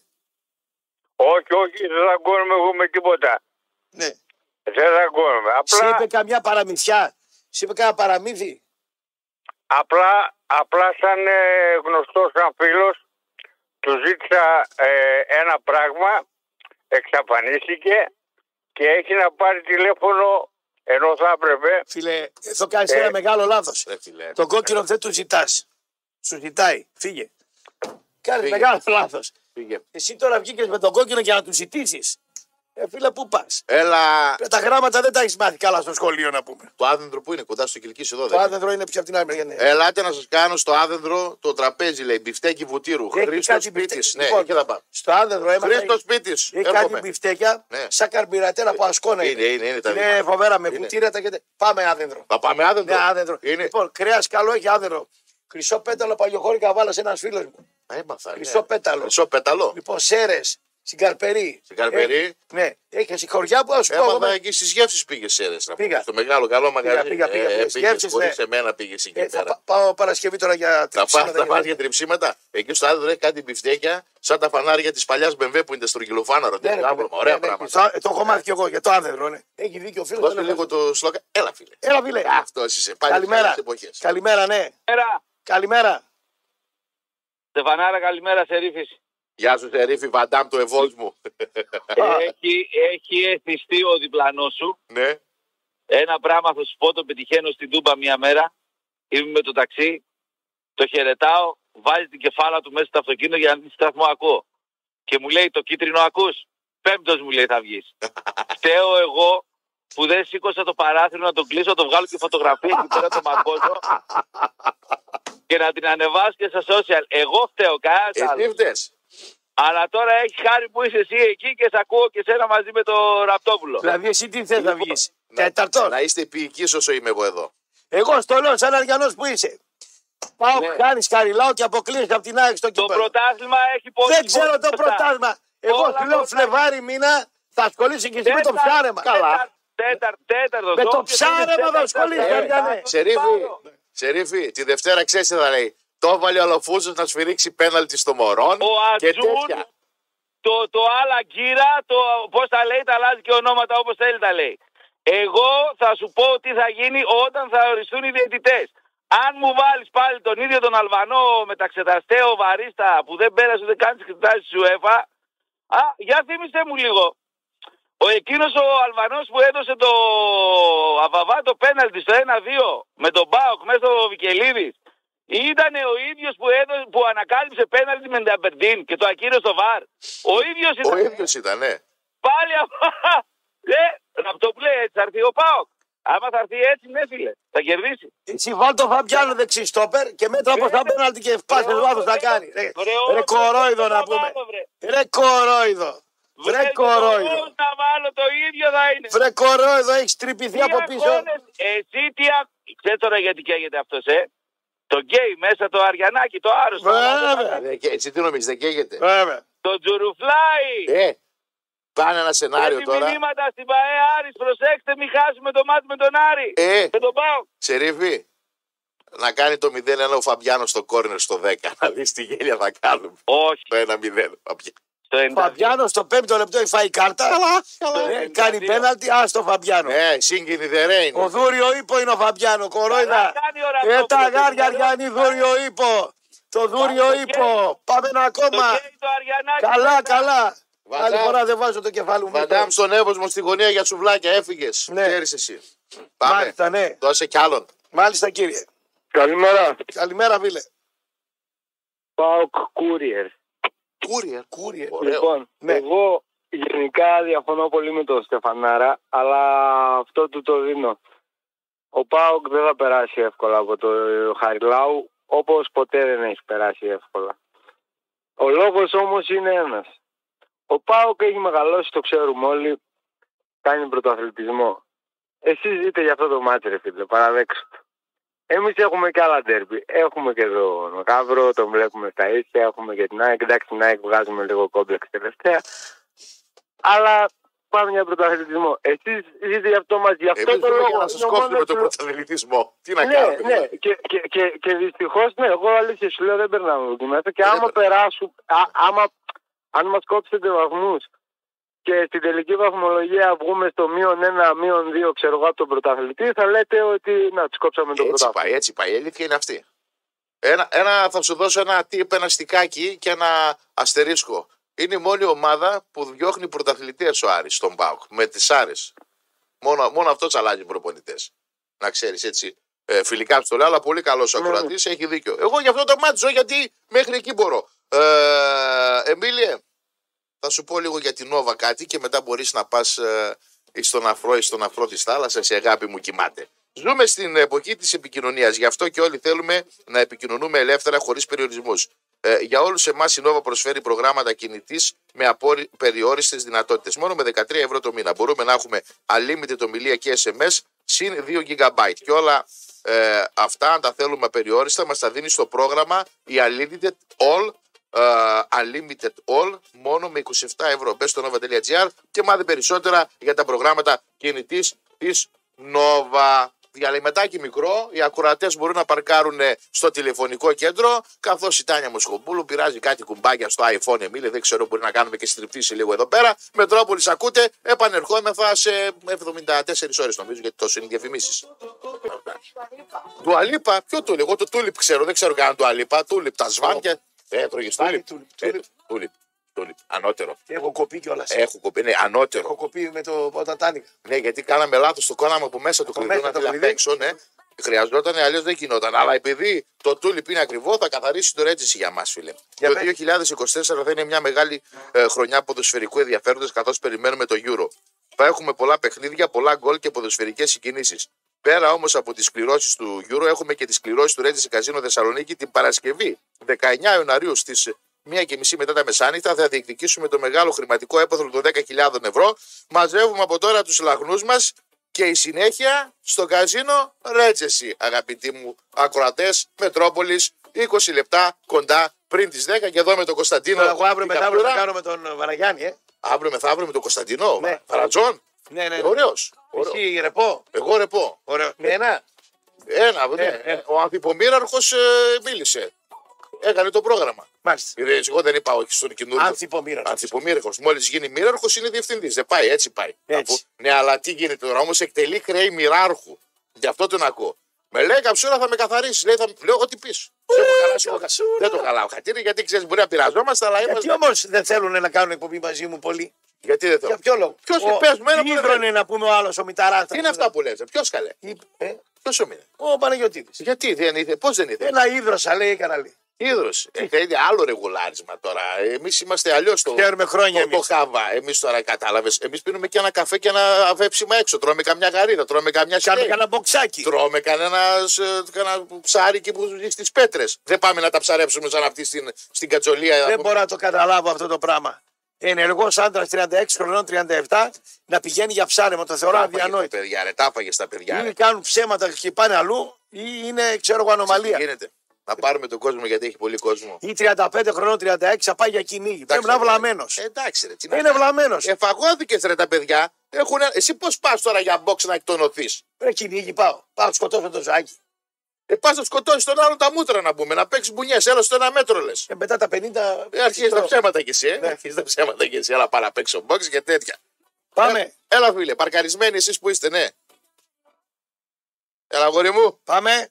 Όχι, όχι, δεν δαγκώνομαι εγώ με τίποτα.
Ναι.
Δεν δαγκώνομαι.
Σε
Απλά,
είπε καμιά παραμυθιά. Σε είπε κανένα παραμύθι.
απλά, απλά σαν ε, γνωστός, σαν φίλος, του ζήτησα ε, ένα πράγμα, εξαφανίστηκε και έχει να πάρει τηλέφωνο ενώ θα έπρεπε.
Φίλε, εδώ κάνεις
Ε.
ένα μεγάλο λάθος.
Ρε φίλε.
Το κόκκινο δεν του ζητάς. Σου ζητάει. Φύγε. Κάνει
Φύγε.
μεγάλο λάθος.
Πήγε.
Εσύ τώρα βγήκες με τον κόκκινο για να τους ζητήσεις. Ε, φίλε, πού πας.
Έλα,
Τα γράμματα δεν τα έχεις μάθει καλά στο σχολείο, να πούμε.
το άδεντρο που είναι κοντά στο κυλκή εδώ.
Το
δεν είναι.
άδενδρο είναι πια από την άλλη μεριά. ναι.
Ελάτε να σας κάνω στο άδεντρο το τραπέζι, λέει. Μπιφτέκι βουτύρου.
Έχει
Χρήστος
κάτι
σπίτι.
μπιφτέ-
Ναι,
Λοιπόν,
εκεί θα πάμε.
Στο άδενδρο έμαθα.
Χρήστος
έχει-
σπίτι.
Έχει κάτι
Έρχομαι.
μπιφτέκια
Ναι.
σαν καρμπυρατέρα από ασκόνα.
Είναι, είναι, είναι τα
Είναι
δικά.
φοβέρα με
Είναι.
πουτήρα τα και Πάμε άδενδρο.
Θα πάμε άδεντρο.
Ναι, άδενδρο.
Είναι.
Λοιπόν, κρέας καλό έχει άδενδρο. Χρυσό πέταλο παλιοχώρικα βάλας ένας φίλος μου.
Έμαθα. ναι.
Χρυσό πέταλο.
Χρυσό πέταλο.
Λοιπόν, σέρες, στην Καρπερή.
Στην Καρπερή.
Έχει- ναι, έχει χωριά που ας σου πω. εγώ
Έμαθα
με-
εκεί στις γεύσεις πήγες Σέρες.
Πήγα.
Στο μεγάλο καλό μαγαζί.
πήγα, πήγα, πήγα.
Ε,
Στις
πήγες
γεύσεις,
χωρίς
ναι.
εμένα πήγες εκεί
Ε, θα
πέρα.
πα- πάω Παρασκευή τώρα για
Θα πα-
τριψίματα
θα
και
πα
τέτοια.
για τριψίματα. Εκεί στο άδεντρο έχει κάτι μπιφτέκια σαν τα φανάρια της παλιάς Μπεμβέ που είναι στο γυλοφάναρο.
Ναι,
Τι
ρε,
γάβρωμα,
ναι,
Ωραία
ναι,
πράγματα.
Το, το έχω μάθει κι εγώ για το άνδρο, ναι. Έχει δίκιο ο φίλο.
Δώσε λίγο το σλόκα. Έλα, φίλε.
Έλα, φίλε.
Αυτό είσαι. Πάλι
Καλημέρα.
στις εποχές.
Καλημέρα, ναι.
Καλημέρα.
Καλημέρα.
Στεφανάρα, καλημέρα σε ρήφηση.
Γεια σου, Σερίφη, βαντάμ του Εβόλσμου.
Έχει, έχει εθιστεί ο διπλανός σου.
ναι.
Ένα πράγμα θα σου πω, το πετυχαίνω στην Τούμπα μία μέρα. Είμαι με το ταξί, το χαιρετάω, βάζει την κεφάλα του μέσα στο αυτοκίνητο για να δει τι σταθμό ακούω. Και μου λέει το κίτρινο ακούς, πέμπτος μου λέει θα βγεις. Φταίω εγώ που δεν σήκωσα το παράθυρο να τον κλείσω, να το βγάλω και φωτογραφία εκεί πέρα το μακώσω και να την ανεβάσω και στα social. Εγώ φταίω, κανένας άλλος.
Εσύ φταίς.
Αλλά τώρα έχεις χάρη που είσαι εσύ εκεί και σε ακούω και σένα μαζί με το Ραπτόπουλο.
Δηλαδή, εσύ τι θες να βγει.
Λοιπόν, Να-
Τέταρτο.
Να είστε ποιικοί όσο είμαι εγώ εδώ.
Εγώ στο λέω σαν αριανός που είσαι. Πάω,
Ναι.
χάνεις καριλάο και αποκλείεσαι από την ΑΕΚ στο
Το
κύπελο.
πρωτάθλημα έχει πολύ.
Δεν ξέρω το πρωτάθλημα. Εγώ
Όλα
σου λέω
πρωτά-
Φλεβάρι μήνα θα ασχολείσαι και εσύ με το ψάρεμα.
Καλά. Τέταρτο, τέταρτος.
Με το ψάρεμα θα ασχολείσαι, Αριανέ.
Σερίφη, Σερίφη, τη Δευτέρα ξέρεις τι θα λέει. Το έβαλε ο Αλαφούζος να σφυρίξει πέναλτι στο Μωρόν
Ο
και
Ατζούν,
τέτοια.
το, το άλλα γκύρα, το πώς τα λέει, τα αλλάζει και ονόματα όπως θέλει τα λέει. Εγώ θα σου πω τι θα γίνει όταν θα οριστούν οι διαιτητές. Αν μου βάλεις πάλι τον ίδιο τον Αλβανό μεταξεταστέο βαρίστα που δεν πέρασε ούτε καν τι εξετάσει του UEFA, Α, για θύμισε μου λίγο. Ο εκείνος ο Αλβανός που έδωσε το αβαβά το πέναλτι στο 1-2 με τον Μπάοκ μέσα στο Βικελίδη, ήταν ο ίδιος που, έδωσε- που ανακάλυψε πέναλτι με την Αμπερντίν και το ακύρωσε στο βαρ. Ο ίδιος
Ο
ήταν.
ίδιος ήταν, ναι.
Πάλι αυτό. Ε, να το λέει έτσι, θα έρθει ο Πάοκ. Άμα θα έρθει έτσι, ναι, φίλε, θα κερδίσει.
Εσύ βάλ το Φαμπιάνο δεξί στόπερ και μέτρα από τα πέναλτι και πάσε λάθο να κάνει. Ρε- Ρε κορόιδο να πούμε. Ρε κορόιδο. Βρε κορόιδο.
να βάλω το ίδιο θα είναι.
Βρε κορόιδο, έχεις τρυπηθεί από
Τι
πίσω.
αγώνες, Εσύ τι α... Ξέρεις τώρα γιατί καίγεται αυτός, ε. Το γκέι μέσα, το αριανάκι, το άρρωστο.
Βέβαια.
Ε, και- Εσύ τι νομίζεις, δεν καίγεται.
Βέβαια.
Το τζουρουφλάι.
Ε, πάνε ένα σενάριο
Έτσι
τώρα.
μηνύματα στην ΠαΕ Άρης, προσέξτε μην χάσουμε το μάτι με τον Άρη.
Ε,
Με τον Πάο.
Σερίφη, να κάνει το 0-1 ο Φαμπιάνος στο κόρνερ στο 10. Να δεις τι γέλια θα κάνουμε.
Όχι,
Το 1-0. Φαμπιά-
Στο 92.
Φαμπιάνο στο πέμπτο λεπτό έχει φάει κάρτα. Δεν κάνει
92.
πέναλτι, α το Φαμπιάνο.
Ναι, σύγκινη δερέιν.
Ο Δούριο Ήπο είναι ο Φαμπιάνο,
Καλά
κορόιδα.
κάνει ο Ραπτόπουλος,
Ε, τα γάρια,
Καλά
Αριάννη, Δούριο Ήπο. Το Δούριο
Πάμε,
Ήπο. Πάμε ένα
Το
ακόμα.
καίει το Αριανάκι.
Καλά, καλά.
Βαντάμ.
Άλλη φορά δεν βάζω το κεφάλι μου.
Βαντάμ στον έβοσμο στη γωνία για σουβλάκια, έφυγες.
Ναι.
Ξέρεις εσύ. Πάμε.
Μάλιστα, ναι.
Δώσε κι άλλον.
Μάλιστα, κύριε.
Καλημέρα.
Καλημέρα, φίλε.
Πάοκ Courier.
Κούριερ, κούριερ. Ωραίο.
Λοιπόν,
Ναι.
εγώ γενικά διαφωνώ πολύ με τον Στεφανάρα, αλλά αυτό του το δίνω. Ο Πάοκ δεν θα περάσει εύκολα από το Χαριλάου, όπως ποτέ δεν έχει περάσει εύκολα. Ο λόγος όμως είναι ένας. Ο Πάοκ έχει μεγαλώσει, το ξέρουμε όλοι, κάνει πρωτοαθλητισμό. Εσείς ζείτε για αυτό το μάτσο, ρε φίλε, παραδέξτε. Εμείς έχουμε και άλλα ντέρμπι. Έχουμε και τον Γαβρό, τον βλέπουμε στα ίσια, έχουμε και την ΑΕΚ. Εντάξει, την ΑΕΚ βγάζουμε λίγο κόμπλεξ τελευταία. Αλλά πάμε για πρωταθλητισμό. Εσείς ζείτε για αυτό μας, γι' αυτό
Εμείς
το
δεν
λόγο.
για να
είναι
σα
ο
κόψουμε
μόνος
τον
λο-
πρωταθλητισμό. Τι να
ναι,
κάνουμε. δηλαδή.
ναι. Και, και, και, και δυστυχώς, ναι, εγώ αλήθεια σου λέω δεν περνάμε εκεί μέσα. Και
Ε, Δεν
άμα
περνάμε.
περάσουν, α, άμα, αν μας κόψετε βαθμούς και στην τελική βαθμολογία βγούμε στο μείον ένα, μείον δύο, ξέρω εγώ, από τον πρωταθλητή, θα λέτε ότι να του κόψαμε τον
Έτσι
πρωταθλητή.
πάει, έτσι πάει. Η αλήθεια είναι αυτή. Ένα, ένα, θα σου δώσω ένα τύπ, ένα στικάκι και ένα αστερίσκο. Είναι η μόνη ομάδα που διώχνει πρωταθλητές ο Άρης στον Πάουκ. Με τις Άρε. Μόνο, μόνο αυτός αλλάζει προπονητές. Να ξέρεις έτσι. Ε, φιλικά στο λέω, αλλά πολύ καλός ο ακροατής έχει δίκιο. Εγώ γι' αυτό το μάτσο γιατί μέχρι εκεί μπορώ. Ε, Εμίλιε, θα σου πω λίγο για την Νόβα κάτι και μετά μπορείς να πας ε, στον αφρό ή στον αφρό της θάλασσας. Η αγάπη μου κοιμάται. Ζούμε στην εποχή της επικοινωνίας. Γι' αυτό και όλοι θέλουμε να επικοινωνούμε ελεύθερα χωρίς περιορισμούς. Ε, για όλους εμάς η Νόβα προσφέρει προγράμματα κινητής με απόρι... περιόριστες δυνατότητες. Μόνο με 13 ευρώ το μήνα μπορούμε να έχουμε unlimited ομιλία και SMS συν 2 GB. Και όλα ε, αυτά, αν τα θέλουμε απεριόριστα, μας τα δίνει στο πρόγραμμα η Unlimited All Uh, unlimited All μόνο με 27 ευρώ. Μπες στο nova.gr και μάθε περισσότερα για τα προγράμματα κινητής της Nova. Διαλυματάκι μικρό, οι ακουρατέ μπορούν να παρκάρουν ε, στο τηλεφωνικό κέντρο, καθώς η Τάνια Μοσχοπούλου πειράζει κάτι κουμπάκια στο iPhone. Εμίλη, δεν ξέρω, μπορεί να κάνουμε και στριπτήση λίγο εδώ πέρα. Μετρόπολης, ακούτε, επανερχόμεθα σε 74 ώρες, νομίζω, γιατί τόσο είναι οι διαφημίσεις. Του Αλίπα, ποιο τούλιπ, εγώ το τούλιπ ξέρω, δεν ξέρω κανέναν του Αλίπα. Τούλιπ, τα σβάνια. Ε, τρώγες τούλιπ.
τούλιπ,
Ε,
τούλιπ.
Τούλιπ, τούλιπ, ανώτερο.
Έχω κοπεί κιόλας.
Έχω κοπεί, ναι, ανώτερο.
Έχω κοπεί με το όταν τα άνοιγα.
Ναι, γιατί κάναμε λάθος, το κάναμε από μέσα του κλειδού
μέσα
να
το
θέλει να
κλειδί.
παίξω, ναι. Χρειαζόταν, αλλιώς δεν γινόταν. Αλλά επειδή το τούλιπ είναι ακριβό, θα καθαρίσει το ρέτσιση για μας, φίλε.
Για
το 2024 θα είναι μια μεγάλη ε, χρονιά ποδοσφαιρικού ενδιαφέροντος, καθώς περιμένουμε το Euro. Θα έχουμε πολλά παιχνίδια, πολλά γκολ και ποδοσφαιρικές συγκινήσεις. Πέρα όμως από τις κληρώσεις του Euro, έχουμε και τις κληρώσεις του Ρέτζι Καζίνο Θεσσαλονίκη την Παρασκευή 19 Ιανουαρίου στις 1.30 μετά τα μεσάνυχτα. Θα διεκδικήσουμε το μεγάλο χρηματικό έπαθλο των 10.000 ευρώ. Μαζεύουμε από τώρα τους λαχνούς μας και η συνέχεια στο καζίνο Ρέτζεσι. Αγαπητοί μου ακροατές, Μετρόπολης, 20 λεπτά κοντά πριν τις 10 και εδώ με τον Κωνσταντίνο.
Τώρα εγώ αύριο
την
μετά θα
καπτούρα.
κάνω με τον ε, Βαραγιάννη, ε.
Αύριο μεθαύριο με τον Κωνσταντίνο.
Ναι.
Φαρατζόν.
Ναι, ναι.
Ε,
ναι.
ωραίος. Ωραίο.
Εσύ ρεπό.
Εγώ ρε πω.
Ωραίο. Με ένα.
Ένα, ναι.
ε.
Ο ανθυπομήραρχο μίλησε. Έκανε το πρόγραμμα.
Μάλιστα.
Ρε, Εγώ δεν είπα όχι στον καινούριο.
Ανθυπομήρα.
Ανθυπομήρχο. Μόλις γίνει μοίραρχος είναι διευθυντής. Δεν πάει, έτσι πάει.
Έτσι.
ναι, αλλά τι γίνεται τώρα, όμως εκτελεί χρέη μοιράρχου. Γι' αυτό τον ακούω. Με λέει καψούρα θα με καθαρίσεις. Λέει, θα... μου- λέω ό,τι πει. Δεν το χαλάω. Χατήρι, γιατί ξέρεις, μπορεί να πειραζόμαστε, αλλά
Γιατί
είμαστε.
όμως δεν θέλουν να κάνουν εκπομπή μαζί μου πολύ.
Γιατί δεν
Για
θέλω.
ποιο λόγο.
Ποιος
Ο-
πες μου ένα
τι
που δεν
ύδρωνε να πούμε ο άλλος ο Μηταράς.
Τι είναι αυτά που λέτε, ποιος καλέ. Ποιος σου μείνε.
Ο Παναγιοτήδη.
Γιατί δεν ήθελε, πώς δεν ήθελε.
Ένα ίδρωσα λέει έκανα λέει.
Ήδρο. Ε, είναι άλλο ρεγουλάρισμα τώρα. Εμείς είμαστε αλλιώς το.
Ξέρουμε χρόνια
το, το
εμείς.
χάβα. Εμείς τώρα κατάλαβες. Εμείς πίνουμε και ένα καφέ και ένα βέψιμα έξω. Τρώμε καμιά γαρίδα, τρώμε καμιά
Κάνουμε
στέι.
κανένα μποξάκι.
Τρώμε κανένα ψάρι εκεί που ζει στις πέτρες. Δεν πάμε να τα ψαρέψουμε σαν αυτή στην, στην κατσολία.
Δεν μπορώ να το καταλάβω αυτό το πράγμα. Ενεργός άντρας 36 χρονών, 37, να πηγαίνει για ψάρεμα. Το θεωρώ
να τα
αδιανόητο.
παιδιά. Ρε, τα φάγες τα παιδιά.
Ή
Ρε.
κάνουν ψέματα και πάνε αλλού, ή είναι, ξέρω εγώ,
Τι
ανομαλία.
γίνεται. Να πάρουμε τον κόσμο γιατί έχει πολύ κόσμο.
Ή 35 χρονών, 36, θα πάει για κυνήγι. Πρέπει να είναι
Εντάξει, ρε.
βλαμμένος.
Ε, Εντάξει, ρε. τι να
Είναι
κάνεις.
βλαμμένος.
Εφαγώθηκες, ρε τα παιδιά. Έχουν... Εσύ πώς πας τώρα για box να εκτονωθείς.
Πρέπει κυνήγι, πάω. Πάω, σκοτώσω το ζάκι.
Ε, πας να σκοτώσεις τον άλλο τα μούτρα να πούμε, να παίξεις μπουνιές. Έλα στο ένα μέτρο λες.
Και μετά τα 50.
Ε, Αρχίζεις τα
Τώρα.
ψέματα κι εσύ.
Ναι.
Ε. Αρχίζεις τα ψέματα κι εσύ. Έλα πάρα παίξω box και τέτοια.
Πάμε,
Ε, Έλα, φίλε, παρκαρισμένοι εσείς που είστε, ναι. Έλα, αγόρι μου.
πάμε.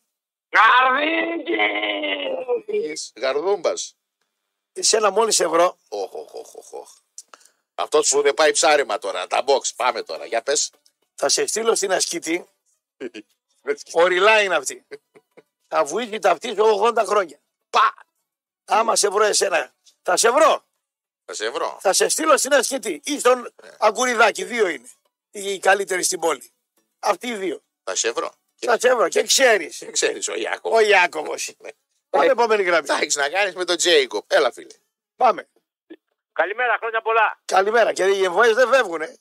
Γαρδούμπα.
Εσένα μόλις ευρώ.
Οχ, οχ, οχ, οχ, οχ. Αυτό που δεν πάει ψάριμα τώρα, τα box. Πάμε τώρα, για πες.
Θα σε στείλω στην ασκητή. Οριλά είναι αυτή. θα βουίζει τα αυτή 80 χρόνια. Πα! Άμα σε βρω εσένα. Θα σε βρω.
Θα σε βρω.
Θα σε στείλω στην ασκητή. Ή στον Αγκουριδάκη. Δύο είναι. Οι καλύτεροι στην πόλη. Αυτοί οι δύο.
Θα σε βρω.
Θα σε βρω και ξέρεις.
Δεν ξέρεις ο Ιάκο.
Ο Ιάκωβος. Πάμε επόμενη γραμμή.
Θα έχεις να κάνεις με τον Τζέικοπ. Έλα, φίλε.
Πάμε.
Καλημέρα, χρόνια πολλά.
Καλημέρα. Και οι εμβοέ δεν φεύγουνε.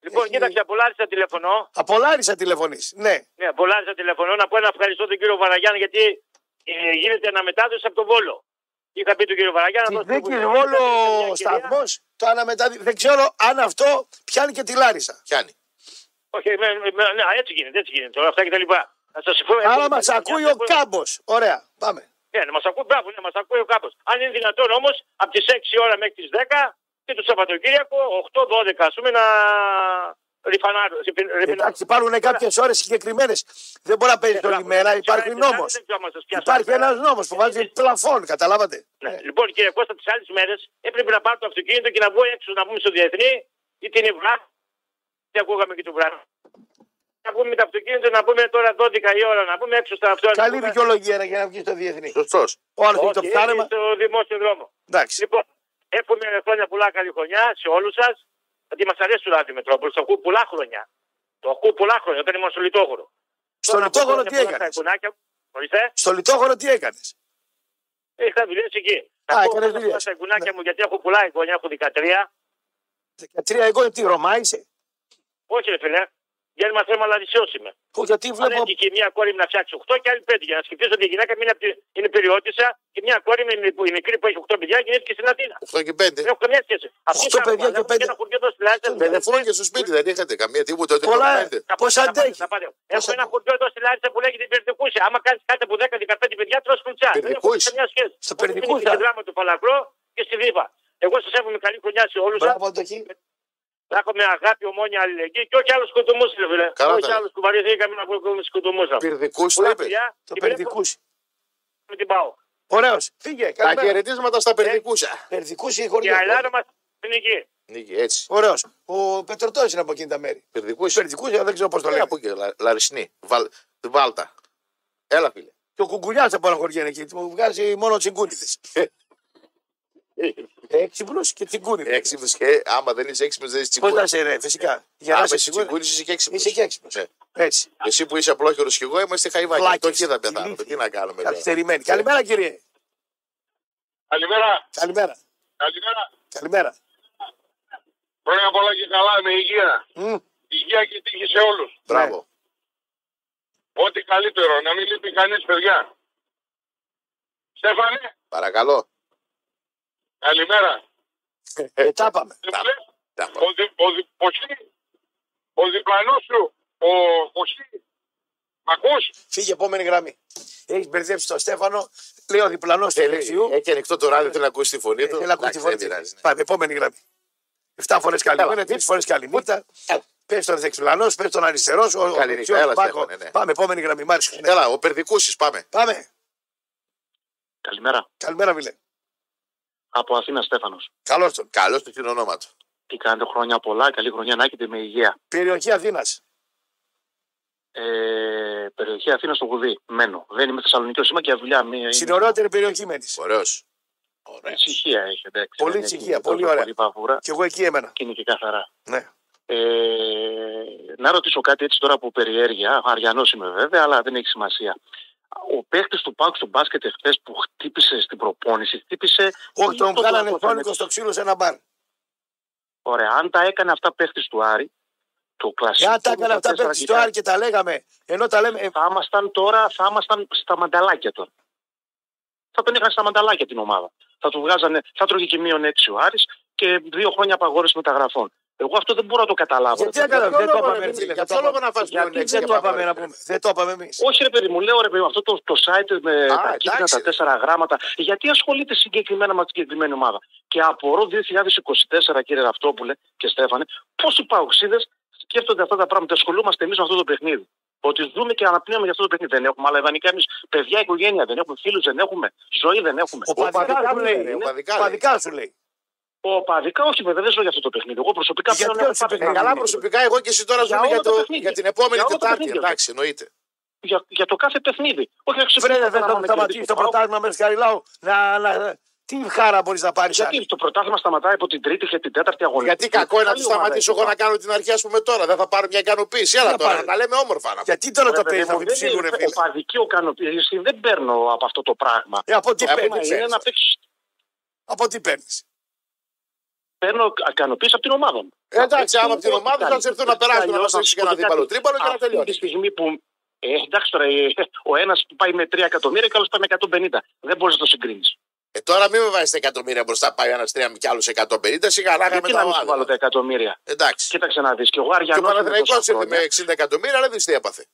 Λοιπόν,
Έχει-
κοίταξε, απολάρισα τηλεφωνώ.
Απολάρισα τηλεφωνή. Ναι.
Ναι, απολάρισα τηλεφωνώ. Να πω ένα ευχαριστώ τον κύριο Βαραγιάννη, γιατί ε, γίνεται αναμετάδοση από τον Βόλο. Είχα πει τον κύριο Βαραγιάννη. να
Τη
δώσει
δίκη
την
Βόλο
ευκαιρία.
ο σταθμός το αναμεταδίδει. Δεν ξέρω αν αυτό πιάνει και τη Λάρισα.
Πιάνει.
Όχι, με, με- ναι, έτσι γίνεται, έτσι γίνεται. Όλα αυτά και τα λοιπά. Να σας
Άρα μα ακούει ο Κάμπος. Ωραία. Πάμε.
Ναι, μας ακούει, μπράβο, ναι, μας ακούει ο Κάμπος. Αν είναι δυνατόν όμως, από τις 6 ώρα μέχρι τις 10 και το Σαββατοκύριακο, 8-12 ας πούμε, να ρηφανάρουν.
Ε, Εντάξει, υπάρχουν κάποιες ώρες συγκεκριμένες. Δεν μπορεί να παίζει όλη μέρα. Υπάρχει νόμο. Υπάρχει ένας νόμος που βάζει πλαφόν. Καταλάβατε.
Ναι. Λοιπόν, κύριε Κώστα, τις άλλες μέρες έπρεπε να πάρω το αυτοκίνητο και να βγω έξω να πούμε στο διεθνή ή την Ευγά. Τι ακούγαμε και του βράδυ. Να πούμε με το αυτοκίνητο, να πούμε τώρα 12 η ώρα, να πούμε έξω στα αυτό. να
Καλή
πούμε-
δικαιολογία για να βγεις στο διεθνή.
Σωστός.
Ο άλλο έχει
Όχι,
το φθάρεμα.
στο δημόσιο δρόμο.
Εντάξει.
Λοιπόν, εύχομαι χρόνια πολλά καλή χρονιά σε όλους σας. Γιατί μας αρέσει το ράδιο Μετρόπολη. Το ακούω πολλά χρόνια. Το ακούω πολλά χρόνια όταν ήμουν στο Λιτόγορο.
Στο
Τώρα,
λιτόγορο
χρόνια
τι
πολλά στα
έκανε.
εικονάκια μου. Ορίστε,
Στο λιτόγορο τι έκανες.
είχα δουλειές εκεί.
Α,
Τα ακούω
έκανες
χρόνια πολλά
δουλειές.
στα εικονάκια
Ναι.
μου γιατί έχω πολλά εικόνια, έχω 13.
13 εγώ τι Ρωμά είσαι.
Όχι, ρε φίλε, γιατί μα θέλει μαλαρισιό είμαι.
Που γιατί
Αν
βλέπω.
έτυχε μια κόρη μου να φτιάξει 8 και άλλη 5 για να σκεφτείς ότι η γυναίκα μου είναι, απ' τη- είναι περιότησα και μια κόρη μου που- η μικρή που έχει 8 παιδιά γεννήθηκε στην Αθήνα.
8 και 5.
Δεν έχω καμιά σχέση. Αυτή
Οκτώ
η
παιδιά
κάμερα,
και πέντε.
ένα χωριό εδώ στη Λάρισα,
Τηλεφώνει και στο σπίτι δεν είχατε καμία τίποτα. Ότι
Πολλά-
περιμένετε.
Τα
Πώ
πάτε, τα πάτε,
αντέχεις.
τα πάτε.
Πώς
Έχω ένα
αντέχεις.
χωριό εδώ στη Λάρισα που λέγεται Περδικούσα. Άμα κάνεις κάτι από 10-15 παιδιά, τρώ κουτσά. Δεν έχω
Περδικούσα.
καμιά σχέση.
Στο
Έχω μείνει
Περδικούσα.
Στην δράμα του Παλακρό και στη Βίβα. Εγώ σας εύχομαι καλή χρονιά σε όλους σα.
Μπράβο, Αντοχή.
Να έχουμε αγάπη, ομόνια, αλληλεγγύη και όχι άλλο σκοτωμούσιλο, φίλε.
Καλά τα
Όχι
λέει.
άλλο κουβαριθήκαμε να βγούμε σκοτωμούσιλο.
Πυρδικού το
Πολλά
είπε.
παιδιά
Το
και πρέπει
περδικού.
να την πάω.
Ωραίος. Φύγε.
Τα
Καλημέρα.
χαιρετίσματα
Ε,
στα περδικούσα.
Περδικού ή
Η
χωριά.
Ελλάδα μα είναι εκεί.
Νίκη, έτσι.
Ωραίος. Ο Πετροτό είναι από εκείνη τα μέρη.
Περδικούσα.
Περδικού δεν ξέρω πώς το
Ε,
λέμε.
από εκεί, λα, λαρισνή. Βαλ, βάλτα. Έλα, φίλε.
Και ο κουκουλιάς από ένα χωριό είναι εκεί. Του βγάζει μόνο τσιγκούνιδε. Έξυπνο Ε, και τσιγκούνιδε.
Έξυπνο Ε, και άμα δεν είσαι έξυπνος, δεν είσαι
Πώ
τσιγκούνι.
θα είσαι, ρε, φυσικά. Για
Άμα
να
είσαι
είσαι σίγουρο.
τσιγκούνι, είσαι και έξυπνος.
Είσαι και έξυπνος. Έτσι.
Εσύ που είσαι απλόχερος και εγώ είμαστε χαϊβάκι.
Βλάκες.
Το εκεί θα πεθάνω. Το Τι να κάνουμε τώρα.
Καθυστερημένοι. Καλημέρα, κύριε.
Καλημέρα.
Καλημέρα.
Καλημέρα.
Καλημέρα.
Χρόνια πολλά και καλά με υγεία.
Μμ.
Υγεία και τύχη σε όλους.
Ναι.
Μπράβο.
Ό,τι καλύτερο, να μην λείπει κανείς, παιδιά. Στέφανε,
Παρακαλώ.
καλημέρα.
Ε, τα πάμε.
Δεν
Τα-
μου λες,
Τα-
ο, δι, ο, δι, Ποσί, ο διπλανός σου, ο Ποσί, μ' ακούς,
Φύγε, επόμενη γραμμή. Έχεις μπερδέψει τον Στέφανο. Λέει ο διπλανός του
Θέλει-
δεξιού.
Ε, Έχει ανοιχτό το ράδιο, θέλει να ακούσει τη φωνή του.
Θέλω να ακούω τη
Εντάξει, δεν
φωνή.
πειράζει, ναι. ε,
Πάμε, επόμενη γραμμή. 7 φορέ καλημέρα, 3 φορέ καληνύχτα. Πες τον δεξιουλανός, πες τον αριστερός σου. ο- ο
Καληνύχτα,
δεξιός,
ε. έλα,
Πάκο.
Στέφανε, ναι.
Πάμε, επόμενη γραμμή. Μάρκος.
Έλα, ο Περδικούσης, πάμε.
Πάμε.
Καλημέρα.
Καλημέρα, Βιλέ.
Από Αθήνα Στέφανος.
Καλό τον. Καλό του χειρονόμα του.
Τι κάνετε χρόνια πολλά, καλή χρονιά να έχετε με υγεία.
Περιοχή Αθήνας.
Ε, περιοχή Αθήνας στο Γουδί. Μένω. Δεν είμαι Θεσσαλονίκη είμαι και για δουλειά. Μία,
Στην ωραιότερη περιοχή μένεις.
Ωραίος.
είναι ησυχία έχει. Εντάξει.
Πολύ
Δεν έχει
ησυχία,
τόσο
πολύ ωραία.
Πολύ βαβούρα
Και εγώ εκεί έμενα.
και είναι και καθαρά.
Ναι.
Ε, να ρωτήσω κάτι έτσι τώρα από περιέργεια. Αριανός είμαι βέβαια, αλλά δεν έχει σημασία. Ο παίχτη του Πάκου στο μπάσκετ εχθές που χτύπησε στην προπόνηση, χτύπησε.
Όχι, τον
Αυτό
κάνανε
που
χρόνικο
έκανε.
στο ξύλο σε ένα μπαρ.
Ωραία, αν τα έκανε αυτά παίχτη του Άρη, το κλασικό.
Εάν Ε, τα έκανε αυτά
14
πέφτει στο
κοιτά,
Άρη και τα λέγαμε, ενώ τα λέμε. ε,
Θα ήμασταν τώρα, θα ήμασταν στα μανταλάκια τώρα. Θα τον είχαν στα μανταλάκια την ομάδα. Θα του βγάζανε, θα τρώγε και μείον έξι ο Άρης και δύο χρόνια απαγόρευση μεταγραφών. Εγώ αυτό δεν μπορώ να το καταλάβω.
Γιατί
ρε παιδί.
έκανα,
ποιο
δεν το
λόγο,
είπαμε,
ρε
ρε
φίλε,
φίλε.
για
δεν το
ποιο
είπαμε.
λόγο να φας
Γιατί
μειον έξι
Δεν
και
το είπαμε
παραπάνω,
να
ρε.
πούμε. Δεν το είπαμε εμείς.
Όχι, ρε παιδί μου, λέω ρε παιδί μου, αυτό το, το site με τα
εντάξει.
κίτρινα, τα τέσσερα γράμματα. Γιατί ασχολείται συγκεκριμένα με τη συγκεκριμένη ομάδα. Και απορώ 2024, κύριε Ραυτόπουλε και Στέφανε, πόσοι παοξίδες σκέφτονται αυτά τα πράγματα. Ασχολούμαστε εμείς με αυτό το παιχνίδι. Ότι ζούμε και αναπνέουμε για αυτό το παιχνίδι. Δεν έχουμε άλλα ιδανικά εμείς. Παιδιά, οικογένεια δεν έχουμε. Φίλους δεν έχουμε. Ζωή δεν έχουμε.
Ο παδικά
Οπαδικά
σου
λέει,
λέει.
ρε,
είναι.
οπαδικά
Οπαδικά σου λέει.
Οπαδικά, όχι βέβαια, δεν ζω για αυτό το παιχνίδι. Εγώ προσωπικά
Γιατί
πλέον
όχι,
έχω
ε,
πάρει
Ε,
ένα
καλά,
μήνυμα.
προσωπικά εγώ και εσύ τώρα
Για
ζούμε για,
όλα τα
το,
παιχνίδια.
για την επόμενη
Για όλα τα
Τετάρτη.
παιχνίδια.
Εντάξει, εννοείται.
για, για το κάθε παιχνίδι. Όχι να
Φρένε,
ξυπνήσω
δεν θα σταματήσει το πρωτάθλημα με Σκαριλάου. Να, να, τι χάρα μπορείς να πάρεις.
Γιατί το πρωτάθλημα σταματάει από την τρίτη και την τέταρτη αγωνία.
Γιατί κακό είναι να
Άλλη
του
ομάδα
σταματήσω
έχει
εγώ
πάει.
να κάνω την αρχή, ας πούμε τώρα. Δεν θα πάρω μια ικανοποίηση. Έλα
Θα
τώρα,
πάρω.
να τα λέμε όμορφα. να πούμε.
Γιατί τώρα το
Ρε παιδί
παίζει
μου,
αυτή τη
δεν
σίγουρη
είναι
φίλε.
Οπαδική ικανοποίηση δεν παίρνω από αυτό το πράγμα.
Ε, Από τι
Από
Θέμα
τι
παίρνει.
ξέρεις,
είναι να
τώρα.
παίξεις-
Από τι παίρνεις.
Παίρνω ικανοποίηση από την ομάδα μου.
Ε, Εντάξει,
Έτσι,
άμα από την
ό,τι
ομάδα θα
κάνει.
σε έρθουν να περάσουν να
Αλλιώς, να
μας ρίξει
σου
και
πω
ένα
και κάτι.
δίπαλο τρίπαλο και να
Αυτή τη
τελειώνει.
στιγμή που. Ε, εντάξει τώρα, ε, ο ένας πάει με 3 εκατομμύρια και ο άλλος πάει με 150. Δεν μπορείς να το συγκρίνεις.
Ε, τώρα μην με βάζεις εκατομμύρια μπροστά, πάει ένας τρία και άλλου 150, σιγά να με
Γιατί Ε, να
τα
μην σου βάλω
ομάδα.
τα εκατομμύρια.
Εντάξει.
Κοίταξε να δεις. Και εγώ
Και ο
Αριανό.
Παναθραϊκό ήρθε με 60 εκατομμύρια, αλλά δεν τι έπαθε.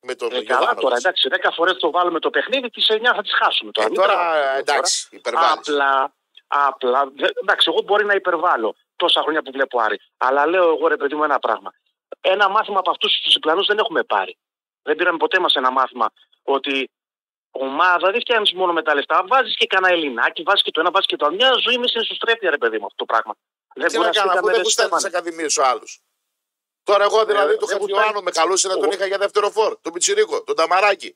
Με τον
Ε, καλά
Γιωβάνοβιτς.
τώρα, εντάξει, 10 φορές το βάλουμε το παιχνίδι, τι 9 θα τις χάσουμε τώρα.
Ε,
Μην
τώρα
τραβάμε
εντάξει,
τώρα.
υπερβάλλεις.
Απλά, απλά, δε- εντάξει, εγώ μπορεί να υπερβάλλω τόσα χρόνια που βλέπω Άρη. Αλλά λέω εγώ ρε παιδί μου ένα πράγμα. Ένα μάθημα από αυτούς τους διπλανούς δεν έχουμε πάρει. Δεν πήραμε ποτέ μας ένα μάθημα ότι ομάδα δεν φτιάχνεις μόνο με τα λεφτά. Βάζεις και κανένα Ελληνάκι, βάζεις και το ένα, βάζεις και το άλλο. Μια ζωή με συνιστρέφεια, ρε παιδί μου αυτό το πράγμα. Δεν
Τι να κάνω,
κουραστήκαμε,
αφού δεν
ρε,
γουστάρει τι
Στέφανε.
ακαδημίε ο άλλο. Τώρα εγώ δηλαδή
Ε,
τον
δεν
Χατζιωάννο
γουστάρει.
με καλούσε να τον
Ο-
είχα για δεύτερο φόρ. Τον Πιτσυρίκο, τον Ταμαράκη.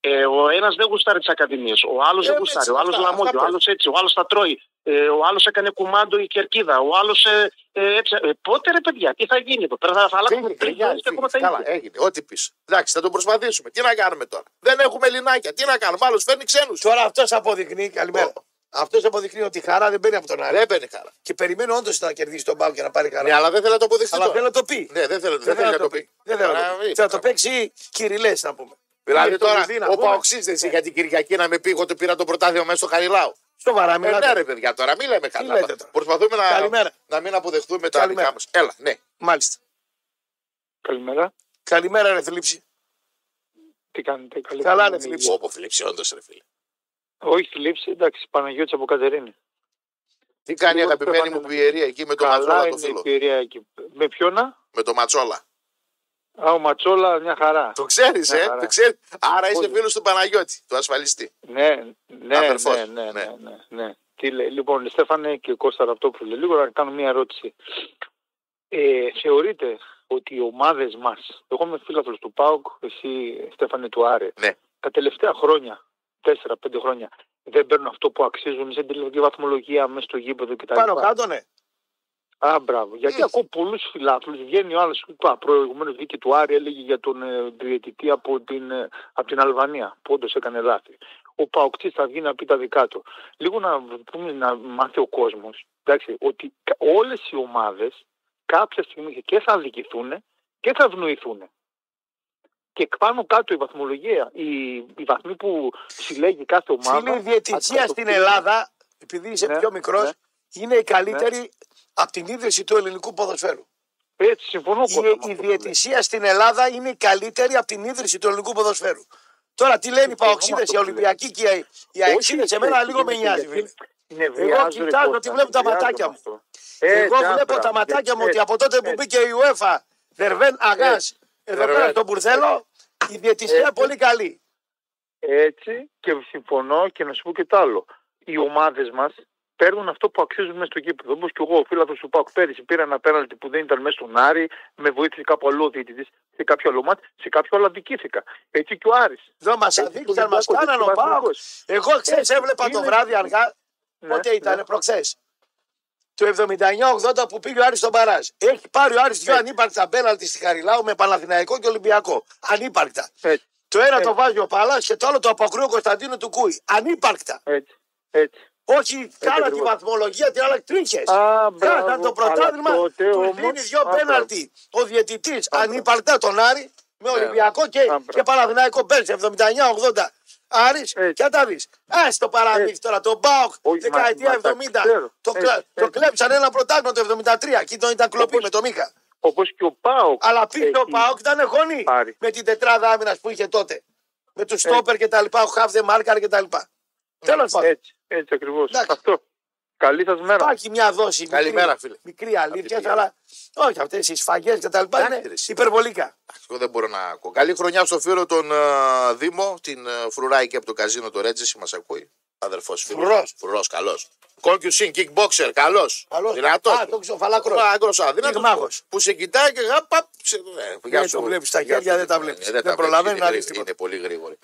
Ε, ο ένας δεν γουστάρει τις ακαδημίες. Ο άλλος
Ε,
δεν
έτσι,
γουστάρει. Ο άλλο
αυτά-
λαμόγει.
αυτά
Ο άλλος έτσι. Ο άλλος τα τρώει. Ε, ο άλλος έκανε κουμάντο η κερκίδα. Ο άλλος ε, ε, έψα- ε, Πότε ρε παιδιά, τι θα γίνει εδώ πέρα, θα, θα αλλάξουμε
Φύγει,
τρει
χρειά,
ζωέ και ακόμα τα
φύγει. Καλά,
ίδια.
έγινε. Ό,τι πεις. Εντάξει, θα τον προσπαθήσουμε. Τι να κάνουμε τώρα. Δεν έχουμε Ελληνάκια. Τι να κάνουμε. Άλλος φέρνει ξένους.
Τώρα αυτός αποδεικνύει. Καλημέρα.
Ο-
Αυτός αποδεικνύει ότι η χαρά δεν μπαίνει από τον Άρη.
Δεν παίρνει χαρά.
Και περιμένω όντως να κερδίσει τον Πάο και να πάρει
Ναι,
χαρά.
αλλά δεν θέλει να το αποδειχθεί.
Αλλά
τώρα.
θέλω να το πει.
Ναι, δεν θέλω δεν θέλει να το πει.
Δεν θέλω
Τώρα,
να το πει.
μην-
Θα το παίξει κυριλές να πούμε.
Δηλαδή
Για το
τώρα
Λουδί, να
ο
πούμε.
Παοξίδη δεν είχε την Κυριακή να με πει εγώ το πήρα το πρωτάθλημα μέσα στο Χαριλάου.
Σοβαρά
Ε, ναι,
μιλάτε.
ρε παιδιά, τώρα μην λέμε καλά.
λέτε τώρα.
Προσπαθούμε να,
Καλημέρα.
να μην αποδεχτούμε τα
Καλημέρα.
δικά μας. Έλα, ναι.
Μάλιστα.
Καλημέρα.
Καλημέρα, ρε Θλίψη.
Τι κάνετε, καλή
Καλά,
χρονιά,
ρε,
Μίλη.
Φιλιπ.
Όπω φιλήψη, όντως ρε φίλε.
Όχι, θλίψη, εντάξει, Παναγιώτης από Κατερίνη.
Τι κάνει η
Λίγο
αγαπημένη
Στέφανε,
μου πιερία εκεί με το
Καλά
Ματσόλα το
είναι η
φίλο.
κυρία εκεί. Με ποιον, α?
Με το Ματσόλα.
Α, ο Ματσόλα, μια χαρά.
Το ξέρεις,
Μια
ε,
χαρά.
το ξέρεις. Άρα είσαι
Πολύ.
φίλος του Παναγιώτη, του ασφαλιστή.
Ναι, ναι,
Αδερφός,
ναι, ναι,
ναι.
ναι, ναι, ναι. Τι λέει, λοιπόν, Στέφανε και Κώστα Ραπτόπουλε, λίγο να κάνω μια ερώτηση. Ε, θεωρείτε ότι οι ομάδες μας, εγώ είμαι φίλαθλος του ΠΑΟΚ, εσύ Στέφανε του Άρε,
Ναι.
τα τελευταία χρόνια, 4-5 χρόνια, δεν παίρνουν αυτό που αξίζουν σε τελική βαθμολογία μέσα στο γήπεδο κτλ.
Πάνω κάτω, ναι.
Α, μπράβο. Γιατί
Είς.
ακούω πολλούς φιλάθλους. Βγαίνει ο άλλος. Προηγουμένω βγήκε του Άρη, έλεγε για τον ε, διαιτητή από την, ε, από την Αλβανία, που όντως έκανε λάθη. Ο Παοκτής θα βγει να πει τα δικά του. Λίγο να, πούμε, να μάθει ο κόσμος ότι όλες οι ομάδες κάποια στιγμή και θα αδικηθούν και θα ευνοηθούν. Και πάνω κάτω η βαθμολογία, η, η βαθμή που συλλέγει κάθε ομάδα.
Φίλε, η διαιτησία στην
αντικατοπτρίζουν-
Ελλάδα, επειδή είσαι
Ναι,
πιο μικρός,
ναι.
είναι η καλύτερη από την ίδρυση του ελληνικού ποδοσφαίρου.
Έτσι, συμφωνώ
Η,
Κώστα, με αυτό
η
που λες.
διαιτησία στην Ελλάδα είναι η καλύτερη από την ίδρυση του ελληνικού ποδοσφαίρου. Τώρα τι λένε οι
Συμφωνώ με
παοξίδες,
αυτό
οι
που λες.
Ολυμπιακοί και οι- οι
Όχι, ε,
αεξίδε, εμένα
εσύ,
λίγο με
εσύ,
νοιάζει.
γιατί
φίλε.
νευριάζω,
Εγώ
ρε
κοιτάζω
Κώστα,
τι βλέπω τα
νευριάζω
ματάκια
με
μου. Ε,
αυτό.
Εγώ
Έτσι,
βλέπω
άκουρα,
τα ματάκια
έτσι,
μου ότι από τότε που
έτσι.
μπήκε η UEFA Δερβέν Αγάς
Έτσι.
εδώ πέρα
Δερβέν.
στον Μπουρδέλο, η διαιτησία
Έτσι.
πολύ καλή.
Ε, Έτσι και συμφωνώ και να σου πω και το άλλο. Οι ομάδες μας παίρνουν αυτό που αξίζουν μέσα στο κήπεδο. Όπως και εγώ, ο φίλαθο του Πάκου πέρυσι πήρα ένα πέναλτι που δεν ήταν μέσα στον Άρη, με βοήθησε κάπου αλλού ο διαιτητής σε κάποιο άλλο μάτι, σε κάποιο άλλο αδικήθηκα. Έτσι και ο Άρης.
Δεν μας
Έτσι και ο
αδίκησαν, μας
Ολυμπιακός, έτσι
κάνανε ο
και ο
Πάο.
Παναθηναϊκός.
Εγώ χθε
Έτσι,
έβλεπα το
είναι-
βράδυ αργά
Ναι,
Πότε ήταν,
ναι.
προχθέ. Του 79-80 που πήγε ο Άρης στον Παράζ. Έχει πάρει ο Άρης
Ε.
δύο ανύπαρκτα πέναλτι στη Χαριλάου με Παναθηναϊκό και Ολυμπιακό. Ανύπαρκτα.
Έτσι,
Το ένα
Ε.
το βάζει ο Παλάς και το άλλο το αποκρούει ο Κωνσταντίνο του Κούι. Ανύπαρκτα.
έτσι, έτσι.
Όχι, κάνα τη
ακριβώς.
βαθμολογία, την άλλα τρίχες.
Α, μπράβο,
Κάνα το πρωτάθλημα,
αλλά τότε
του
όμως-
δίνεις δύο
Α, μπράβο.
πέναλτι. Ο
Ναι.
διαιτητή ανύπαρκτα τον Άρη με Ολυμπιακό και,
Α, μπράβο.
και Παναθηναϊκό πέρσι 79-80. Άρης,
Έτσι.
και θα τα δεις. Α το παραμύθι
Έτσι.
τώρα, τον Μπάουκ
Όχι,
δεκαετία
μα-
70.
μα- τα ξέρω.
Το,
Έτσι,
κλα- το
έτσι.
κλέψαν ένα πρωτάθλημα το 73 και τον ήταν κλοπή με τον Μίκα.
Όπως και ο Πάοκ.
Αλλά πίσω ο
έχει
Πάοκ ήταν γονή
πάρει.
με την τετράδα άμυνας που είχε τότε. Με τους στόπερ και τα λοιπά, ο Χάβδε Μάρκαρ και τα λοιπά. Τέλος πάντων,
Έτσι, έτσι ακριβώς.
Εντάξει.
Αυτό. Καλή σας μέρα.
υπάρχει μια δόση.
Καλημέρα,
μικρή,
φίλε.
Μικρή αλήθεια,
Αυτή η
αλλά όχι αυτές οι σφαγές και τα λοιπά
Εντάξει,
είναι
ρε, εσύ.
υπερβολικά.
Εγώ δεν μπορώ να ακούω. Καλή χρονιά στο φίλο τον ε, Δήμο, την ε, Φρουράκη από το καζίνο το Ρέτζεση, μας ακούει. Αδερφός φίλος.
Φρουρός.
Φρουρός, καλός. Κόκκιουσιν, kickboxer, καλό.
Καλώς.
Δυνατός.
Α, το ξέρω, φαλάκρος. Πυγμάχος.
Που σε κοιτάει και γάπα. ψε, ε, γεια
Δεν
σου.
Ναι, το βλέπεις στα
Γεια
χέρια,
σου.
δεν τα βλέπεις.
Ε,
Δεν
τα βλέπεις,
προλαβαίνεις
είναι
να
γρή-
δεις τίποτα.
Είναι πολύ γρήγορη.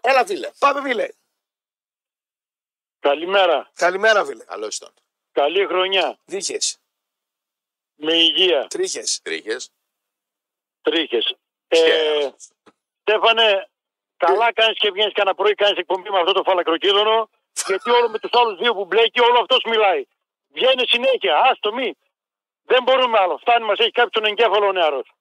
Έλα, φίλε.
Πάμε, φίλε.
Καλημέρα.
Καλημέρα, φίλε.
Καλό ήταν.
Καλή χρονιά.
Δίχε,
Με υγεία.
τρίχες.
Τρίχες.
Τρίχες. Ε, Στέφανε, καλά κάνεις και βγαίνεις κανένα πρωί, κάνεις εκπομπή με αυτό το φαλακροκύδωνο, γιατί όλο με τους άλλους δύο που μπλέκει, όλο αυτός μιλάει. Βγαίνεις συνέχεια, άστο μη. Δεν μπορούμε άλλο. Φτάνει, μας έχει κάποιο τον εγκέφαλο ο νεαρός.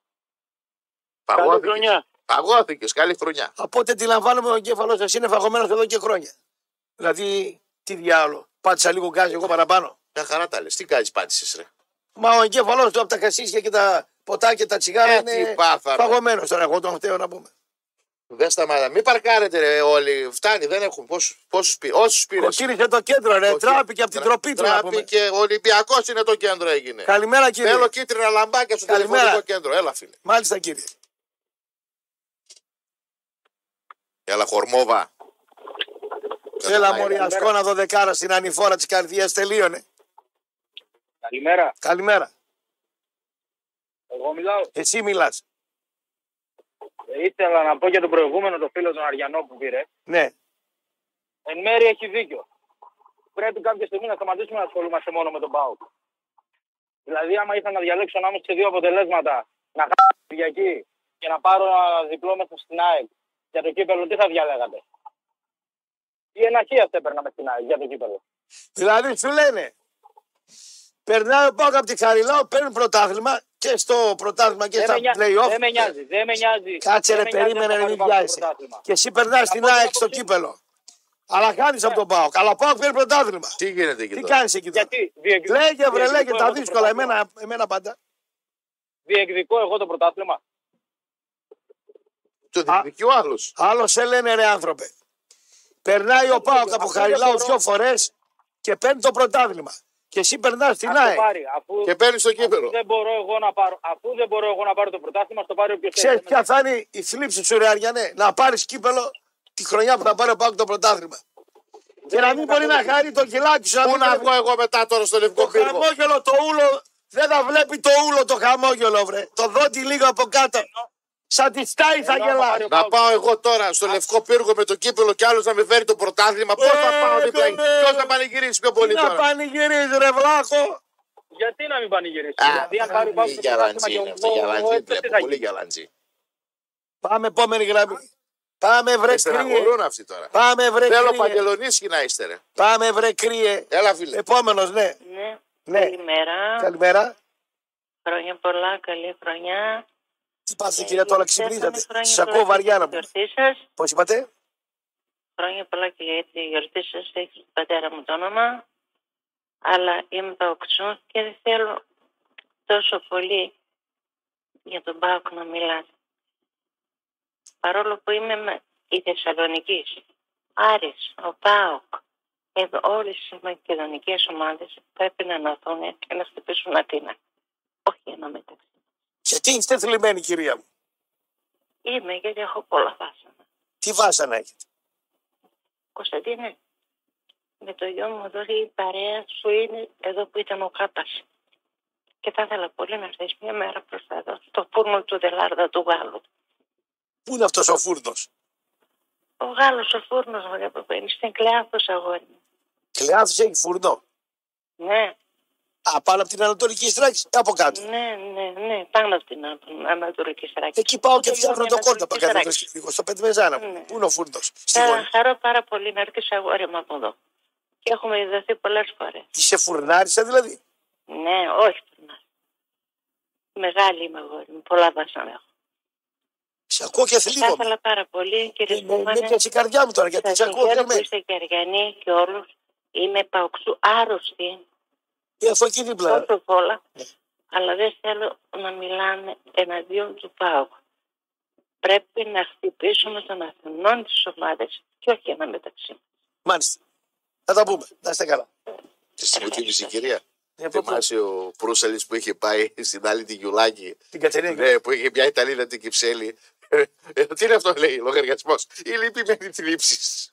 Καλή
Παγώθηκες.
χρονιά.
Παγώθηκες. Καλή χρονιά.
Από ό,τι αντιλαμβάνομαι, ο εγκέφαλό σας είναι φαγωμένος εδώ και χρόνια. Δηλαδή, τι διάλογο. Πάτησα λίγο γκάζι εγώ παραπάνω.
Μια χαρά τα λες. Τι κάνει, πάτησες, ρε.
Μα ο εγκέφαλός του από τα κασίσια και τα ποτά και τα τσιγάρα
Ε,
είναι
τι πάθαμε.
φαγωμένο τώρα. Εγώ τον φταίω να πούμε.
Δεν σταματά. Μην παρκάρετε, ρε, όλοι. Φτάνει, δεν έχουν. Πόσους πήρε. Όσους πήρες.
Κοκκίνησε το κέντρο, ρε. Τράπηκε από την τροπή του να πούμε.
Τράπηκε. Ολυμπιακός είναι το κέντρο έγινε.
Καλημέρα κύριε.
Θέλω κίτρινα λαμπάκια στο
Καλημέρα.
τηλεφωνικό κέντρο. Έλα, φίλε.
Μάλιστα κύριε.
Έλα, χορμόβα.
Έλα μωρή ασκόνα δωδεκάρα στην ανηφόρα της καρδιάς τελείωνε.
Καλημέρα.
Καλημέρα.
Εγώ μιλάω.
Εσύ μιλάς.
Ήθελα να πω για τον προηγούμενο το φίλο τον Αριανό που πήρε.
Ναι.
Εν μέρει έχει δίκιο. Πρέπει κάποια στιγμή να σταματήσουμε να ασχολούμαστε μόνο με τον Πάουκ. Δηλαδή, άμα ήθελα να διαλέξω ανάμεσα σε δύο αποτελέσματα, να χάσω την Κυριακή και να πάρω ένα διπλό μέσα στην ΑΕΚ για το κύπελο, τι θα διαλέγατε. Ή ένα χ αυτό έπαιρναμε στην ΑΕΚ για το κύπελο.
Δηλαδή σου λένε. Περνάει ο Πάουκ από τη Χαριλάου, παίρνει πρωτάθλημα και στο πρωτάθλημα και
Δεν
στα
με, νοιάζει,
playoff.
δεν με νοιάζει. Δεν με νοιάζει.
Κάτσε ρε,
Δεν με νοιάζει
περίμενε
να
ρε,
πάρει
μην
Πάοκ το
βιάζεσαι.
πρωτάθλημα.
Και εσύ περνάς στην
πω την
ΑΕΚ στο
άποψή μου.
κύπελο. Αλλά χάνεις από τον Πάοκ. Αλλά ο Πάοκ παίρνει πρωτάθλημα.
Τι γίνεται εκεί
Τι
τώρα.
κάνεις εκεί τώρα.
Γιατί διεκδικώ,
Λέγε βρε,
διεκδικώ
λέγε
εγώ
τα
το
δύσκολα.
πρωτάθλημα.
Εμένα, εμένα πάντα.
Διεκδικώ εγώ το πρωτάθλημα.
Το διεκδικεί ο άλλος.
Άλλο σε λένε ρε άνθρωπε. Περνάει ο Πάοκ από
Αυτό
Χαριλάου
δεν μπορώ.
δύο φορές και παίρνει το πρωτάθλημα. Και εσύ περνάς στην
Ας το
ΑΕΚ.
πάρει, αφού-
Και παίρνεις το
Αφού
κύπελο.
δεν, μπορώ εγώ να πάρω, αφού δεν μπορώ εγώ να πάρω το πρωτάθλημα, στο πάρει όποιος
Ξέρεις
θέλει.
ποια θα είναι η θλίψη σου, ρε Αριανέ. Να πάρεις κύπελο τη χρονιά που θα πάρει ο Πάουκ το πρωτάθλημα. Και να μην μπορεί να χάρει το κιλάκι σου.
Πού
μην
να
βλέπει
βγω εγώ μετά τώρα στο λευκό
Το
πύργο.
χαμόγελο το ούλο. Δεν θα βλέπει το ούλο το χαμόγελο, βρε. Το δότη λίγο από κάτω. Σαν τη στάι θα
Ενώ άμα πάρει
γελάει.
ο
Να πάω εγώ τώρα στο λευκό πύργο με το κύπελο και άλλος να με φέρει το πρωτάθλημα. Πώς θα
Ε,
πάω
ναι,
δίπλα.
ναι.
Ποιος θα πανηγυρίσει πιο πολύ
Τι να
τώρα.
πανηγυρίζεις, ρε βλάχο.
Γιατί να μην πανηγυρίσεις.
Α,
δηλαδή, αν πάρει ο ε, Πάουκ
τι
το πρωτάθλημα
γαλαντζή
και εγώ,
είναι αυτό.
εγώ
Γαλαντζή
έτσι τι θα
βλέπω. Πολύ
γίνει.
γαλαντζή.
Πάμε επόμενη γραμμή. Πάμε Ε, βρε
Με
κρύε.
στεναχωρούν αυτοί τώρα.
Πάμε βρε
Θέλω
κρύε.
παγκελονίσκι να είστε ρε.
Πάμε βρε κρύε.
Έλα φίλε.
Επόμενος, ναι.
Ναι.
Ναι.
Καλημέρα.
Καλημέρα.
Χρόνια πολλά, καλή χρονιά.
Τι πάτε,
Ε,
κυρία, τώρα
Στέφανε,
ξυπνήσατε.
χρόνια
Σα
πολλά
ακούω
και
βαριά να
για
πούμε.
τη γιορτή σας.
Πώς είπατε.
Χρόνια πολλά και για τη γιορτή σα. Έχει τον πατέρα μου το όνομα. Αλλά είμαι παοξού και δεν θέλω τόσο πολύ για τον Πάοκ να μιλάτε. Παρόλο που είμαι με- η Θεσσαλονική, Άρης, ο Πάοκ, εδώ όλες οι μακεδονικές ομάδες πρέπει να αναθούν και να χτυπήσουν Αθήνα. Όχι ένα μεταξύ.
Σε τι είστε θλιμμένοι, κυρία μου.
Είμαι γιατί έχω πολλά βάσανα.
Τι βάσανα έχετε.
Κωνσταντίνε, με το γιο μου εδώ λέει, η παρέα σου είναι εδώ που ήταν ο Κάπας. Και θα ήθελα πολύ να έρθεις μια μέρα προς τα εδώ, στο φούρνο του Δελάρδα του Γάλλου.
Πού είναι αυτός ο φούρνος.
Ο Γάλλος ο φούρνος μου αγαπημένη, στην Κλεάθος αγόρι μου.
Κλεάθο έχει φούρνο.
Ναι,
Α, πάνω από την Ανατολική Στράκη ή από κάτω.
ναι, ναι, ναι, πάνω από την Ανα- Ανατολική Στράκη.
Εκεί πάω και
Το
φτιάχνω
γιο
το
μου
κόρταπα
Ανατολική
κάθε
Θράκη.
θρησκευτικό στο Πεντμεζάνα.
Ναι.
Πού είναι ο φούρνος. Στη
Θα
γωνία.
χαρώ πάρα πολύ να έρθεις αγόρι μου από εδώ. Και έχουμε ειδωθεί πολλές φορές.
Είσαι φουρνάρισα δηλαδή.
Ναι, όχι πεινά. Μεγάλη είμαι αγόρι μου, πολλά βάσανα έχω.
Σε Σε ακούω και
Θα
θλίβομαι.
ήθελα πάρα πολύ, κύριε
Ε, Με, με
Σπούμανε.
πιάσει η καρδιά μου τώρα γιατί σε
Σας
ακούω
συγχαίρω που
θλιμμένη.
είστε και αργανοί και όλους. Είμαι παοξού άρρωστη,
Και αυτό εκεί δίπλα.
τόσο πολλά. Αλλά δεν θέλω να μιλάμε εναντίον του ΠΑΟΚ. Πρέπει να χτυπήσουμε των Αθηνών τις ομάδες και όχι ένα μεταξύ.
Μάλιστα. Θα τα πούμε. Να είστε καλά.
Τη συμμετείχε η κυρία.
Ε, από πού?
Θυμάσαι ο Προύσαλη που είχε πάει στην άλλη τη Γιουλάκη.
Την Κατερίνα.
Ναι, που είχε μια Ιταλίδα την Κυψέλη. Ε, Τι είναι αυτό, λέει, λογαριασμός. Η λυπημένη θλίψη.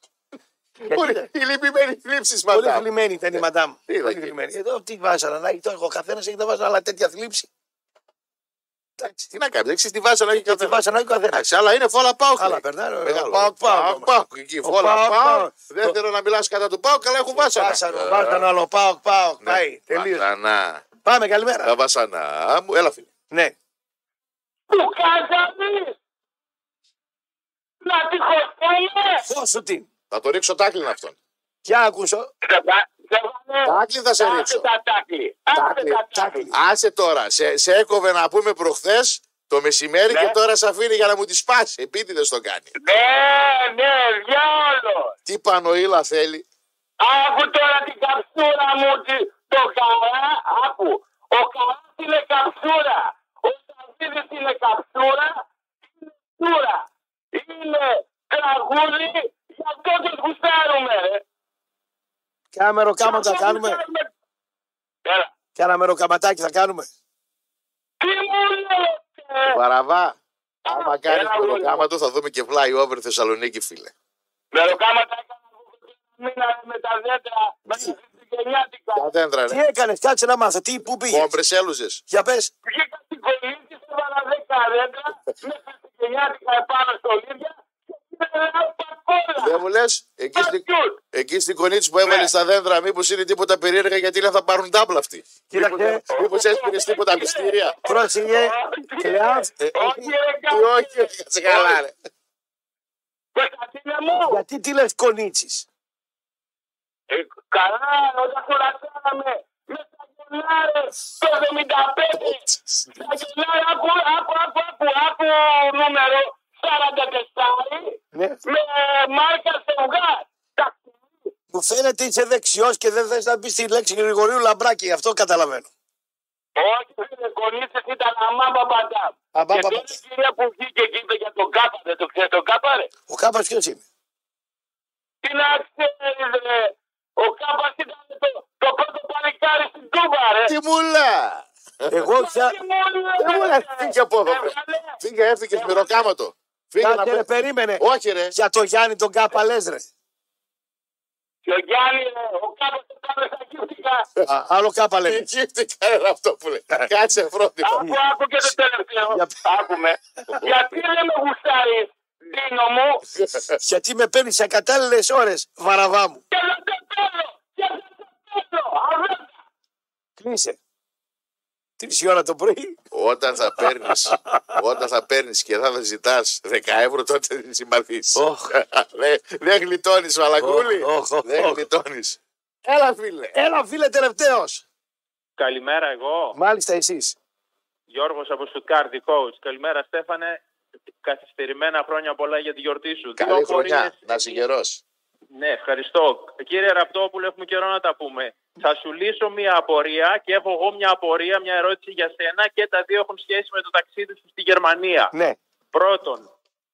Πολύ- Η λυπημένη θλίψη,
Πολύ
μαντάμ. Ε,
θλιμμένη ήταν η μαντάμ.
τι είδα
Πολύ
εκεί.
θλιμμένη. Εδώ τι βάζανα, να έχει τώρα ο καθένας έχει τα βάζανα, αλλά τέτοια θλίψη.
Εντάξει, Τι να κάνεις, δεν ξέρει τι βάζα να έχει
Και τη
καθένας.
βάζανα, ο καθένας.
Εντάξει, αλλά είναι φόλα πάω.
Άλλα περνάνε. ο- ο-
Πάω, πάω,
Πάοκ,
πάω. Εκεί φόλα
Πάοκ,
πάω.
Πάοκ.
Δεν
Το-
θέλω να μιλάς κατά του πάω, καλά έχουν βάσανα.
Βάσανο, βάσανο, άλλο πάω, πάω.
Ναι.
Πάει, τελείως.
Βάσανα.
Πάμε, καλημέρα.
Τα βάσανά Ε, μου, έλα φίλε.
Ναι.
του Καζανή. Να τη χωστέλε.
Πόσο τι.
Θα το ρίξω τάκλιν αυτόν.
Και άκουσα.
Τάκλιν θα σε
Άσε
ρίξω.
τα τάκλι. Άσε
Τάκλιν,
τα
τάκλιν.
τάκλι.
Άσε τώρα. Σε, σε έκοβε να πούμε προχθές το μεσημέρι και τώρα σε αφήνει για να μου τη σπάσει. Επίτηδες το κάνει.
Ναι, ναι, διάολο.
Τι πανοήλα θέλει.
Άκου τώρα την καψούρα μου, τη- το καλά, άκου. Ο καλά είναι καψούρα. Ο Σαββίδης είναι καψούρα, είναι καψούρα. Είναι τραγούδι, γι' αυτό τους γουστάρουμε, ρε.
Κάμερο κάμα
Γι'
θα
αυτό
Ε, κάνουμε.
γουστάρουμε. Έλα.
Και ένα μεροκαματάκι θα κάνουμε.
Τι μου λέτε,
Βαραβά. Άμα κάνεις
έλα,
το
Λούλη.
κάμα του, θα δούμε και fly over Θεσσαλονίκη, φίλε.
Μεροκάματα έκανα εγώ μήνα με τα δέντρα, με τη γενιάτικα.
Τα δέντρα,
Τι
ρε.
έκανες, κάτσε να μάθω, τι, πού πήγες.
Κόμπρες έλουζες.
Για πες.
Βγήκα στην κολλήτη, έβαλα δέκα δέντρα, μέσα στη γενιάτικα επάνω στο λίδια και πήρα ένα πακόλα.
Δεν μου λες, εκεί, στην-
Πατιούν.
εκεί στην κονίτση που
Ναι.
έβαλε τα δέντρα, μήπως είναι τίποτα περίεργα γιατί λέει θα πάρουν τάμπλα αυτοί.
Κοίταξε,
Μήπω έσπηρες τίποτα μυστήρια.
πρόσεχε.
Όχι,
Κλειά.
ρε, Όχι, ρε,
Ή
κάτσε.
Όχι, όχι, κάτσε καλά, ρε.
Κωνσταντίνε μου,
Γιατί τι λες κονίτσι.
ε, καλά, όταν κουρασάναμε, με τα γενάρε, το 75, τα γενάρε, άκου, άκου, άκου, άκου, άκου, νούμερο, 44,
Ναι.
με μάρκα σευγά. Τα
Μου φαίνεται είσαι δεξιός και δεν θες να πεις τη λέξη Γρηγορίου Λαμπράκη, γι' αυτό καταλαβαίνω.
Όχι, φίλε, κονίτσες ήταν αμά παπαντά.
Αμά
Και
παπαντά.
τώρα η κυρία που βγήκε και είπε για τον Κάπα, δεν το ξέρει τον Κάπα, ρε.
Ο Κάπας ποιος είναι.
Τι να ξέρεις, ρε. Ο Κάπας ήταν το, το πρώτο παλικάρι στην Τούβα, ρε.
Τι μουλά!
Εγώ πια.
Τι μου λες,
Δεν μου λες,
ρε.
φύγε από εδώ.
Έβγαλε.
Φύγε, έφυγες μυροκάματο. Φύγε να
Κάτσε ρε,
πει.
περίμενε.
Όχι, ρε.
Για το Γιάννη τον Κάπα λες ρε.
Και ο Γιάννη, ρε, ο Κάπας ήταν στα γύφτηκα.
Α, Άλλο Κάπα λέμε.
Εγγύφτηκα είναι αυτό που λέει. Κάτσε φρόντιμα.
Άκου, άκου και το τελευταίο.
Για-
Άκουμε. Γιατί δεν με γουστάρεις, Δίνο μου,
Γιατί με παίρνεις σε κατάλληλε ώρες, βαραβά μου.
και δεν το θέλω, και δεν το θέλω, αβέρτα.
Κλείσε. Τρεις ώρα το πρωί.
Όταν θα παίρνεις όταν θα παίρνεις και θα, θα ζητά 10 ευρώ, τότε δεν συμπαθείς.
Ωχ.
Δεν γλιτώνεις, Μαλακούλη.
Ωχ, ωχ,
Δεν
ωχ.
γλιτώνεις. Έλα, φίλε.
Έλα, φίλε, τελευταίος.
Καλημέρα εγώ,
Μάλιστα εσείς.
Γιώργος από Στουτκάρδη Coach. Καλημέρα Στέφανε, καθυστερημένα χρόνια πολλά για τη γιορτή σου.
Καλή
Δύο
χρονιά.
απορίες.
Να είσαι γερός.
Ναι, ευχαριστώ. Κύριε Ραπτόπουλο, έχουμε καιρό να τα πούμε. Θα σου λύσω μια απορία και έχω εγώ μια απορία, μια ερώτηση για σένα και τα δύο έχουν σχέση με το ταξίδι σου στη Γερμανία.
Ναι.
Πρώτον,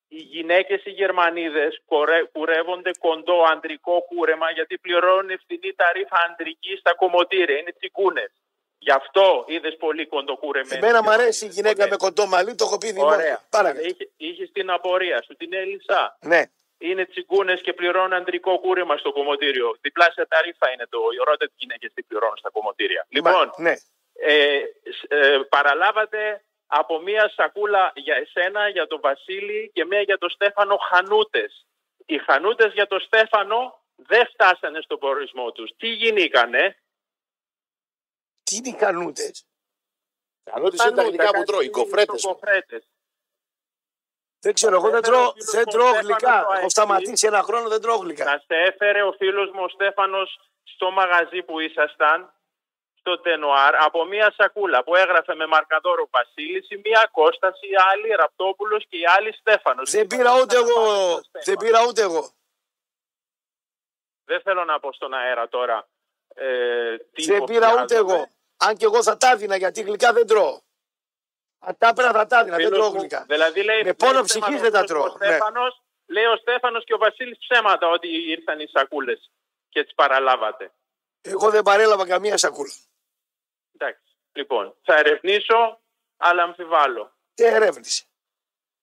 οι γυναίκες οι Γερμανίδες κορε- κουρεύονται κοντό αντρικό κούρεμα γιατί πληρώνουν φθηνή ταρίφα αντρική στα κομμωτήρια. Είναι τσικούνες. Γι' αυτό είδες πολύ κοντοκούρεμα.
Ε, Εμένα μου αρέσει η γυναίκα με κοντό μαλλί, το έχω πει δημόσια.
Ωραία.
Παρακαλώ.
Είχε, είχες την απορία σου, την έλυσα.
Ναι.
Είναι τσιγκούνες και πληρώνουν αντρικό κούρεμα στο κομμωτήριο. Διπλάσια ταρήφα είναι το. Η ρώτα τι γυναίκες τι πληρώνουν στα κομμωτήρια. Λοιπόν,
Μα- Ναι.
ε, σ- ε, παραλάβατε από μία σακούλα για εσένα, για τον Βασίλη και μία για τον Στέφανο χανούτες. Οι χανούτες για τον Στέφανο δεν φτάσανε στον προορισμό τους. Τι γινήκανε,
Τι είναι οι κανούτε.
Καλό ότι είναι τα γλυκά που τρώει. Οι κοφρέτες.
κοφρέτες.
Δεν ξέρω, εγώ δεν
Βέβαια,
τρώω,
ο φίλος
δεν
μου
τρώω
Στέφανος
γλυκά.
το
Έχω
αεξή.
σταματήσει ένα χρόνο, δεν τρώω γλυκά.
Να σε έφερε ο φίλος μου ο Στέφανος στο μαγαζί που ήσασταν στο Τενοάρ από μία σακούλα που έγραφε με μαρκαδόρο Βασίλης, η μία Κώστας, η άλλη Ραπτόπουλος και η άλλη Στέφανος.
Δεν πήρα ούτε εγώ. Δεν πήρα ούτε εγώ.
Δεν θέλω να πω στον αέρα τώρα. Ε, τι ε.
Δεν πήρα ούτε
υποψιάζομαι.
εγώ. Αν και εγώ θα τα έδινα γιατί γλυκά δεν τρώω. Αν τα έπαιρνα θα τα έδινα, δεν
Φίλος
τρώω
μου,
γλυκά.
Δηλαδή λέει,
Με πόνο
λέει
ψυχής
ψέματα
δεν τα
ο
τρώω. Ναι.
Στέφανος, Λέει ο Στέφανος και ο Βασίλης ψέματα ότι ήρθαν οι σακούλες και τις παραλάβατε.
Εγώ δεν παρέλαβα καμία σακούλα.
Εντάξει. Λοιπόν, θα ερευνήσω, αλλά αμφιβάλλω.
Τι ερεύνηση.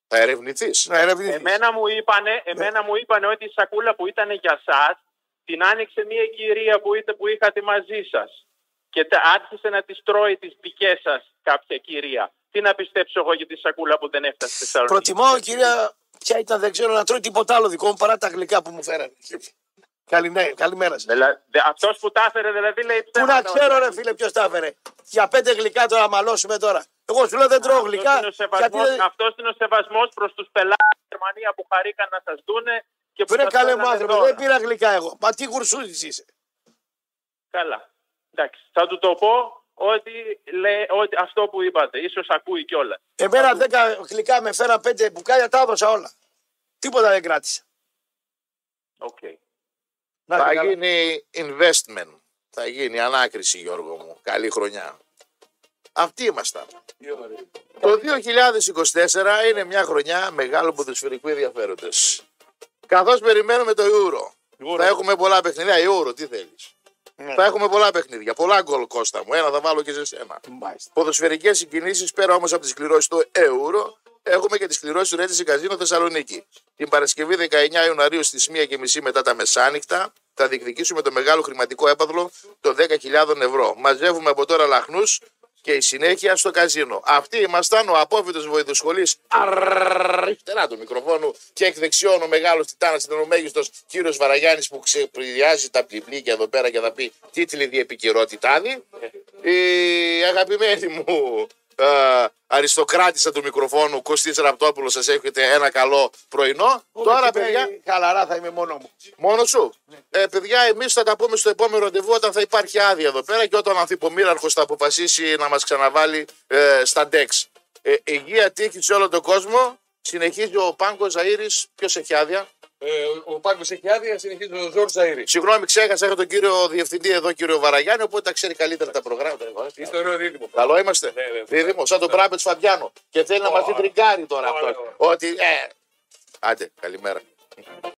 Θα ερευνηθείς.
Να ερευνηθείς.
Εμένα μου είπανε, εμένα μου είπανε ότι η σακούλα που ήταν για σας την άνοιξε μια κυρία που, είτε, που είχατε μαζί σας και τα, άρχισε να τις τρώει τις δικές σας κάποια κυρία. Τι να πιστέψω εγώ για τη σακούλα που δεν έφτασε στη Θεσσαλονίκη.
Προτιμάω κυρία, ποια ήταν, δεν ξέρω, να τρώει τίποτα άλλο δικό μου παρά τα γλυκά που μου φέρανε. Καληνέ, καλημέρα σα.
Αυτός που τα έφερε δηλαδή λέει
Πού να ξέρω, ρε φίλε, ποιος τα έφερε. Για πέντε γλυκά τώρα να μαλώσουμε τώρα. Εγώ σου λέω δεν τρώω γλυκά.
είναι ο
Γιατί
σεβασμός,
δεν...
αυτός είναι ο σεβασμός προς τους πελάτες στη Γερμανίας που χαρήκαν να σας δούνε και που
Βρε
σας
καλέ μου
φέρνανε
άνθρωπε,
δώρα.
δεν πήρα γλυκά εγώ. Μα τι γουρσούζης είσαι.
Καλά. Εντάξει. Θα του το πω ότι, λέει, ότι αυτό που είπατε. Ίσως ακούει κιόλας.
Εμένα δέκα γλυκά με φέραν πέντε μπουκάλια, τα έδωσα όλα. Τίποτα δεν κράτησα.
Οκ.
Θα γίνει investment. Θα γίνει ανάκριση, Γιώργο μου. Καλή χρονιά. Αυτοί ήμασταν. Το 2024 είναι μια χρονιά μεγάλου ποδοσφαιρικού ενδιαφέροντος. Καθώς περιμένουμε το Euro. Θα έχουμε πολλά παιχνίδια. Euro, τι θέλεις. Θα έχουμε πολλά παιχνίδια. Πολλά γκολ Κώστα μου. Ένα θα βάλω και σε σένα. Ποδοσφαιρικές συγκινήσεις πέρα όμως από τις κληρώσεις του Euro. Έχουμε και τις κληρώσεις του Ρέτζι Καζίνο Θεσσαλονίκη. Την Παρασκευή 19 Ιανουαρίου στις 1.30 μετά τα μεσάνυχτα θα διεκδικήσουμε το μεγάλο χρηματικό έπαθλο των 10.000 ευρώ. Μαζεύουμε από τώρα λαχνούς και η συνέχεια στο καζίνο. Αυτοί ήμασταν ο απόφυτο βοηθοσχολή αριστερά του μικροφόνου και εκ δεξιών ο μεγάλο τιτάνα ήταν ο μέγιστο κύριο Βαραγιάννη που ξεπριδιάζει τα πλυπλίκια εδώ πέρα και θα πει τίτλοι διεπικαιρότητάδη. Η αγαπημένη μου ε, αριστοκράτησα του μικροφόνου Κωστής Ραπτόπουλος σας εύχεται ένα καλό πρωινό. Τώρα παιδιά,
Χαλαρά θα είμαι μόνο μου.
Μόνος σου.
Ναι.
Ε, παιδιά, εμείς θα τα πούμε στο επόμενο ραντεβού όταν θα υπάρχει άδεια εδώ πέρα και όταν ο ανθυπομήραρχο θα αποφασίσει να μας ξαναβάλει ε, στα DEX. Ε, υγεία τύχη σε όλο τον κόσμο. Συνεχίζει ο Πάνκο Ζαήρη. Ποιος έχει άδεια.
Ε, ο- ο Πάγκο έχει άδεια, συνεχίζει ο Ζόρτ Ζαήρη.
Συγγνώμη, ξέχασα έχω τον κύριο Διευθυντή εδώ, κύριο Βαραγιάννη, οπότε τα ξέρει καλύτερα τα προγράμματα. Ε, βάζει.
Είστε ωραίο
λοιπόν.
δίδυμο.
Καλό είμαστε.
Ναι, ναι.
Δίδυμο, σαν τον Μπράμπετ Φαμπιάνο. Και θέλει να μα την τριγκάρει τώρα αυτό. Ότι. Ε. Άντε, καλημέρα.